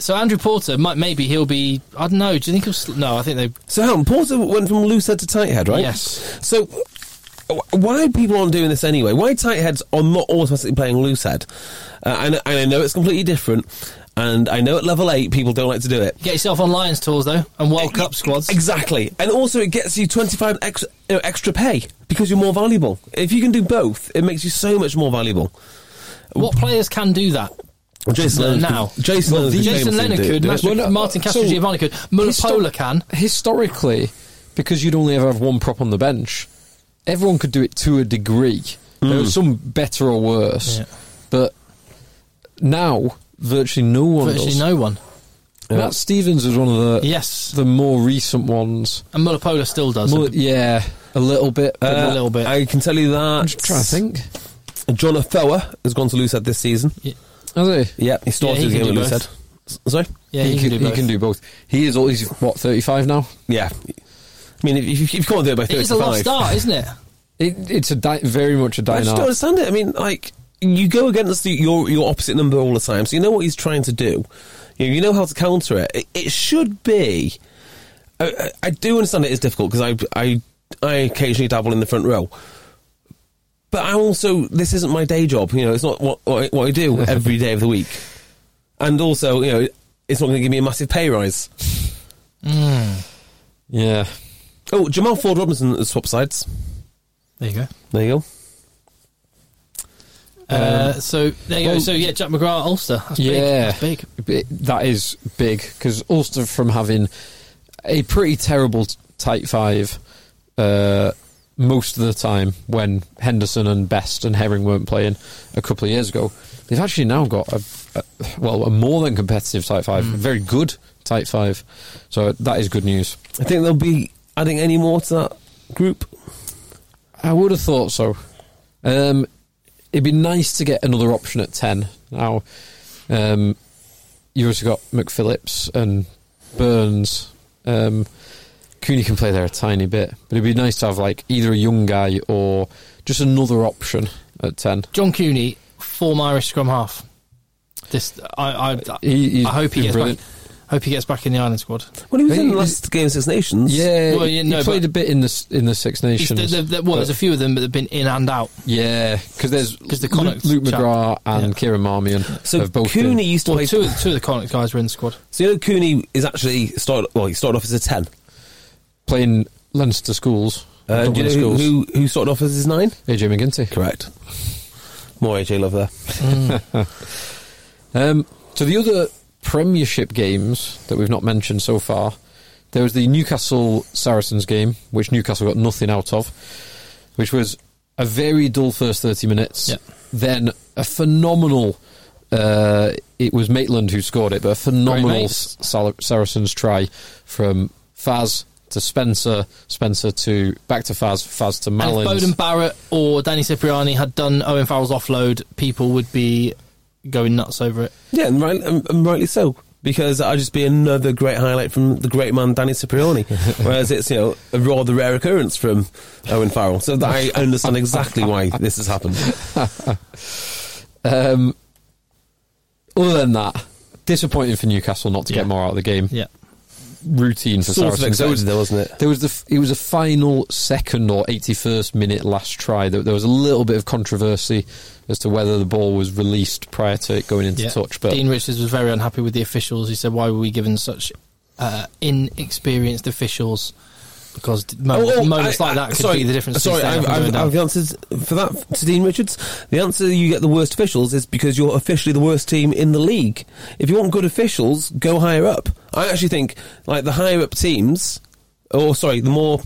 [SPEAKER 3] So Andrew Porter might maybe he'll be I don't know. Do you think he'll? Sl- no, I think they.
[SPEAKER 2] So, Helen, Porter went from loose head to tight head, right?
[SPEAKER 3] Yes.
[SPEAKER 2] So, wh- why people aren't doing this anyway? Why tight heads are not automatically playing loose head? Uh, and, and I know it's completely different, and I know at level 8 people don't like to do it.
[SPEAKER 3] Get yourself on Lions tours though, and World Cup squads.
[SPEAKER 2] Exactly. And also, it gets you 25 ex- you know, extra pay because you're more valuable. If you can do both, it makes you so much more valuable.
[SPEAKER 3] What players can do that?
[SPEAKER 2] Jason
[SPEAKER 3] No,
[SPEAKER 2] Leonard
[SPEAKER 3] now.
[SPEAKER 2] Could, Jason Leonard could
[SPEAKER 3] Jason
[SPEAKER 2] famously
[SPEAKER 3] Leonard
[SPEAKER 2] do-
[SPEAKER 3] could,
[SPEAKER 2] do it.
[SPEAKER 3] Mas-
[SPEAKER 4] Well, no,
[SPEAKER 3] Martin Castro
[SPEAKER 4] Uh, so-
[SPEAKER 3] Giovanni could, Mullapola can.
[SPEAKER 4] Historically, because you'd only ever have one prop on the bench, everyone could do it to a degree. There was some better or worse,
[SPEAKER 3] Hmm. Yeah.
[SPEAKER 4] but now virtually no one
[SPEAKER 3] Virtually
[SPEAKER 4] does.
[SPEAKER 3] no one.
[SPEAKER 4] And Matt Stevens was one of the
[SPEAKER 3] Yes,
[SPEAKER 4] the more recent ones.
[SPEAKER 3] and Mullapola still does.
[SPEAKER 4] More, yeah, a little bit.
[SPEAKER 3] Uh,
[SPEAKER 4] but
[SPEAKER 3] a little bit.
[SPEAKER 2] I can tell you that.
[SPEAKER 4] I'm just trying to think.
[SPEAKER 2] John Afewa has gone to loose head this season.
[SPEAKER 4] Has he?
[SPEAKER 2] Yeah, he started
[SPEAKER 3] Yeah, he
[SPEAKER 2] the
[SPEAKER 3] can
[SPEAKER 2] game at
[SPEAKER 3] do
[SPEAKER 2] loose head.
[SPEAKER 3] both.
[SPEAKER 2] S- Sorry?
[SPEAKER 3] yeah, he, can, do both.
[SPEAKER 4] he can do both. He is always what 35 now.
[SPEAKER 2] Yeah. I mean, if, if you can't do it by 35.
[SPEAKER 3] It is a lost art, isn't it?
[SPEAKER 4] It, it's a di- very much a
[SPEAKER 2] I
[SPEAKER 4] dying
[SPEAKER 2] just
[SPEAKER 4] art.
[SPEAKER 2] don't understand it. I mean, like you go against the, your your opposite number all the time, so you know what he's trying to do. You know, you know how to counter it. It, it should be. I- I, I do understand it is difficult because I I I occasionally dabble in the front row. But I also this isn't my day job. You know, it's not what what I, what I do every day of the week, and also you know it's not going to give me a massive pay rise.
[SPEAKER 4] Yeah.
[SPEAKER 2] Oh, Jamal Ford Robinson has swapped sides.
[SPEAKER 3] There you go.
[SPEAKER 2] There you go.
[SPEAKER 3] Uh, so there you go.
[SPEAKER 4] Um, well-
[SPEAKER 3] So yeah, Jack McGrath Ulster. That's big.
[SPEAKER 4] yeah.
[SPEAKER 3] That's big.
[SPEAKER 4] Bi- That is big because Ulster from having a pretty terrible t- tight five uh, most of the time when Henderson and Best and Herring weren't playing a couple of years ago, they've actually now got a, a well a more than competitive tight five,
[SPEAKER 3] Hmm.
[SPEAKER 4] a very good tight five. So that is good news.
[SPEAKER 2] I think there'll be adding any more to that group.
[SPEAKER 4] I would have thought so. Um, it'd be nice to get another option at 10. Now, um, you've also got McPhillips and Burns. Um, Cooney can play there a tiny bit, but it'd be nice to have like either a young guy or just another option at 10.
[SPEAKER 3] John Cooney, former Irish scrum half. This I I,
[SPEAKER 4] He- he's
[SPEAKER 3] I hope he
[SPEAKER 4] been
[SPEAKER 3] gets
[SPEAKER 4] brilliant.
[SPEAKER 3] back. Hope he gets back in the Ireland squad.
[SPEAKER 2] Well, he was
[SPEAKER 4] He-
[SPEAKER 2] in the last game of Six Nations.
[SPEAKER 4] Yeah,
[SPEAKER 3] Well, yeah, no,
[SPEAKER 4] he played
[SPEAKER 3] but-
[SPEAKER 4] a bit in the s- in the Six
[SPEAKER 3] He's-
[SPEAKER 4] Nations.
[SPEAKER 3] there- there- there- well, there's a few of them that have been in and out.
[SPEAKER 4] yeah, because there's
[SPEAKER 3] 'Cause the
[SPEAKER 4] Luke,
[SPEAKER 3] Connacht
[SPEAKER 4] Luke
[SPEAKER 3] chap.
[SPEAKER 4] McGrath and
[SPEAKER 3] Yeah.
[SPEAKER 4] Kieran Marmion
[SPEAKER 2] So
[SPEAKER 4] have both
[SPEAKER 2] Cooney
[SPEAKER 4] been-
[SPEAKER 2] used to
[SPEAKER 3] Well,
[SPEAKER 2] play.
[SPEAKER 3] two of, two of the Connacht guys were in the squad.
[SPEAKER 2] So you know Cooney is actually started. Well, he started off as a ten.
[SPEAKER 4] playing Leinster schools.
[SPEAKER 2] Uh, do you
[SPEAKER 4] Dublin
[SPEAKER 2] know who, who who started off as his nine?
[SPEAKER 4] AJ McGinty.
[SPEAKER 2] Correct. More AJ Love there.
[SPEAKER 4] Um, so the other Premiership games that we've not mentioned so far, there was the Newcastle Saracens game, which Newcastle got nothing out of, which was a very dull first thirty minutes.
[SPEAKER 3] Yeah.
[SPEAKER 4] Then a phenomenal. Uh, it was Maitland who scored it, but a
[SPEAKER 3] Great
[SPEAKER 4] phenomenal
[SPEAKER 3] mate.
[SPEAKER 4] S- Sal- Saracens try from Faz to Spencer, Spencer to back to Faz, Faz to
[SPEAKER 3] And if
[SPEAKER 4] Malins.
[SPEAKER 3] Bowden Barrett or Danny Cipriani had done Owen Farrell's offload, people would be going nuts over it.
[SPEAKER 2] Yeah, and, right, and, and rightly so because that'd just be another great highlight from the great man Danny Cipriani. Whereas it's you know a rather rare occurrence from Owen Farrell. So that I understand exactly why this has happened.
[SPEAKER 4] Um, other than that, disappointing for Newcastle not to
[SPEAKER 3] Yeah.
[SPEAKER 4] get more out of the game.
[SPEAKER 3] Yeah.
[SPEAKER 4] Routine for
[SPEAKER 2] Sort of
[SPEAKER 4] Saracens. There was-
[SPEAKER 2] expected, though, wasn't it?
[SPEAKER 4] There was the f- it was a final second or 81st minute last try. There, there was a little bit of controversy as to whether the ball was released prior to it going into
[SPEAKER 3] yeah.
[SPEAKER 4] touch, but
[SPEAKER 3] Dean Richards was very unhappy with the officials. He said, "Why were we given such uh, inexperienced officials?" Because
[SPEAKER 4] Oh,
[SPEAKER 3] d- moments, moments
[SPEAKER 2] I-
[SPEAKER 3] like
[SPEAKER 2] I-
[SPEAKER 3] that could
[SPEAKER 2] sorry,
[SPEAKER 3] be the difference.
[SPEAKER 2] Sorry,
[SPEAKER 3] between
[SPEAKER 2] I've,
[SPEAKER 3] staying up and
[SPEAKER 2] I've,
[SPEAKER 3] going
[SPEAKER 2] I've
[SPEAKER 3] down.
[SPEAKER 2] answered for that to Dean Richards. The answer you get the worst officials is because you're officially the worst team in the league. If you want good officials, go higher up. I actually think like the higher up teams, or sorry, the more.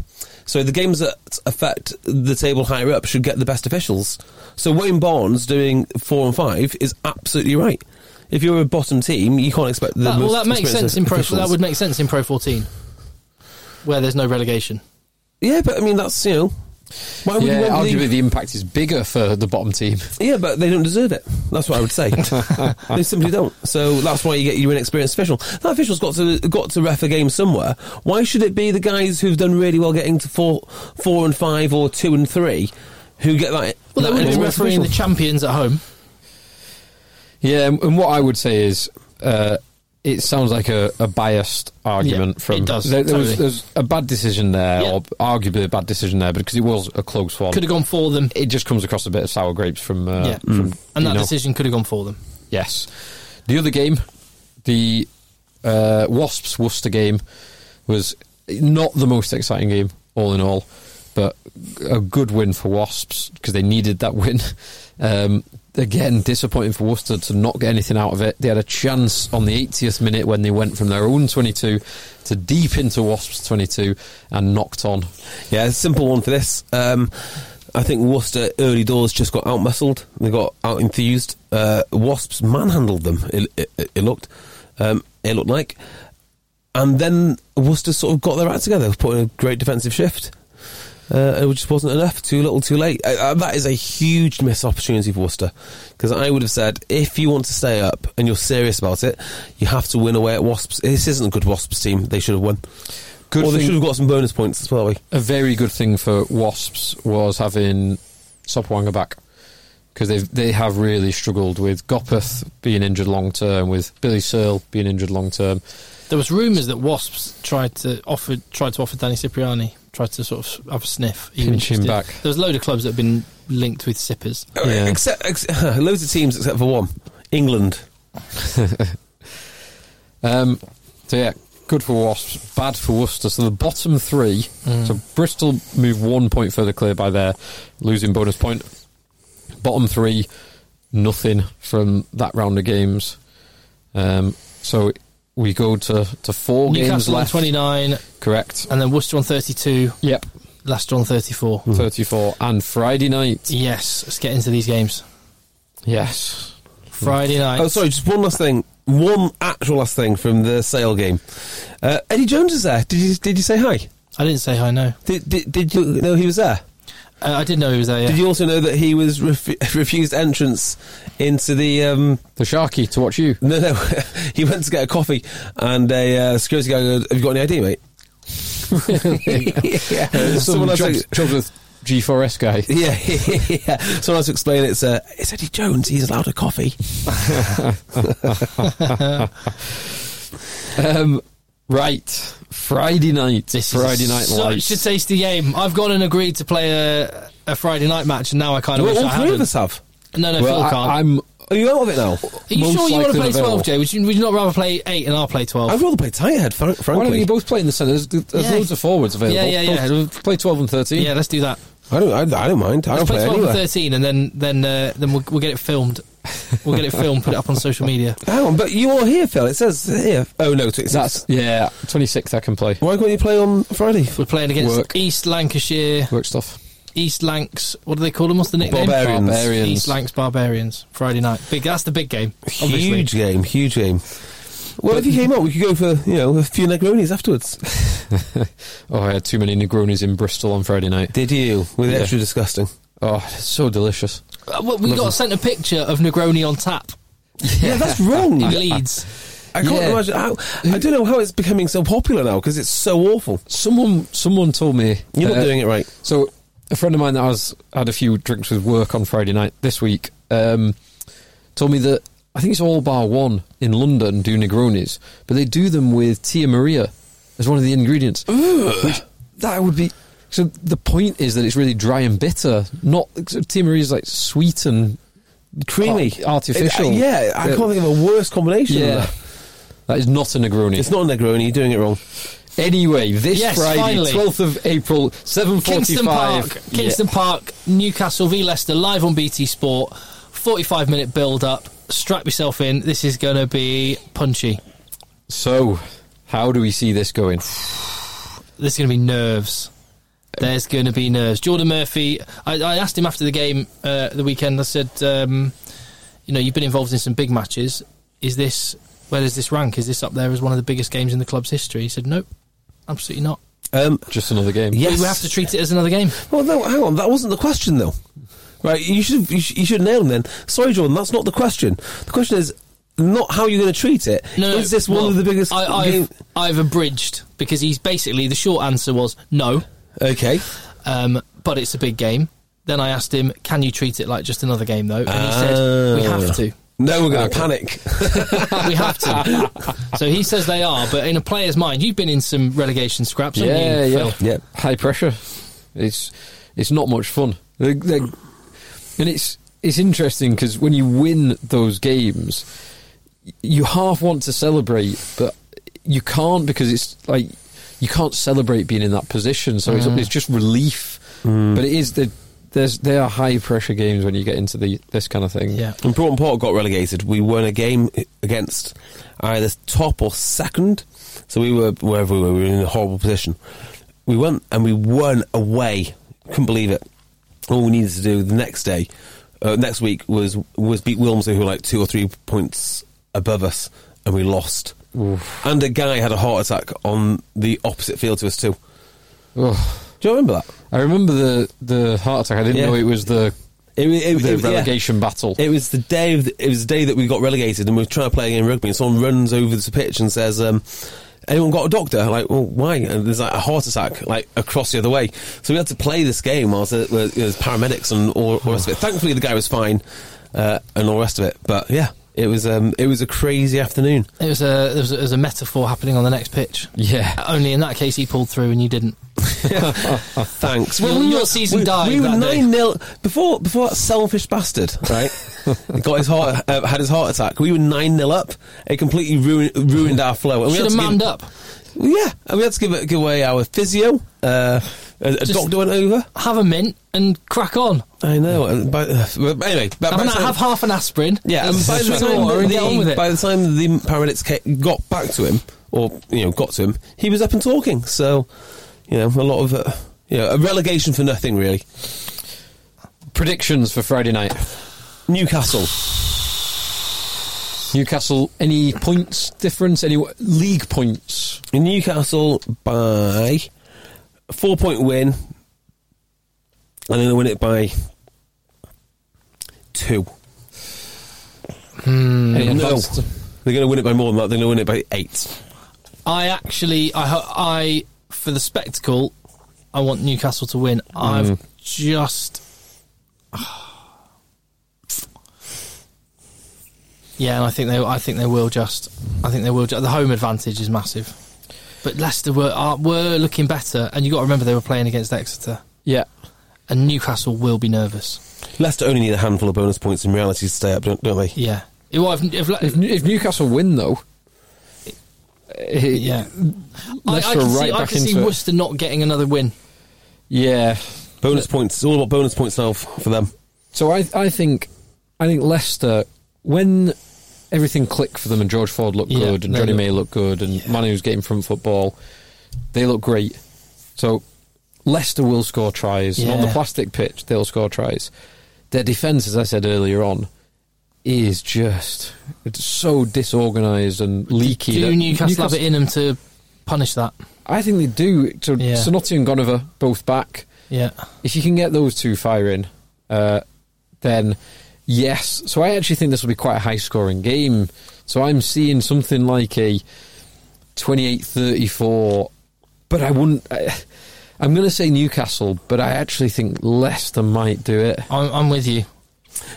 [SPEAKER 2] So the games that affect the table higher up should get the best officials. So Wayne Barnes doing four and five is absolutely right. If you're a bottom team, you can't expect the
[SPEAKER 3] That-
[SPEAKER 2] most
[SPEAKER 3] well, that makes
[SPEAKER 2] experienced
[SPEAKER 3] sense in pro.
[SPEAKER 2] officials.
[SPEAKER 3] That would make sense in Pro 14. where there's no relegation.
[SPEAKER 2] Yeah, but I mean that's you know why would you
[SPEAKER 4] yeah,
[SPEAKER 2] want to
[SPEAKER 4] arguably
[SPEAKER 2] leave?
[SPEAKER 4] the impact is bigger for the bottom team.
[SPEAKER 2] Yeah, but they don't deserve it. That's what I would say. they simply don't. So that's why you get your inexperienced official. That official's got to got to ref a game somewhere. Why should it be the guys who've done really well getting to four four and five or two and three who get that?
[SPEAKER 3] Well, they
[SPEAKER 2] that
[SPEAKER 3] would be
[SPEAKER 2] inexperienced
[SPEAKER 3] refereeing the
[SPEAKER 2] official?
[SPEAKER 3] champions at home.
[SPEAKER 4] Yeah, and, and what I would say is, uh, it sounds like a, a biased argument
[SPEAKER 3] Yeah,
[SPEAKER 4] from.
[SPEAKER 3] it does,
[SPEAKER 4] There, there was,
[SPEAKER 3] totally.
[SPEAKER 4] there was a bad decision there,
[SPEAKER 3] Yeah.
[SPEAKER 4] or arguably a bad decision there, because it was a close one.
[SPEAKER 3] Could have gone for them.
[SPEAKER 4] It just comes across a bit of sour grapes from. Uh,
[SPEAKER 3] yeah, Mm.
[SPEAKER 4] from
[SPEAKER 3] and that
[SPEAKER 4] Dino.
[SPEAKER 3] decision could have gone for them.
[SPEAKER 4] Yes. The other game, the uh, Wasps Worcester game, was not the most exciting game, all in all, but a good win for Wasps because they needed that win. Um, again, disappointing for Worcester to not get anything out of it. They had a chance on the 80th minute when they went from their own 22 to deep into Wasps 22 and knocked on.
[SPEAKER 2] Yeah, a simple one for this. Um, I think Worcester early doors just got out muscled. They got out enthused. Uh, Wasps manhandled them. It, it, it looked, um, it looked like, and then Worcester sort of got their act together, put in a great defensive shift. Uh, it just wasn't enough. Too little, too late. Uh, uh, that is a huge missed opportunity for Worcester because I would have said if you want to stay up and you're serious about it, you have to win away at Wasps. This isn't a good Wasps team. They should have won.
[SPEAKER 4] Good
[SPEAKER 2] or they
[SPEAKER 4] thing-
[SPEAKER 2] should have got some bonus points as well. eh? we-
[SPEAKER 4] a very good thing for Wasps was having Sopwanga back because they they have really struggled with Gopeth being injured long term, with Billy Searle being injured long term.
[SPEAKER 3] There was rumours that Wasps tried to offer tried to offer Danny Cipriani, tried to sort of have a sniff. he was
[SPEAKER 4] Pinch him
[SPEAKER 3] interested.
[SPEAKER 4] back. Oh,
[SPEAKER 3] There was a load of clubs that have been linked with Sippers.
[SPEAKER 4] Yeah.
[SPEAKER 2] Except, ex- loads of teams except for one, England.
[SPEAKER 4] Um, so yeah, good for Wasps, bad for Worcester. So the bottom three,
[SPEAKER 3] Mm.
[SPEAKER 4] so Bristol move one point further clear by their losing bonus point. Bottom three, nothing from that round of games. Um, so we go to, to four games
[SPEAKER 3] Newcastle on
[SPEAKER 4] left.
[SPEAKER 3] twenty nine, Uh,
[SPEAKER 4] Correct.
[SPEAKER 3] and then Worcester on thirty two,
[SPEAKER 4] Yep.
[SPEAKER 3] Leicester on thirty four.
[SPEAKER 4] Hmm. 34 and Friday night.
[SPEAKER 3] Yes, let's get into these games.
[SPEAKER 4] Yes.
[SPEAKER 3] Friday
[SPEAKER 4] Hmm.
[SPEAKER 3] night.
[SPEAKER 2] Oh, sorry, just one last thing. One actual last thing from the sale game. Uh, Eddie Jones is there. Did you did you say hi?
[SPEAKER 3] I didn't say hi. No,
[SPEAKER 2] Did, did, did you know he was there?
[SPEAKER 3] uh, I did know he was there. Yeah.
[SPEAKER 2] Did you also know that he was refu- refused entrance into the um,
[SPEAKER 4] The Sharky to watch you.
[SPEAKER 2] No, no. he went to get a coffee, and a uh, security guy goes, "Have you got any ID, mate?" yeah.
[SPEAKER 4] Some
[SPEAKER 2] Someone has
[SPEAKER 4] jobs,
[SPEAKER 2] to,
[SPEAKER 4] jobs with G4S guy.
[SPEAKER 2] yeah, yeah. Someone has to explain it's uh, it's Eddie Jones. He's allowed a coffee.
[SPEAKER 4] Um, right. Friday night. Friday night lights.
[SPEAKER 3] Such a tasty game. I've gone and agreed to play a, a Friday night match, and now I kind of
[SPEAKER 2] Well,
[SPEAKER 3] wish
[SPEAKER 2] all
[SPEAKER 3] I
[SPEAKER 2] three of
[SPEAKER 3] hadn't.
[SPEAKER 2] us have.
[SPEAKER 3] No, no,
[SPEAKER 4] well,
[SPEAKER 3] Phil can't.
[SPEAKER 4] I, am
[SPEAKER 2] Are you out of it now?
[SPEAKER 3] Are you
[SPEAKER 4] most
[SPEAKER 3] sure you want to
[SPEAKER 4] likely
[SPEAKER 3] play
[SPEAKER 4] available.
[SPEAKER 3] twelve, Jay? Would you, would you not rather play eight and I'll play twelve?
[SPEAKER 2] I'd rather play tighthead, fran-
[SPEAKER 4] Why don't
[SPEAKER 2] frankly.
[SPEAKER 4] you both play in the centre? There's, there's
[SPEAKER 3] Yeah.
[SPEAKER 4] loads of forwards available.
[SPEAKER 3] Yeah, yeah,
[SPEAKER 4] Both- Play 12 and 13.
[SPEAKER 3] Yeah, let's do that.
[SPEAKER 2] I don't. I, I don't mind. I don't
[SPEAKER 3] Let's play twelve
[SPEAKER 2] play
[SPEAKER 3] and
[SPEAKER 2] anywhere.
[SPEAKER 3] thirteen, and then then uh, then we'll, we'll get it filmed. We'll get it filmed, put it up on social media.
[SPEAKER 2] Hang on, but you are here, Phil. It says here. Oh no, it's
[SPEAKER 4] That's, yeah, 26th I can play.
[SPEAKER 2] Why can't you play on Friday?
[SPEAKER 3] We're playing against
[SPEAKER 4] Work.
[SPEAKER 3] East Lancashire,
[SPEAKER 4] Work stuff.
[SPEAKER 3] East Lancs. What do they call them? What's the nickname?
[SPEAKER 2] Barbarians.
[SPEAKER 4] Barbarians.
[SPEAKER 3] East Lancs Barbarians. Friday night. Big. That's the big game. Obviously.
[SPEAKER 2] Huge game. Huge game. Well, if you came up, we could go for you know a few Negronis afterwards.
[SPEAKER 4] Oh, I had too many Negronis in Bristol on Friday night.
[SPEAKER 2] Did you? With
[SPEAKER 4] Yeah.
[SPEAKER 2] extra disgusting.
[SPEAKER 4] Oh, it's so delicious.
[SPEAKER 3] Uh, well, we got sent a picture of Negroni on tap.
[SPEAKER 2] Yeah, that's wrong.
[SPEAKER 3] in
[SPEAKER 2] I
[SPEAKER 3] Leeds.
[SPEAKER 2] can't
[SPEAKER 4] Yeah.
[SPEAKER 2] imagine. How, I don't know how it's becoming so popular now because it's so awful.
[SPEAKER 4] Someone someone told me
[SPEAKER 2] You're not
[SPEAKER 4] uh,
[SPEAKER 2] doing it right.
[SPEAKER 4] So, a friend of mine that I was had a few drinks with work on Friday night this week um, told me that I think it's all bar one in London do Negronis, but they do them with Tia Maria as one of the ingredients. Which that would be. So the point is that it's really dry and bitter. Not Tia Maria is like sweet and
[SPEAKER 2] Creamy,
[SPEAKER 4] Ar- artificial.
[SPEAKER 2] It- yeah, I
[SPEAKER 4] Uh,
[SPEAKER 2] can't think of a worse combination. than
[SPEAKER 4] yeah.
[SPEAKER 2] that.
[SPEAKER 4] That is not a Negroni.
[SPEAKER 2] it's not a Negroni. You're doing it wrong.
[SPEAKER 4] Anyway, this
[SPEAKER 3] Yes,
[SPEAKER 4] Friday,
[SPEAKER 3] finally.
[SPEAKER 4] twelfth of April, seven
[SPEAKER 3] Kingston
[SPEAKER 4] forty-five.
[SPEAKER 3] Park, Kingston Park, Newcastle v Leicester live on BT Sport. Forty-five minute build-up. Strap yourself in. This is going to be punchy.
[SPEAKER 4] So, how do we see this going?
[SPEAKER 3] There's going to be nerves. There's going to be nerves. Jordan Murphy. I, I asked him after the game uh, the weekend. I said, um, you know, you've been involved in some big matches. Is this where does this rank? Is this up there as one of the biggest games in the club's history? He said, nope, absolutely not.
[SPEAKER 2] Um,
[SPEAKER 4] Just another game.
[SPEAKER 2] yes.
[SPEAKER 3] We have to treat it as another game.
[SPEAKER 2] Well, no, hang on. That wasn't the question, though. Right? You should you should, you should nail them then. Sorry, Jordan. That's not the question. The question is not how you're going to treat it. Is
[SPEAKER 3] No,
[SPEAKER 2] this one
[SPEAKER 3] well,
[SPEAKER 2] of the biggest?
[SPEAKER 3] I,
[SPEAKER 2] game-
[SPEAKER 3] I've, I've abridged because he's basically the short answer was no,
[SPEAKER 2] Okay.
[SPEAKER 3] um, but it's a big game. Then I asked him, "Can you treat it like just another game, though?" And he said, "We have to."
[SPEAKER 2] No, we're going to panic.
[SPEAKER 3] we have to. So he says they are, but in a player's mind, you've been in some relegation scraps, haven't
[SPEAKER 4] Yeah,
[SPEAKER 3] you?
[SPEAKER 4] yeah,
[SPEAKER 3] Phil?
[SPEAKER 2] Yeah.
[SPEAKER 4] High pressure. It's it's not much fun. They- they- and it's it's interesting because when you win those games, y- you half want to celebrate, but you can't because it's like you can't celebrate being in that position. So
[SPEAKER 3] Mm.
[SPEAKER 4] it's, it's just relief. But it is the there's there are high pressure games when you get into the this kind of thing.
[SPEAKER 3] Yeah.
[SPEAKER 2] When Broughton Port got relegated, we won a game against either top or second. So we were wherever we were, we were in a horrible position. We went and we won away. Couldn't believe it. All we needed to do the next day, uh, next week was was beat Wilmsley, who were like two or three points above us, and we lost. And a guy had a heart attack on the opposite field to us too.
[SPEAKER 4] Ugh.
[SPEAKER 2] Do you remember that?
[SPEAKER 4] I remember the the heart attack. I didn't
[SPEAKER 2] Yeah.
[SPEAKER 4] know it was the
[SPEAKER 2] It, wa- it,
[SPEAKER 4] the
[SPEAKER 2] it- yeah.
[SPEAKER 4] relegation battle.
[SPEAKER 2] It was the day. Of the, it was the day that we got relegated, and we were trying to play again rugby. And someone runs over the pitch and says, um, "Anyone got a doctor?" Like, well, why? And there's like a heart attack, like across the other way. So we had to play this game whilst there was there was paramedics and all, all the rest of it. Thankfully, the guy was fine, uh, and all the rest of it. But yeah, it was um, it was a crazy afternoon.
[SPEAKER 3] It was a there was a, there was a metaphor happening on the next pitch.
[SPEAKER 4] yeah.
[SPEAKER 3] Only in that case, he pulled through and you didn't.
[SPEAKER 2] Thanks.
[SPEAKER 3] Your- your
[SPEAKER 2] were-
[SPEAKER 3] season
[SPEAKER 2] we,
[SPEAKER 3] died
[SPEAKER 2] We were
[SPEAKER 3] that day.
[SPEAKER 2] nine 0 before before that selfish bastard, right? got his heart uh, had his heart attack. We were nine 0 up. It completely ruined ruined our flow. And we
[SPEAKER 3] Should
[SPEAKER 2] had
[SPEAKER 3] have
[SPEAKER 2] to
[SPEAKER 3] manned
[SPEAKER 2] give,
[SPEAKER 3] up.
[SPEAKER 2] Yeah, and we had to give, give away our physio. Uh, a, a
[SPEAKER 3] Just-
[SPEAKER 2] doctor went over.
[SPEAKER 3] Have a mint and crack on.
[SPEAKER 2] I know. and by- uh, but anyway, by-
[SPEAKER 3] Have,
[SPEAKER 2] by
[SPEAKER 3] an,
[SPEAKER 2] the time-
[SPEAKER 3] have half an aspirin.
[SPEAKER 2] yeah, and by the
[SPEAKER 3] Some
[SPEAKER 2] time
[SPEAKER 3] water
[SPEAKER 2] the,
[SPEAKER 3] and get on with it.
[SPEAKER 2] by the time the paramedics ca- got back to him, or you know, got to him, he was up and talking. So, you know, a lot of uh, you know, a relegation for nothing really.
[SPEAKER 4] Predictions for Friday night.
[SPEAKER 2] Newcastle.
[SPEAKER 4] Newcastle, any points difference? Any league points?
[SPEAKER 2] Newcastle by a four point win, and then they win it by two. Mm.
[SPEAKER 4] Any
[SPEAKER 2] no,
[SPEAKER 4] advanced-
[SPEAKER 2] they're going to win it by more than that. They're going to win it by eight.
[SPEAKER 3] I actually, I, ho- I, for the spectacle, I want Newcastle to win. I've just, yeah, and I think they, I think they will just, I think they will. Ju- the home advantage is massive, but Leicester were are, were looking better, and you got to remember they were playing against Exeter,
[SPEAKER 4] Yeah.
[SPEAKER 3] and Newcastle will be nervous.
[SPEAKER 2] Leicester only need a handful of bonus points in reality to stay up, don't, don't they?
[SPEAKER 3] Yeah, Well, if, if,
[SPEAKER 4] If, if Newcastle win, though, eh,
[SPEAKER 3] yeah, I, I
[SPEAKER 4] Leicester
[SPEAKER 3] can
[SPEAKER 4] are right
[SPEAKER 3] see, I
[SPEAKER 4] back
[SPEAKER 3] can see
[SPEAKER 4] into it.
[SPEAKER 3] Worcester not getting another win.
[SPEAKER 4] yeah.
[SPEAKER 2] Bonus points. It's all about bonus points now f- for them.
[SPEAKER 4] So I, I think, I think Leicester when everything clicked for them and George Ford looked
[SPEAKER 3] Yeah,
[SPEAKER 4] good and
[SPEAKER 3] they
[SPEAKER 4] Johnny
[SPEAKER 3] look-
[SPEAKER 4] May looked good and Manu's getting from football, they look great. So Leicester will score tries and on the
[SPEAKER 3] Yeah.
[SPEAKER 4] plastic pitch they'll score tries. Their defence, as I said earlier on, is just it's so disorganised and leaky.
[SPEAKER 3] Do
[SPEAKER 4] that
[SPEAKER 3] Newcastle, have it in them to punish that?
[SPEAKER 4] I think they do. So
[SPEAKER 3] Yeah.
[SPEAKER 4] Sonotti and Gonover both back.
[SPEAKER 3] Yeah.
[SPEAKER 4] If you can get those two firing, uh, then yes. So I actually think this will be quite a high scoring game. So I'm seeing something like a 28 34, but I wouldn't. I, I'm going to say Newcastle, but I actually think Leicester might do it.
[SPEAKER 3] I'm, I'm with you.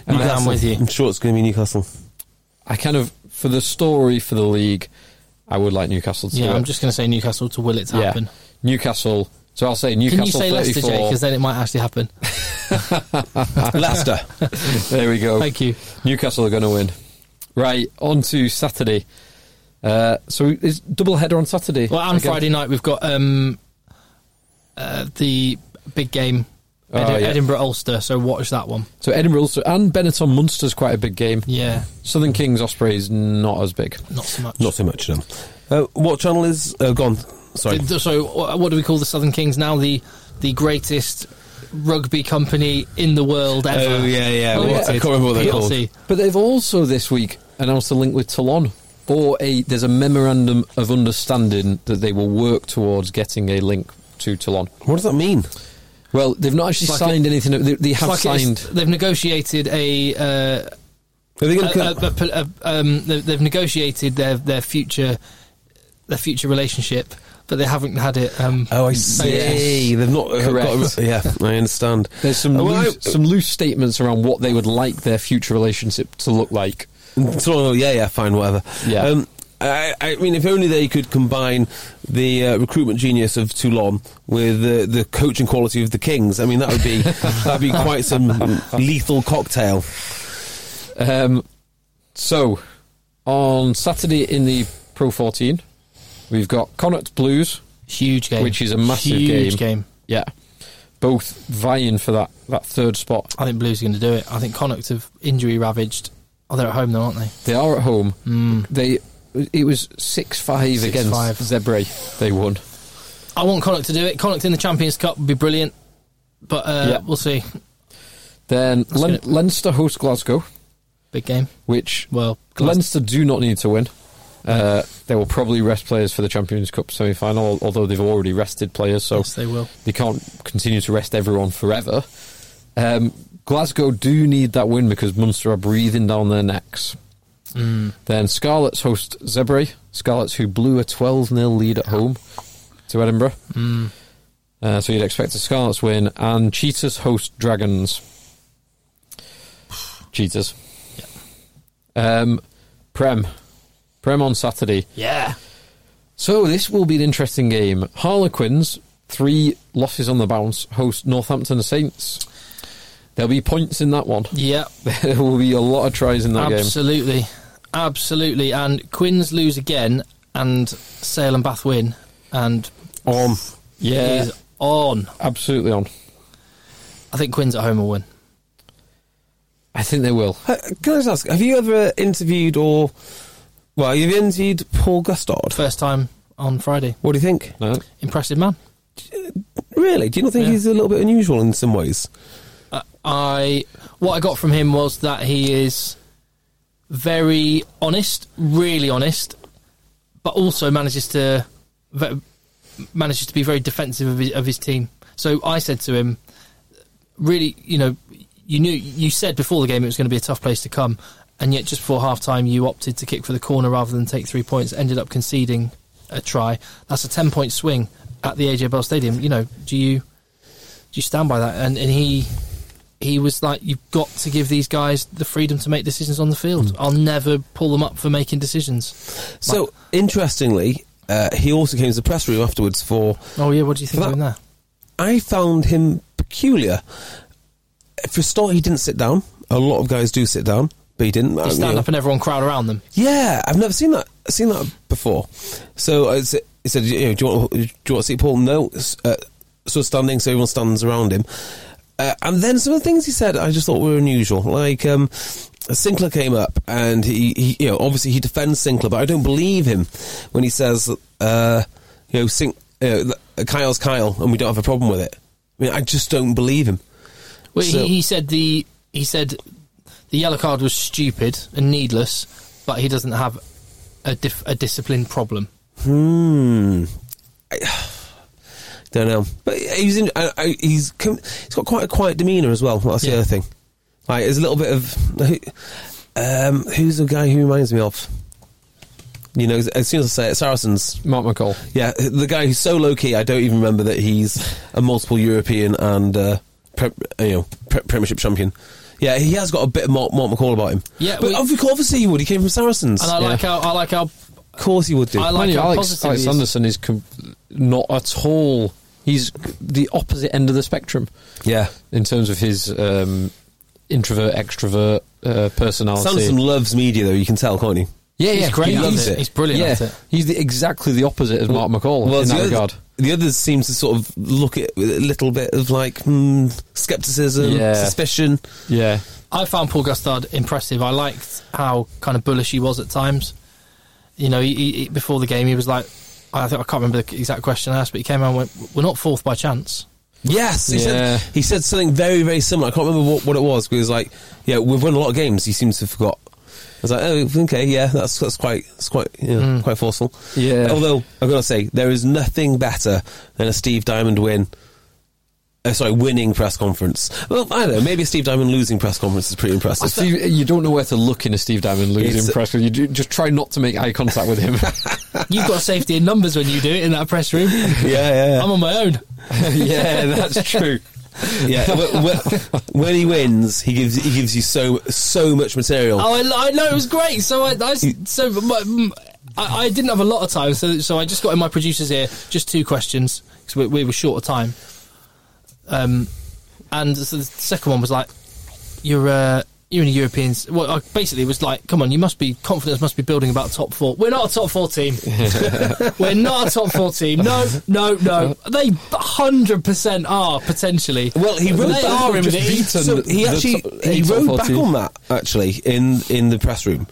[SPEAKER 3] I'm, I'm with you.
[SPEAKER 2] I'm sure it's going to be Newcastle.
[SPEAKER 4] I kind of, for the story, for the league, I would like Newcastle to do
[SPEAKER 3] Yeah,
[SPEAKER 4] it.
[SPEAKER 3] I'm just going to say Newcastle to will it to
[SPEAKER 4] Yeah.
[SPEAKER 3] happen.
[SPEAKER 4] Newcastle. So I'll say Newcastle
[SPEAKER 3] Can you say Leicester,
[SPEAKER 4] 34.
[SPEAKER 3] Jake? Because then it might actually happen.
[SPEAKER 2] Leicester.
[SPEAKER 4] there we go.
[SPEAKER 3] Thank you.
[SPEAKER 4] Newcastle are going to win. Right, on to Saturday. Uh, so it's double header on Saturday.
[SPEAKER 3] Well, on
[SPEAKER 4] Again.
[SPEAKER 3] Friday night we've got um, uh, the big game,
[SPEAKER 4] Oh,
[SPEAKER 3] Edi-
[SPEAKER 4] yeah.
[SPEAKER 3] Edinburgh Ulster. So watch that one.
[SPEAKER 4] So Edinburgh Ulster and Benetton Munster's quite a big game.
[SPEAKER 3] Yeah,
[SPEAKER 4] Southern Kings Ospreys not as big.
[SPEAKER 3] not so much.
[SPEAKER 2] Not so much, no. Uh, what channel is uh, gone? Sorry.
[SPEAKER 3] Th- th- So wh- what do we call the Southern Kings now? The the greatest rugby company in the world ever.
[SPEAKER 2] Oh, yeah, yeah. What- I can't remember what they're called.
[SPEAKER 3] PLC.
[SPEAKER 4] But they've also this week announced a link with Toulon. Or a there's a memorandum of understanding that they will work towards getting a link to Toulon.
[SPEAKER 2] What does that mean?
[SPEAKER 4] Well, they've not actually
[SPEAKER 3] It's like
[SPEAKER 4] signed anything. They, they
[SPEAKER 3] It's
[SPEAKER 4] have
[SPEAKER 3] like it's-
[SPEAKER 4] signed.
[SPEAKER 3] They've negotiated a. Uh,
[SPEAKER 2] Are they going
[SPEAKER 3] a,
[SPEAKER 2] to?
[SPEAKER 3] a- a- a- uh, um, they've they've negotiated their their future their future relationship, but they haven't had it. Um,
[SPEAKER 2] Oh, I see.
[SPEAKER 4] Yes.
[SPEAKER 2] They've not uh,
[SPEAKER 4] Correct.
[SPEAKER 2] got. A, yeah, I understand.
[SPEAKER 4] There's some
[SPEAKER 2] Uh, well,
[SPEAKER 4] loose,
[SPEAKER 2] I-
[SPEAKER 4] some loose statements around what they would like their future relationship to look like.
[SPEAKER 2] Toronto, yeah, yeah, fine, whatever.
[SPEAKER 4] Yeah.
[SPEAKER 2] Um, I, I mean, if only they could combine the uh, recruitment genius of Toulon with uh, the coaching quality of the Kings. I mean, that would be that'd be quite some lethal cocktail.
[SPEAKER 4] Um, so, on Saturday in the Pro 14, we've got Connacht Blues.
[SPEAKER 3] huge game,
[SPEAKER 4] Which is a massive
[SPEAKER 3] huge
[SPEAKER 4] game. Yeah, both vying for that, that third spot.
[SPEAKER 3] I think Blues are going to do it. I think Connacht have injury ravaged. Oh, they're at home though, aren't they?
[SPEAKER 4] They are at home. They it was Hmm. six five against
[SPEAKER 3] 6-5.
[SPEAKER 4] Zebre. They won.
[SPEAKER 3] I want Connacht to do it. Connacht in the Champions Cup would be brilliant, but uh,
[SPEAKER 4] Yeah.
[SPEAKER 3] we'll see.
[SPEAKER 4] Then Len-
[SPEAKER 3] good.
[SPEAKER 4] Leinster host Glasgow,
[SPEAKER 3] Big game.
[SPEAKER 4] which
[SPEAKER 3] Well,
[SPEAKER 4] Leinster do not need to win. Uh, they will probably rest players for the Champions Cup semi final, although they've already rested players, so
[SPEAKER 3] Yes, they will.
[SPEAKER 4] they can't continue to rest everyone forever. Um, Glasgow do need that win because Munster are breathing down their necks.
[SPEAKER 3] Mm.
[SPEAKER 4] Then Scarlets host Zebre. Scarlets, who blew a 12 0 lead at home to Edinburgh.
[SPEAKER 3] Mm.
[SPEAKER 4] Uh, so you'd expect a Scarlets win. And Cheetahs host Dragons. Cheetahs. Um, Prem. Prem on Saturday.
[SPEAKER 3] Yeah.
[SPEAKER 4] So this will be an interesting game. Harlequins, three losses on the bounce, host Northampton Saints. There'll be points in that one.
[SPEAKER 3] Yeah.
[SPEAKER 4] There will be a lot of tries in that game.
[SPEAKER 3] Absolutely. Absolutely. And Quinns lose again, and Sale and Bath win, and
[SPEAKER 2] Um,
[SPEAKER 4] Yeah,
[SPEAKER 3] it is on.
[SPEAKER 4] absolutely on.
[SPEAKER 3] I think Quinns at home will win.
[SPEAKER 4] I think they will.
[SPEAKER 2] uh, can I just ask? Have you ever interviewed or? Well, you've interviewed Paul Gustard.
[SPEAKER 3] First time on Friday.
[SPEAKER 2] What do you think?
[SPEAKER 4] Uh, No,
[SPEAKER 3] Impressive man.
[SPEAKER 2] Really? Do you not think
[SPEAKER 3] Yeah.
[SPEAKER 2] he's a little bit unusual in some ways?
[SPEAKER 3] Uh, I what I got from him was that he is very honest, really honest, but also manages to ve- manages to be very defensive of his, of his team. So I said to him, really, you know, you knew you said before the game it was going to be a tough place to come, and yet just before half time you opted to kick for the corner rather than take three points, ended up conceding a try. That's a ten point swing at the AJ Bell Stadium. You know, do you do you stand by that? And and he he was like, you've got to give these guys the freedom to make decisions on the field. I'll never pull them up for making decisions.
[SPEAKER 2] So interestingly, uh, he also came to the press room afterwards for
[SPEAKER 3] Oh yeah, what do you think
[SPEAKER 2] That-
[SPEAKER 3] of him there?
[SPEAKER 2] I found him peculiar. For a start, he didn't sit down. A lot of guys do sit down, but he didn't.
[SPEAKER 3] They
[SPEAKER 2] Uh, you
[SPEAKER 3] stand
[SPEAKER 2] know.
[SPEAKER 3] up and everyone crowd around them.
[SPEAKER 2] yeah, I've never seen that seen that before. So I s- he said, you know, "Do you want do you want to see Paul?" No, S- uh, so standing, so everyone stands around him. Uh, and then some of the things he said, I just thought were unusual. Like um, Sinclair came up, and he, he, you know, obviously he defends Sinclair, but I don't believe him when he says, uh, you know, Sin- uh, th- Kyle's Kyle, and we don't have a problem with it. I mean, I just don't believe him.
[SPEAKER 3] Well,
[SPEAKER 2] So-
[SPEAKER 3] he, he said the he said the yellow card was stupid and needless, but he doesn't have a dif- a discipline problem.
[SPEAKER 2] Hmm. I don't know, but he's in, I, I, he's com- he's got quite a quiet demeanour as well. That's the
[SPEAKER 3] Yeah.
[SPEAKER 2] other thing. Like, there's a little bit of um, who's the guy who reminds me of. You know, as soon as I say it, Saracens.
[SPEAKER 4] Mark McCall.
[SPEAKER 2] Yeah, the guy who's so low key, I don't even remember that he's a multiple European and uh, pre- you know pre- Premiership champion. Yeah, he has got a bit of Mark, Mark McCall about him.
[SPEAKER 3] Yeah,
[SPEAKER 2] but
[SPEAKER 3] we-
[SPEAKER 2] of obviously he would. He came from Saracens.
[SPEAKER 3] And I like how I like how
[SPEAKER 2] of course he would do.
[SPEAKER 3] I like
[SPEAKER 4] Mind you,
[SPEAKER 3] how
[SPEAKER 4] Alex,
[SPEAKER 3] positive
[SPEAKER 4] Alex
[SPEAKER 3] he is.
[SPEAKER 4] Anderson is com- not at all. He's the opposite end of the spectrum
[SPEAKER 2] yeah,
[SPEAKER 4] in terms of his um, introvert extrovert uh, personality.
[SPEAKER 2] Samson loves media, though. You can tell, can't you?
[SPEAKER 4] yeah,
[SPEAKER 3] He's
[SPEAKER 4] yeah,
[SPEAKER 3] great
[SPEAKER 4] he
[SPEAKER 3] at
[SPEAKER 4] loves
[SPEAKER 2] it.
[SPEAKER 4] it.
[SPEAKER 3] He's brilliant
[SPEAKER 4] Yeah,
[SPEAKER 3] at it.
[SPEAKER 4] he's the, exactly the opposite as Mark McCall in that
[SPEAKER 2] the,
[SPEAKER 4] regard.
[SPEAKER 2] oth- the others seem to sort of look at with a little bit of like hmm, skepticism,
[SPEAKER 4] Yeah.
[SPEAKER 2] suspicion.
[SPEAKER 4] Yeah,
[SPEAKER 3] I found Paul Gustard impressive. I liked how kind of bullish he was at times. You know, he, he, he- before the game, he was like, I think I can't remember the exact question I asked, but he came out and went, "We're not fourth by chance."
[SPEAKER 2] Yes, he
[SPEAKER 4] Yeah.
[SPEAKER 2] said he said something very very similar. I can't remember what, what it was. But he was like, "Yeah, we've won a lot of games." He seems to have forgot. was like, oh, okay, yeah, that's that's quite that's quite you know, quite forceful.
[SPEAKER 4] Hmm. Yeah.
[SPEAKER 2] Although I've got to say, there is nothing better than a Steve Diamond win. Uh, sorry, winning press conference. Well, I don't know. Maybe a Steve Diamond losing press conference is pretty impressive.
[SPEAKER 4] Steve, you don't know where to look in a Steve Diamond
[SPEAKER 2] It's-
[SPEAKER 4] losing press. You ju- just try not to make eye contact with him.
[SPEAKER 3] You've got safety in numbers when you do it in that press room.
[SPEAKER 2] yeah, yeah, yeah.
[SPEAKER 3] I'm on my own.
[SPEAKER 4] yeah, that's true.
[SPEAKER 2] yeah. When, when- when he wins, he gives he gives you so so much material.
[SPEAKER 3] Oh, I, lo- I know it was great. So I, I s- so my, mm, I, I didn't have a lot of time. So so I just got in my producer's ear just two questions because we, we were short of time. Um, and so the second one was like, "You're uh, you're in the Europeans." Well, I basically was like, "Come on, you must be confidence must be building about top four. We're not a top four team. we're not a top four team. No, no, no. They hundred percent are potentially.
[SPEAKER 2] Well, he wrote
[SPEAKER 3] they
[SPEAKER 2] back.
[SPEAKER 3] are in
[SPEAKER 4] Just
[SPEAKER 3] the-
[SPEAKER 4] beaten
[SPEAKER 2] so he
[SPEAKER 4] the
[SPEAKER 2] actually
[SPEAKER 4] top-
[SPEAKER 2] he
[SPEAKER 4] eight top
[SPEAKER 2] wrote back
[SPEAKER 4] 40.
[SPEAKER 2] on that actually in in the press room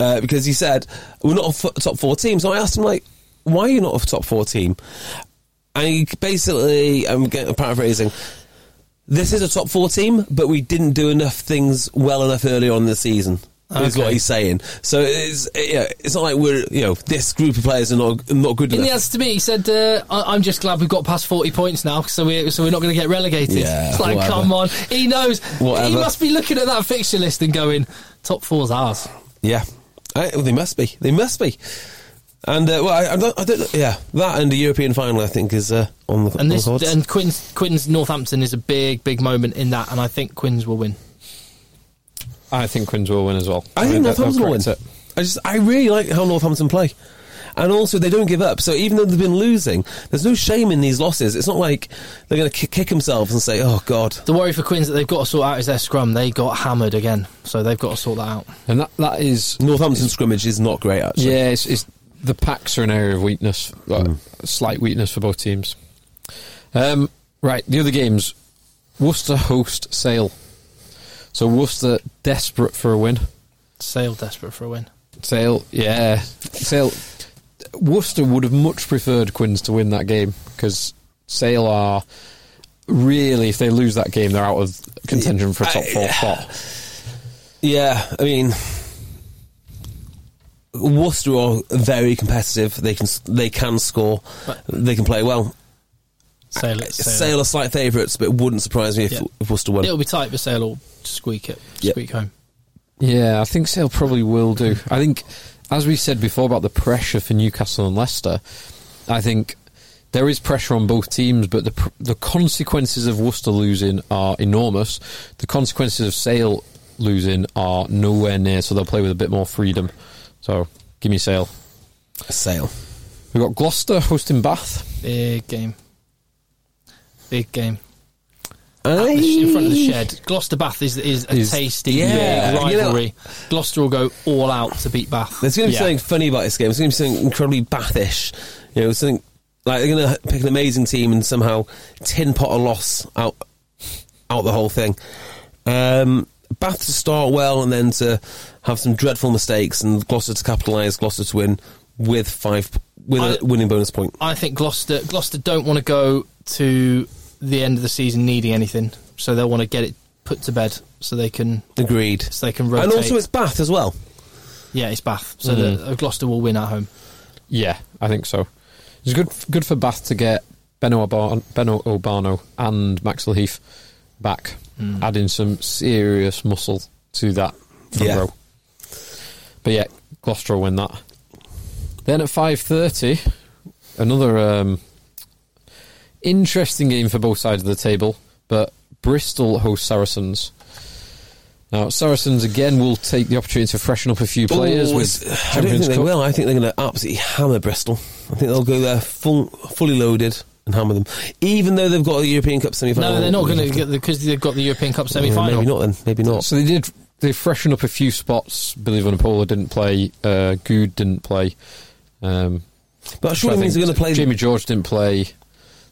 [SPEAKER 2] uh, because he said we're not a f- top four team. So I asked him like, why are you not a top four team? And he basically, I'm getting, paraphrasing. This is a top four team, but we didn't do enough things well enough earlier on in the season. Is what
[SPEAKER 3] Okay.
[SPEAKER 2] he's saying. So it's it, yeah, it's not like we're you know this group of players are not not good
[SPEAKER 3] In
[SPEAKER 2] enough.
[SPEAKER 3] the answer to me, he said, uh, I- "I'm just glad we've got past forty points now, so we're so we're not going to get relegated."
[SPEAKER 2] Yeah,
[SPEAKER 3] it's like,
[SPEAKER 2] whatever.
[SPEAKER 3] come on, he knows. He
[SPEAKER 2] Whatever.
[SPEAKER 3] must be looking at that fixture list and going, "Top four's ours."
[SPEAKER 2] Yeah, I, well, they must be. They must be. And uh, well, I, I don't. I don't. Yeah, that and the European final, I think, is uh, on the
[SPEAKER 3] And
[SPEAKER 2] on
[SPEAKER 3] this
[SPEAKER 2] the cards.
[SPEAKER 3] and Quinn's Quinn's Northampton is a big big moment in that, and I think Quinn's will win.
[SPEAKER 4] I think Quinns will win as well.
[SPEAKER 2] I think
[SPEAKER 4] that-
[SPEAKER 2] Northampton
[SPEAKER 4] that
[SPEAKER 2] will win.
[SPEAKER 4] corrects
[SPEAKER 2] I just, I really like how Northampton play, and also they don't give up. So even though they've been losing, there's no shame in these losses. It's not like they're going to kick, kick themselves and say, "Oh God."
[SPEAKER 3] The worry for Quinn's that they've got to sort out is their scrum. They got hammered again, so they've got to sort that out.
[SPEAKER 4] it. And that, that is
[SPEAKER 2] Northampton scrimmage is not great, actually.
[SPEAKER 4] Yeah, it's, it's the packs are an area of weakness, uh, slight weakness for both teams. Um, right, the other games: Worcester host Sale. So Worcester desperate for a win.
[SPEAKER 3] Sale desperate for a win.
[SPEAKER 4] Sale, yeah, Sale. Worcester would have much preferred Quinns to win that game because Sale are really, if they lose that game, they're out of contention for a top four spot.
[SPEAKER 2] Yeah, I mean, Worcester are very competitive. They can they can score. They can play well.
[SPEAKER 3] Sale, Sale.
[SPEAKER 2] Sale are slight favourites, but it wouldn't surprise me if,
[SPEAKER 3] Yeah.
[SPEAKER 2] if Worcester won.
[SPEAKER 3] It'll be tight, but Sale will squeak it,
[SPEAKER 2] Yep.
[SPEAKER 3] squeak home.
[SPEAKER 4] Yeah, I think Sale probably will do. I think, as we said before about the pressure for Newcastle and Leicester, I think there is pressure on both teams, but the pr- the consequences of Worcester losing are enormous. The consequences of Sale losing are nowhere near, so they'll play with a bit more freedom. So, give me Sale.
[SPEAKER 2] Sale.
[SPEAKER 4] We've got Gloucester hosting Bath.
[SPEAKER 3] Big game. Big game.
[SPEAKER 2] I-
[SPEAKER 3] in front of the shed. Gloucester Bath is is a
[SPEAKER 4] Is-
[SPEAKER 3] tasty
[SPEAKER 2] yeah.
[SPEAKER 3] big
[SPEAKER 2] You know-
[SPEAKER 3] rivalry. Gloucester will go all out to beat Bath.
[SPEAKER 2] There's going to be
[SPEAKER 4] Yeah.
[SPEAKER 2] something funny about this game. There's going to be something incredibly Bathish. You know, something like they're going to pick an amazing team and somehow tin pot a loss out out the whole thing. Um, Bath to start well and then to have some dreadful mistakes and Gloucester to capitalise, Gloucester to win with five with a
[SPEAKER 3] I-
[SPEAKER 2] winning bonus point.
[SPEAKER 3] I think Gloucester Gloucester don't want to go to the end of the season needing anything, so they'll want to get it put to bed so they can
[SPEAKER 2] Agreed.
[SPEAKER 3] so they can rotate.
[SPEAKER 2] And also, it's Mm. Bath as well.
[SPEAKER 3] yeah, it's Bath, so that uh, Gloucester will win at home.
[SPEAKER 4] Yeah, I think so. It's good good for Bath to get Beno, Obar- Beno Urbano and Maxwell Heath back,
[SPEAKER 2] Hmm.
[SPEAKER 4] adding some serious muscle to that front
[SPEAKER 2] Yeah.
[SPEAKER 4] row. But yeah, Gloucester will win that. Then at five thirty, another um, interesting game for both sides of the table. But Bristol host Saracens. Now Saracens again will take the opportunity to freshen up a few players.
[SPEAKER 2] Ooh,
[SPEAKER 4] with
[SPEAKER 2] Oh, it's- I don't think
[SPEAKER 4] Champions
[SPEAKER 2] they
[SPEAKER 4] Cup.
[SPEAKER 2] will. I think they're going to absolutely hammer Bristol. I think they'll go there full, fully loaded and hammer them, even though they've got a European Cup semi final.
[SPEAKER 3] No, they're not going to get because they've got the European Cup semi final.
[SPEAKER 2] Maybe not. Then maybe not.
[SPEAKER 4] So they did. They freshened up a few spots. Billy Vanapola didn't play. Uh, Good didn't play. Um,
[SPEAKER 2] But that surely
[SPEAKER 4] I
[SPEAKER 2] means
[SPEAKER 4] think
[SPEAKER 2] they're going to play.
[SPEAKER 4] Jamie George didn't play.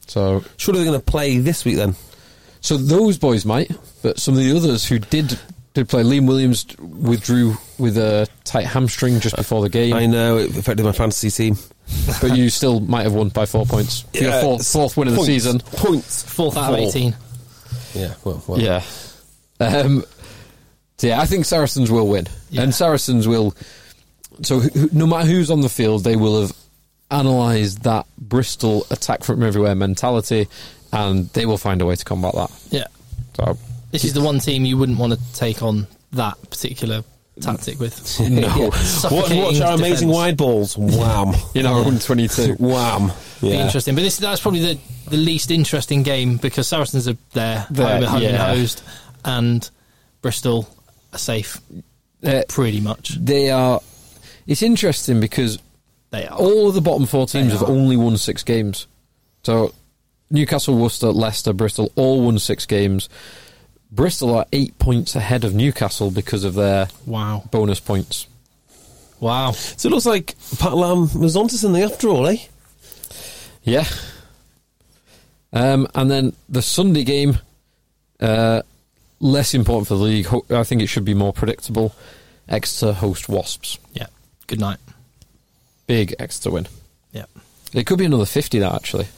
[SPEAKER 4] So,
[SPEAKER 2] Surely they're going to play this week then.
[SPEAKER 4] so those boys might, but some of the others who did did play. Liam Williams withdrew with a tight hamstring just before the game,
[SPEAKER 2] I know it affected my fantasy team.
[SPEAKER 4] but you still might have won by four points. For your
[SPEAKER 2] Yeah,
[SPEAKER 4] fourth,
[SPEAKER 2] it's
[SPEAKER 4] fourth win of the
[SPEAKER 2] points,
[SPEAKER 4] season.
[SPEAKER 2] Points
[SPEAKER 3] Fourth out of
[SPEAKER 2] Four.
[SPEAKER 3] eighteen.
[SPEAKER 2] Yeah. Well. well.
[SPEAKER 4] Yeah. Um, So, yeah, I think Saracens will win,
[SPEAKER 3] Yeah.
[SPEAKER 4] and Saracens will. So who, who- no matter who's on the field, they will have analysed that Bristol attack from everywhere mentality, and they will find a way to combat that.
[SPEAKER 3] Yeah.
[SPEAKER 4] So
[SPEAKER 3] This is the one team you wouldn't want to take on that particular tactic with.
[SPEAKER 2] No.
[SPEAKER 3] Yeah,
[SPEAKER 2] Watch,
[SPEAKER 3] suffocating
[SPEAKER 2] watch our amazing
[SPEAKER 3] defence.
[SPEAKER 2] wide balls. Wham.
[SPEAKER 4] in our own twenty-two,
[SPEAKER 2] Wham.
[SPEAKER 3] Be
[SPEAKER 2] Yeah.
[SPEAKER 3] interesting, but this that's probably the, the least interesting game because Saracens are there,
[SPEAKER 4] They're-
[SPEAKER 3] home, home and
[SPEAKER 4] yeah.
[SPEAKER 3] hosed, and Bristol are safe,
[SPEAKER 4] Uh,
[SPEAKER 3] pretty much.
[SPEAKER 4] they are. It's interesting because
[SPEAKER 3] They are.
[SPEAKER 4] all of the bottom four teams
[SPEAKER 3] They
[SPEAKER 4] have
[SPEAKER 3] are.
[SPEAKER 4] only won six games. So Newcastle, Worcester, Leicester, Bristol all won six games. Bristol are eight points ahead of Newcastle because of their
[SPEAKER 3] Wow.
[SPEAKER 4] bonus points.
[SPEAKER 3] Wow.
[SPEAKER 2] So it looks like Pat Lam was onto something after all, eh?
[SPEAKER 4] Yeah. Um, and then the Sunday game, uh, less important for the league. Ho- I think it should be more predictable. Exeter host Wasps.
[SPEAKER 3] Yeah. Good night.
[SPEAKER 4] Big Exeter win.
[SPEAKER 3] Yeah.
[SPEAKER 4] It could be another 50, that actually.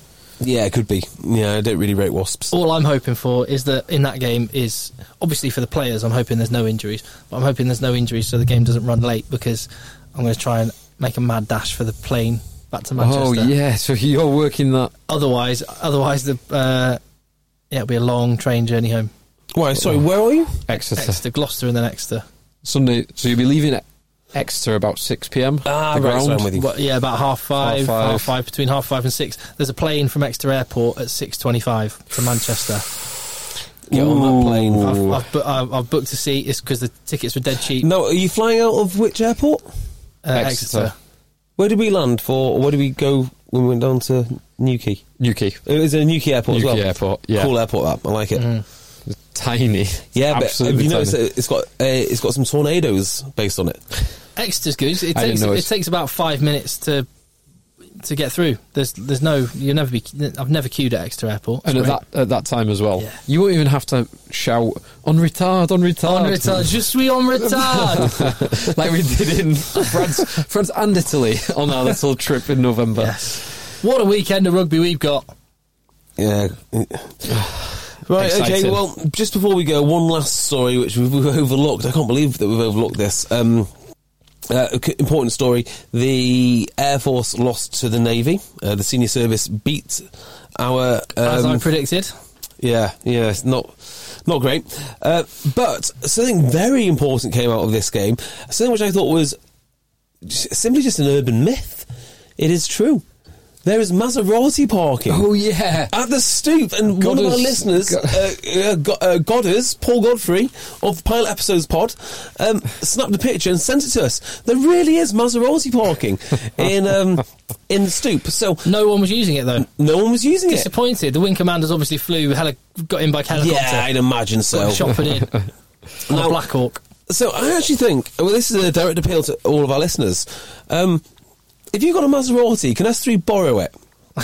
[SPEAKER 2] Yeah, it could be. Yeah, I don't really rate wasps.
[SPEAKER 3] All I'm hoping for is that in that game is obviously for the players. I'm hoping there's no injuries, but I'm hoping there's no injuries so the game doesn't run late because I'm going to try and make a mad dash for the plane back to Manchester.
[SPEAKER 4] Oh, yeah. So you're working that.
[SPEAKER 3] Otherwise, otherwise the uh, yeah, it'll be a long train journey home.
[SPEAKER 2] Why? Sorry, where are you?
[SPEAKER 4] Exeter.
[SPEAKER 3] Exeter, Gloucester, and then Exeter.
[SPEAKER 4] Sunday. So you'll be leaving at Exeter about 6 pm.
[SPEAKER 2] Ah,
[SPEAKER 4] the
[SPEAKER 2] right,
[SPEAKER 4] ground.
[SPEAKER 2] so I'm with you.
[SPEAKER 3] Well, yeah, about half five, half
[SPEAKER 4] Half
[SPEAKER 3] five,
[SPEAKER 4] five.
[SPEAKER 3] between half five and six. There's a plane from Exeter Airport at six twenty-five from Manchester.
[SPEAKER 2] Get on that plane.
[SPEAKER 3] I've, I've, bu- I've, I've booked a seat. It's because the tickets were dead cheap.
[SPEAKER 2] No, are you flying out of which airport?
[SPEAKER 3] uh, Exeter.
[SPEAKER 4] Exeter.
[SPEAKER 2] Where did we land for? Or where did we go when we went down to Newquay?
[SPEAKER 4] Newquay.
[SPEAKER 2] It was a Newquay airport Mm-hmm. as
[SPEAKER 4] Newquay
[SPEAKER 2] well.
[SPEAKER 4] Airport, yeah.
[SPEAKER 2] Cool airport, that. I like it.
[SPEAKER 4] Tiny.
[SPEAKER 2] Yeah, but uh, have
[SPEAKER 4] Absolutely
[SPEAKER 2] you
[SPEAKER 4] tiny.
[SPEAKER 2] noticed that it's got uh, it's got some tornadoes based on it.
[SPEAKER 3] Exeter's good. It
[SPEAKER 4] I didn't
[SPEAKER 3] takes
[SPEAKER 4] know
[SPEAKER 3] it
[SPEAKER 4] it's-
[SPEAKER 3] takes about five minutes to to get through. There's there's no you'll never be. I've never queued at Exeter Airport.
[SPEAKER 4] And at
[SPEAKER 3] It's
[SPEAKER 4] that, at that time as well,
[SPEAKER 3] Yeah.
[SPEAKER 4] you won't even have to shout, on retard, on retard.
[SPEAKER 3] great. on retard, je suis on retard.
[SPEAKER 4] like we did in France, France and Italy on our little trip in November.
[SPEAKER 3] what a weekend of rugby we've got.
[SPEAKER 2] Yeah. Right, okay,
[SPEAKER 4] Exciting.
[SPEAKER 2] well, just before we go, one last story which we've, we've overlooked. I can't believe that we've overlooked this. Um, uh, c- important story. The Air Force lost to the Navy. Uh, the senior service beat our.
[SPEAKER 3] As I
[SPEAKER 2] Um,
[SPEAKER 3] predicted,
[SPEAKER 2] yeah, yeah, it's not not great. Uh, but something very important came out of this game. Something which I thought was j- simply just an urban myth. It is true. There is Maserati parking
[SPEAKER 4] Oh, yeah.
[SPEAKER 2] at the stoop, and one of our
[SPEAKER 4] Goddard's-
[SPEAKER 2] listeners,
[SPEAKER 4] Go-
[SPEAKER 2] uh, uh, Go- uh, Goddard's, Paul Godfrey of Pilot Episodes Pod, um, snapped a picture and sent it to us. There really is Maserati parking in um, in the stoop. So
[SPEAKER 3] no one was using it though.
[SPEAKER 2] no one was using it.
[SPEAKER 3] Disappointed. The wing commanders obviously flew, heli- got in by helicopter,
[SPEAKER 2] Yeah, I'd imagine so.
[SPEAKER 3] got shopping in. on a
[SPEAKER 2] Now-
[SPEAKER 3] Black Hawk.
[SPEAKER 2] So I actually think well, this is a direct appeal to all of our listeners. Um, if you've got a Maserati, can S3 borrow it? uh,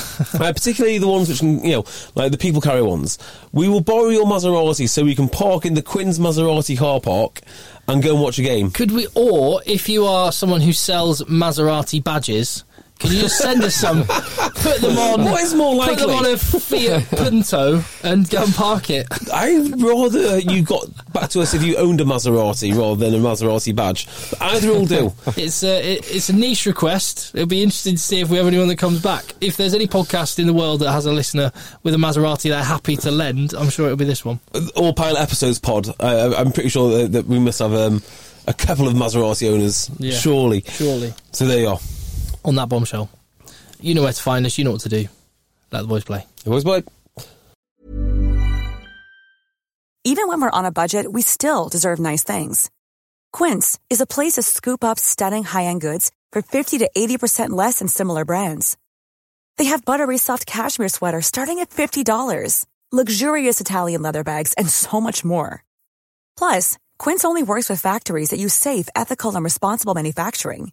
[SPEAKER 2] particularly the ones which can, you know, like the people carry ones. We will borrow your Maserati so we can park in the Quinn's Maserati car park and go and watch a game.
[SPEAKER 3] Could we, or if you are someone who sells Maserati badges, can you just send us some? Put them on.
[SPEAKER 2] What is more
[SPEAKER 3] Put them
[SPEAKER 2] likely?
[SPEAKER 3] on a Fiat Punto and go and park it.
[SPEAKER 2] I'd rather you got back to us if you owned a Maserati rather than a Maserati badge. But either will do.
[SPEAKER 3] It's a it, it's a niche request. It'll be interesting to see if we have anyone that comes back. If there's any podcast in the world that has a listener with a Maserati they're happy to lend, I'm sure it'll be this one.
[SPEAKER 2] All pilot episodes pod. I, I'm pretty sure that, that we must have um, a couple of Maserati owners,
[SPEAKER 3] Yeah.
[SPEAKER 2] surely.
[SPEAKER 3] Surely.
[SPEAKER 2] So there you are.
[SPEAKER 3] On that bombshell, you know where to find us. You know what to do. Let the boys play.
[SPEAKER 2] It was like
[SPEAKER 7] Even when we're on a budget, we still deserve nice things. Quince is a place to scoop up stunning high-end goods for 50 to 80% less than similar brands. They have buttery soft cashmere sweaters starting at $50, luxurious Italian leather bags, and so much more. Plus, Quince only works with factories that use safe, ethical, and responsible manufacturing.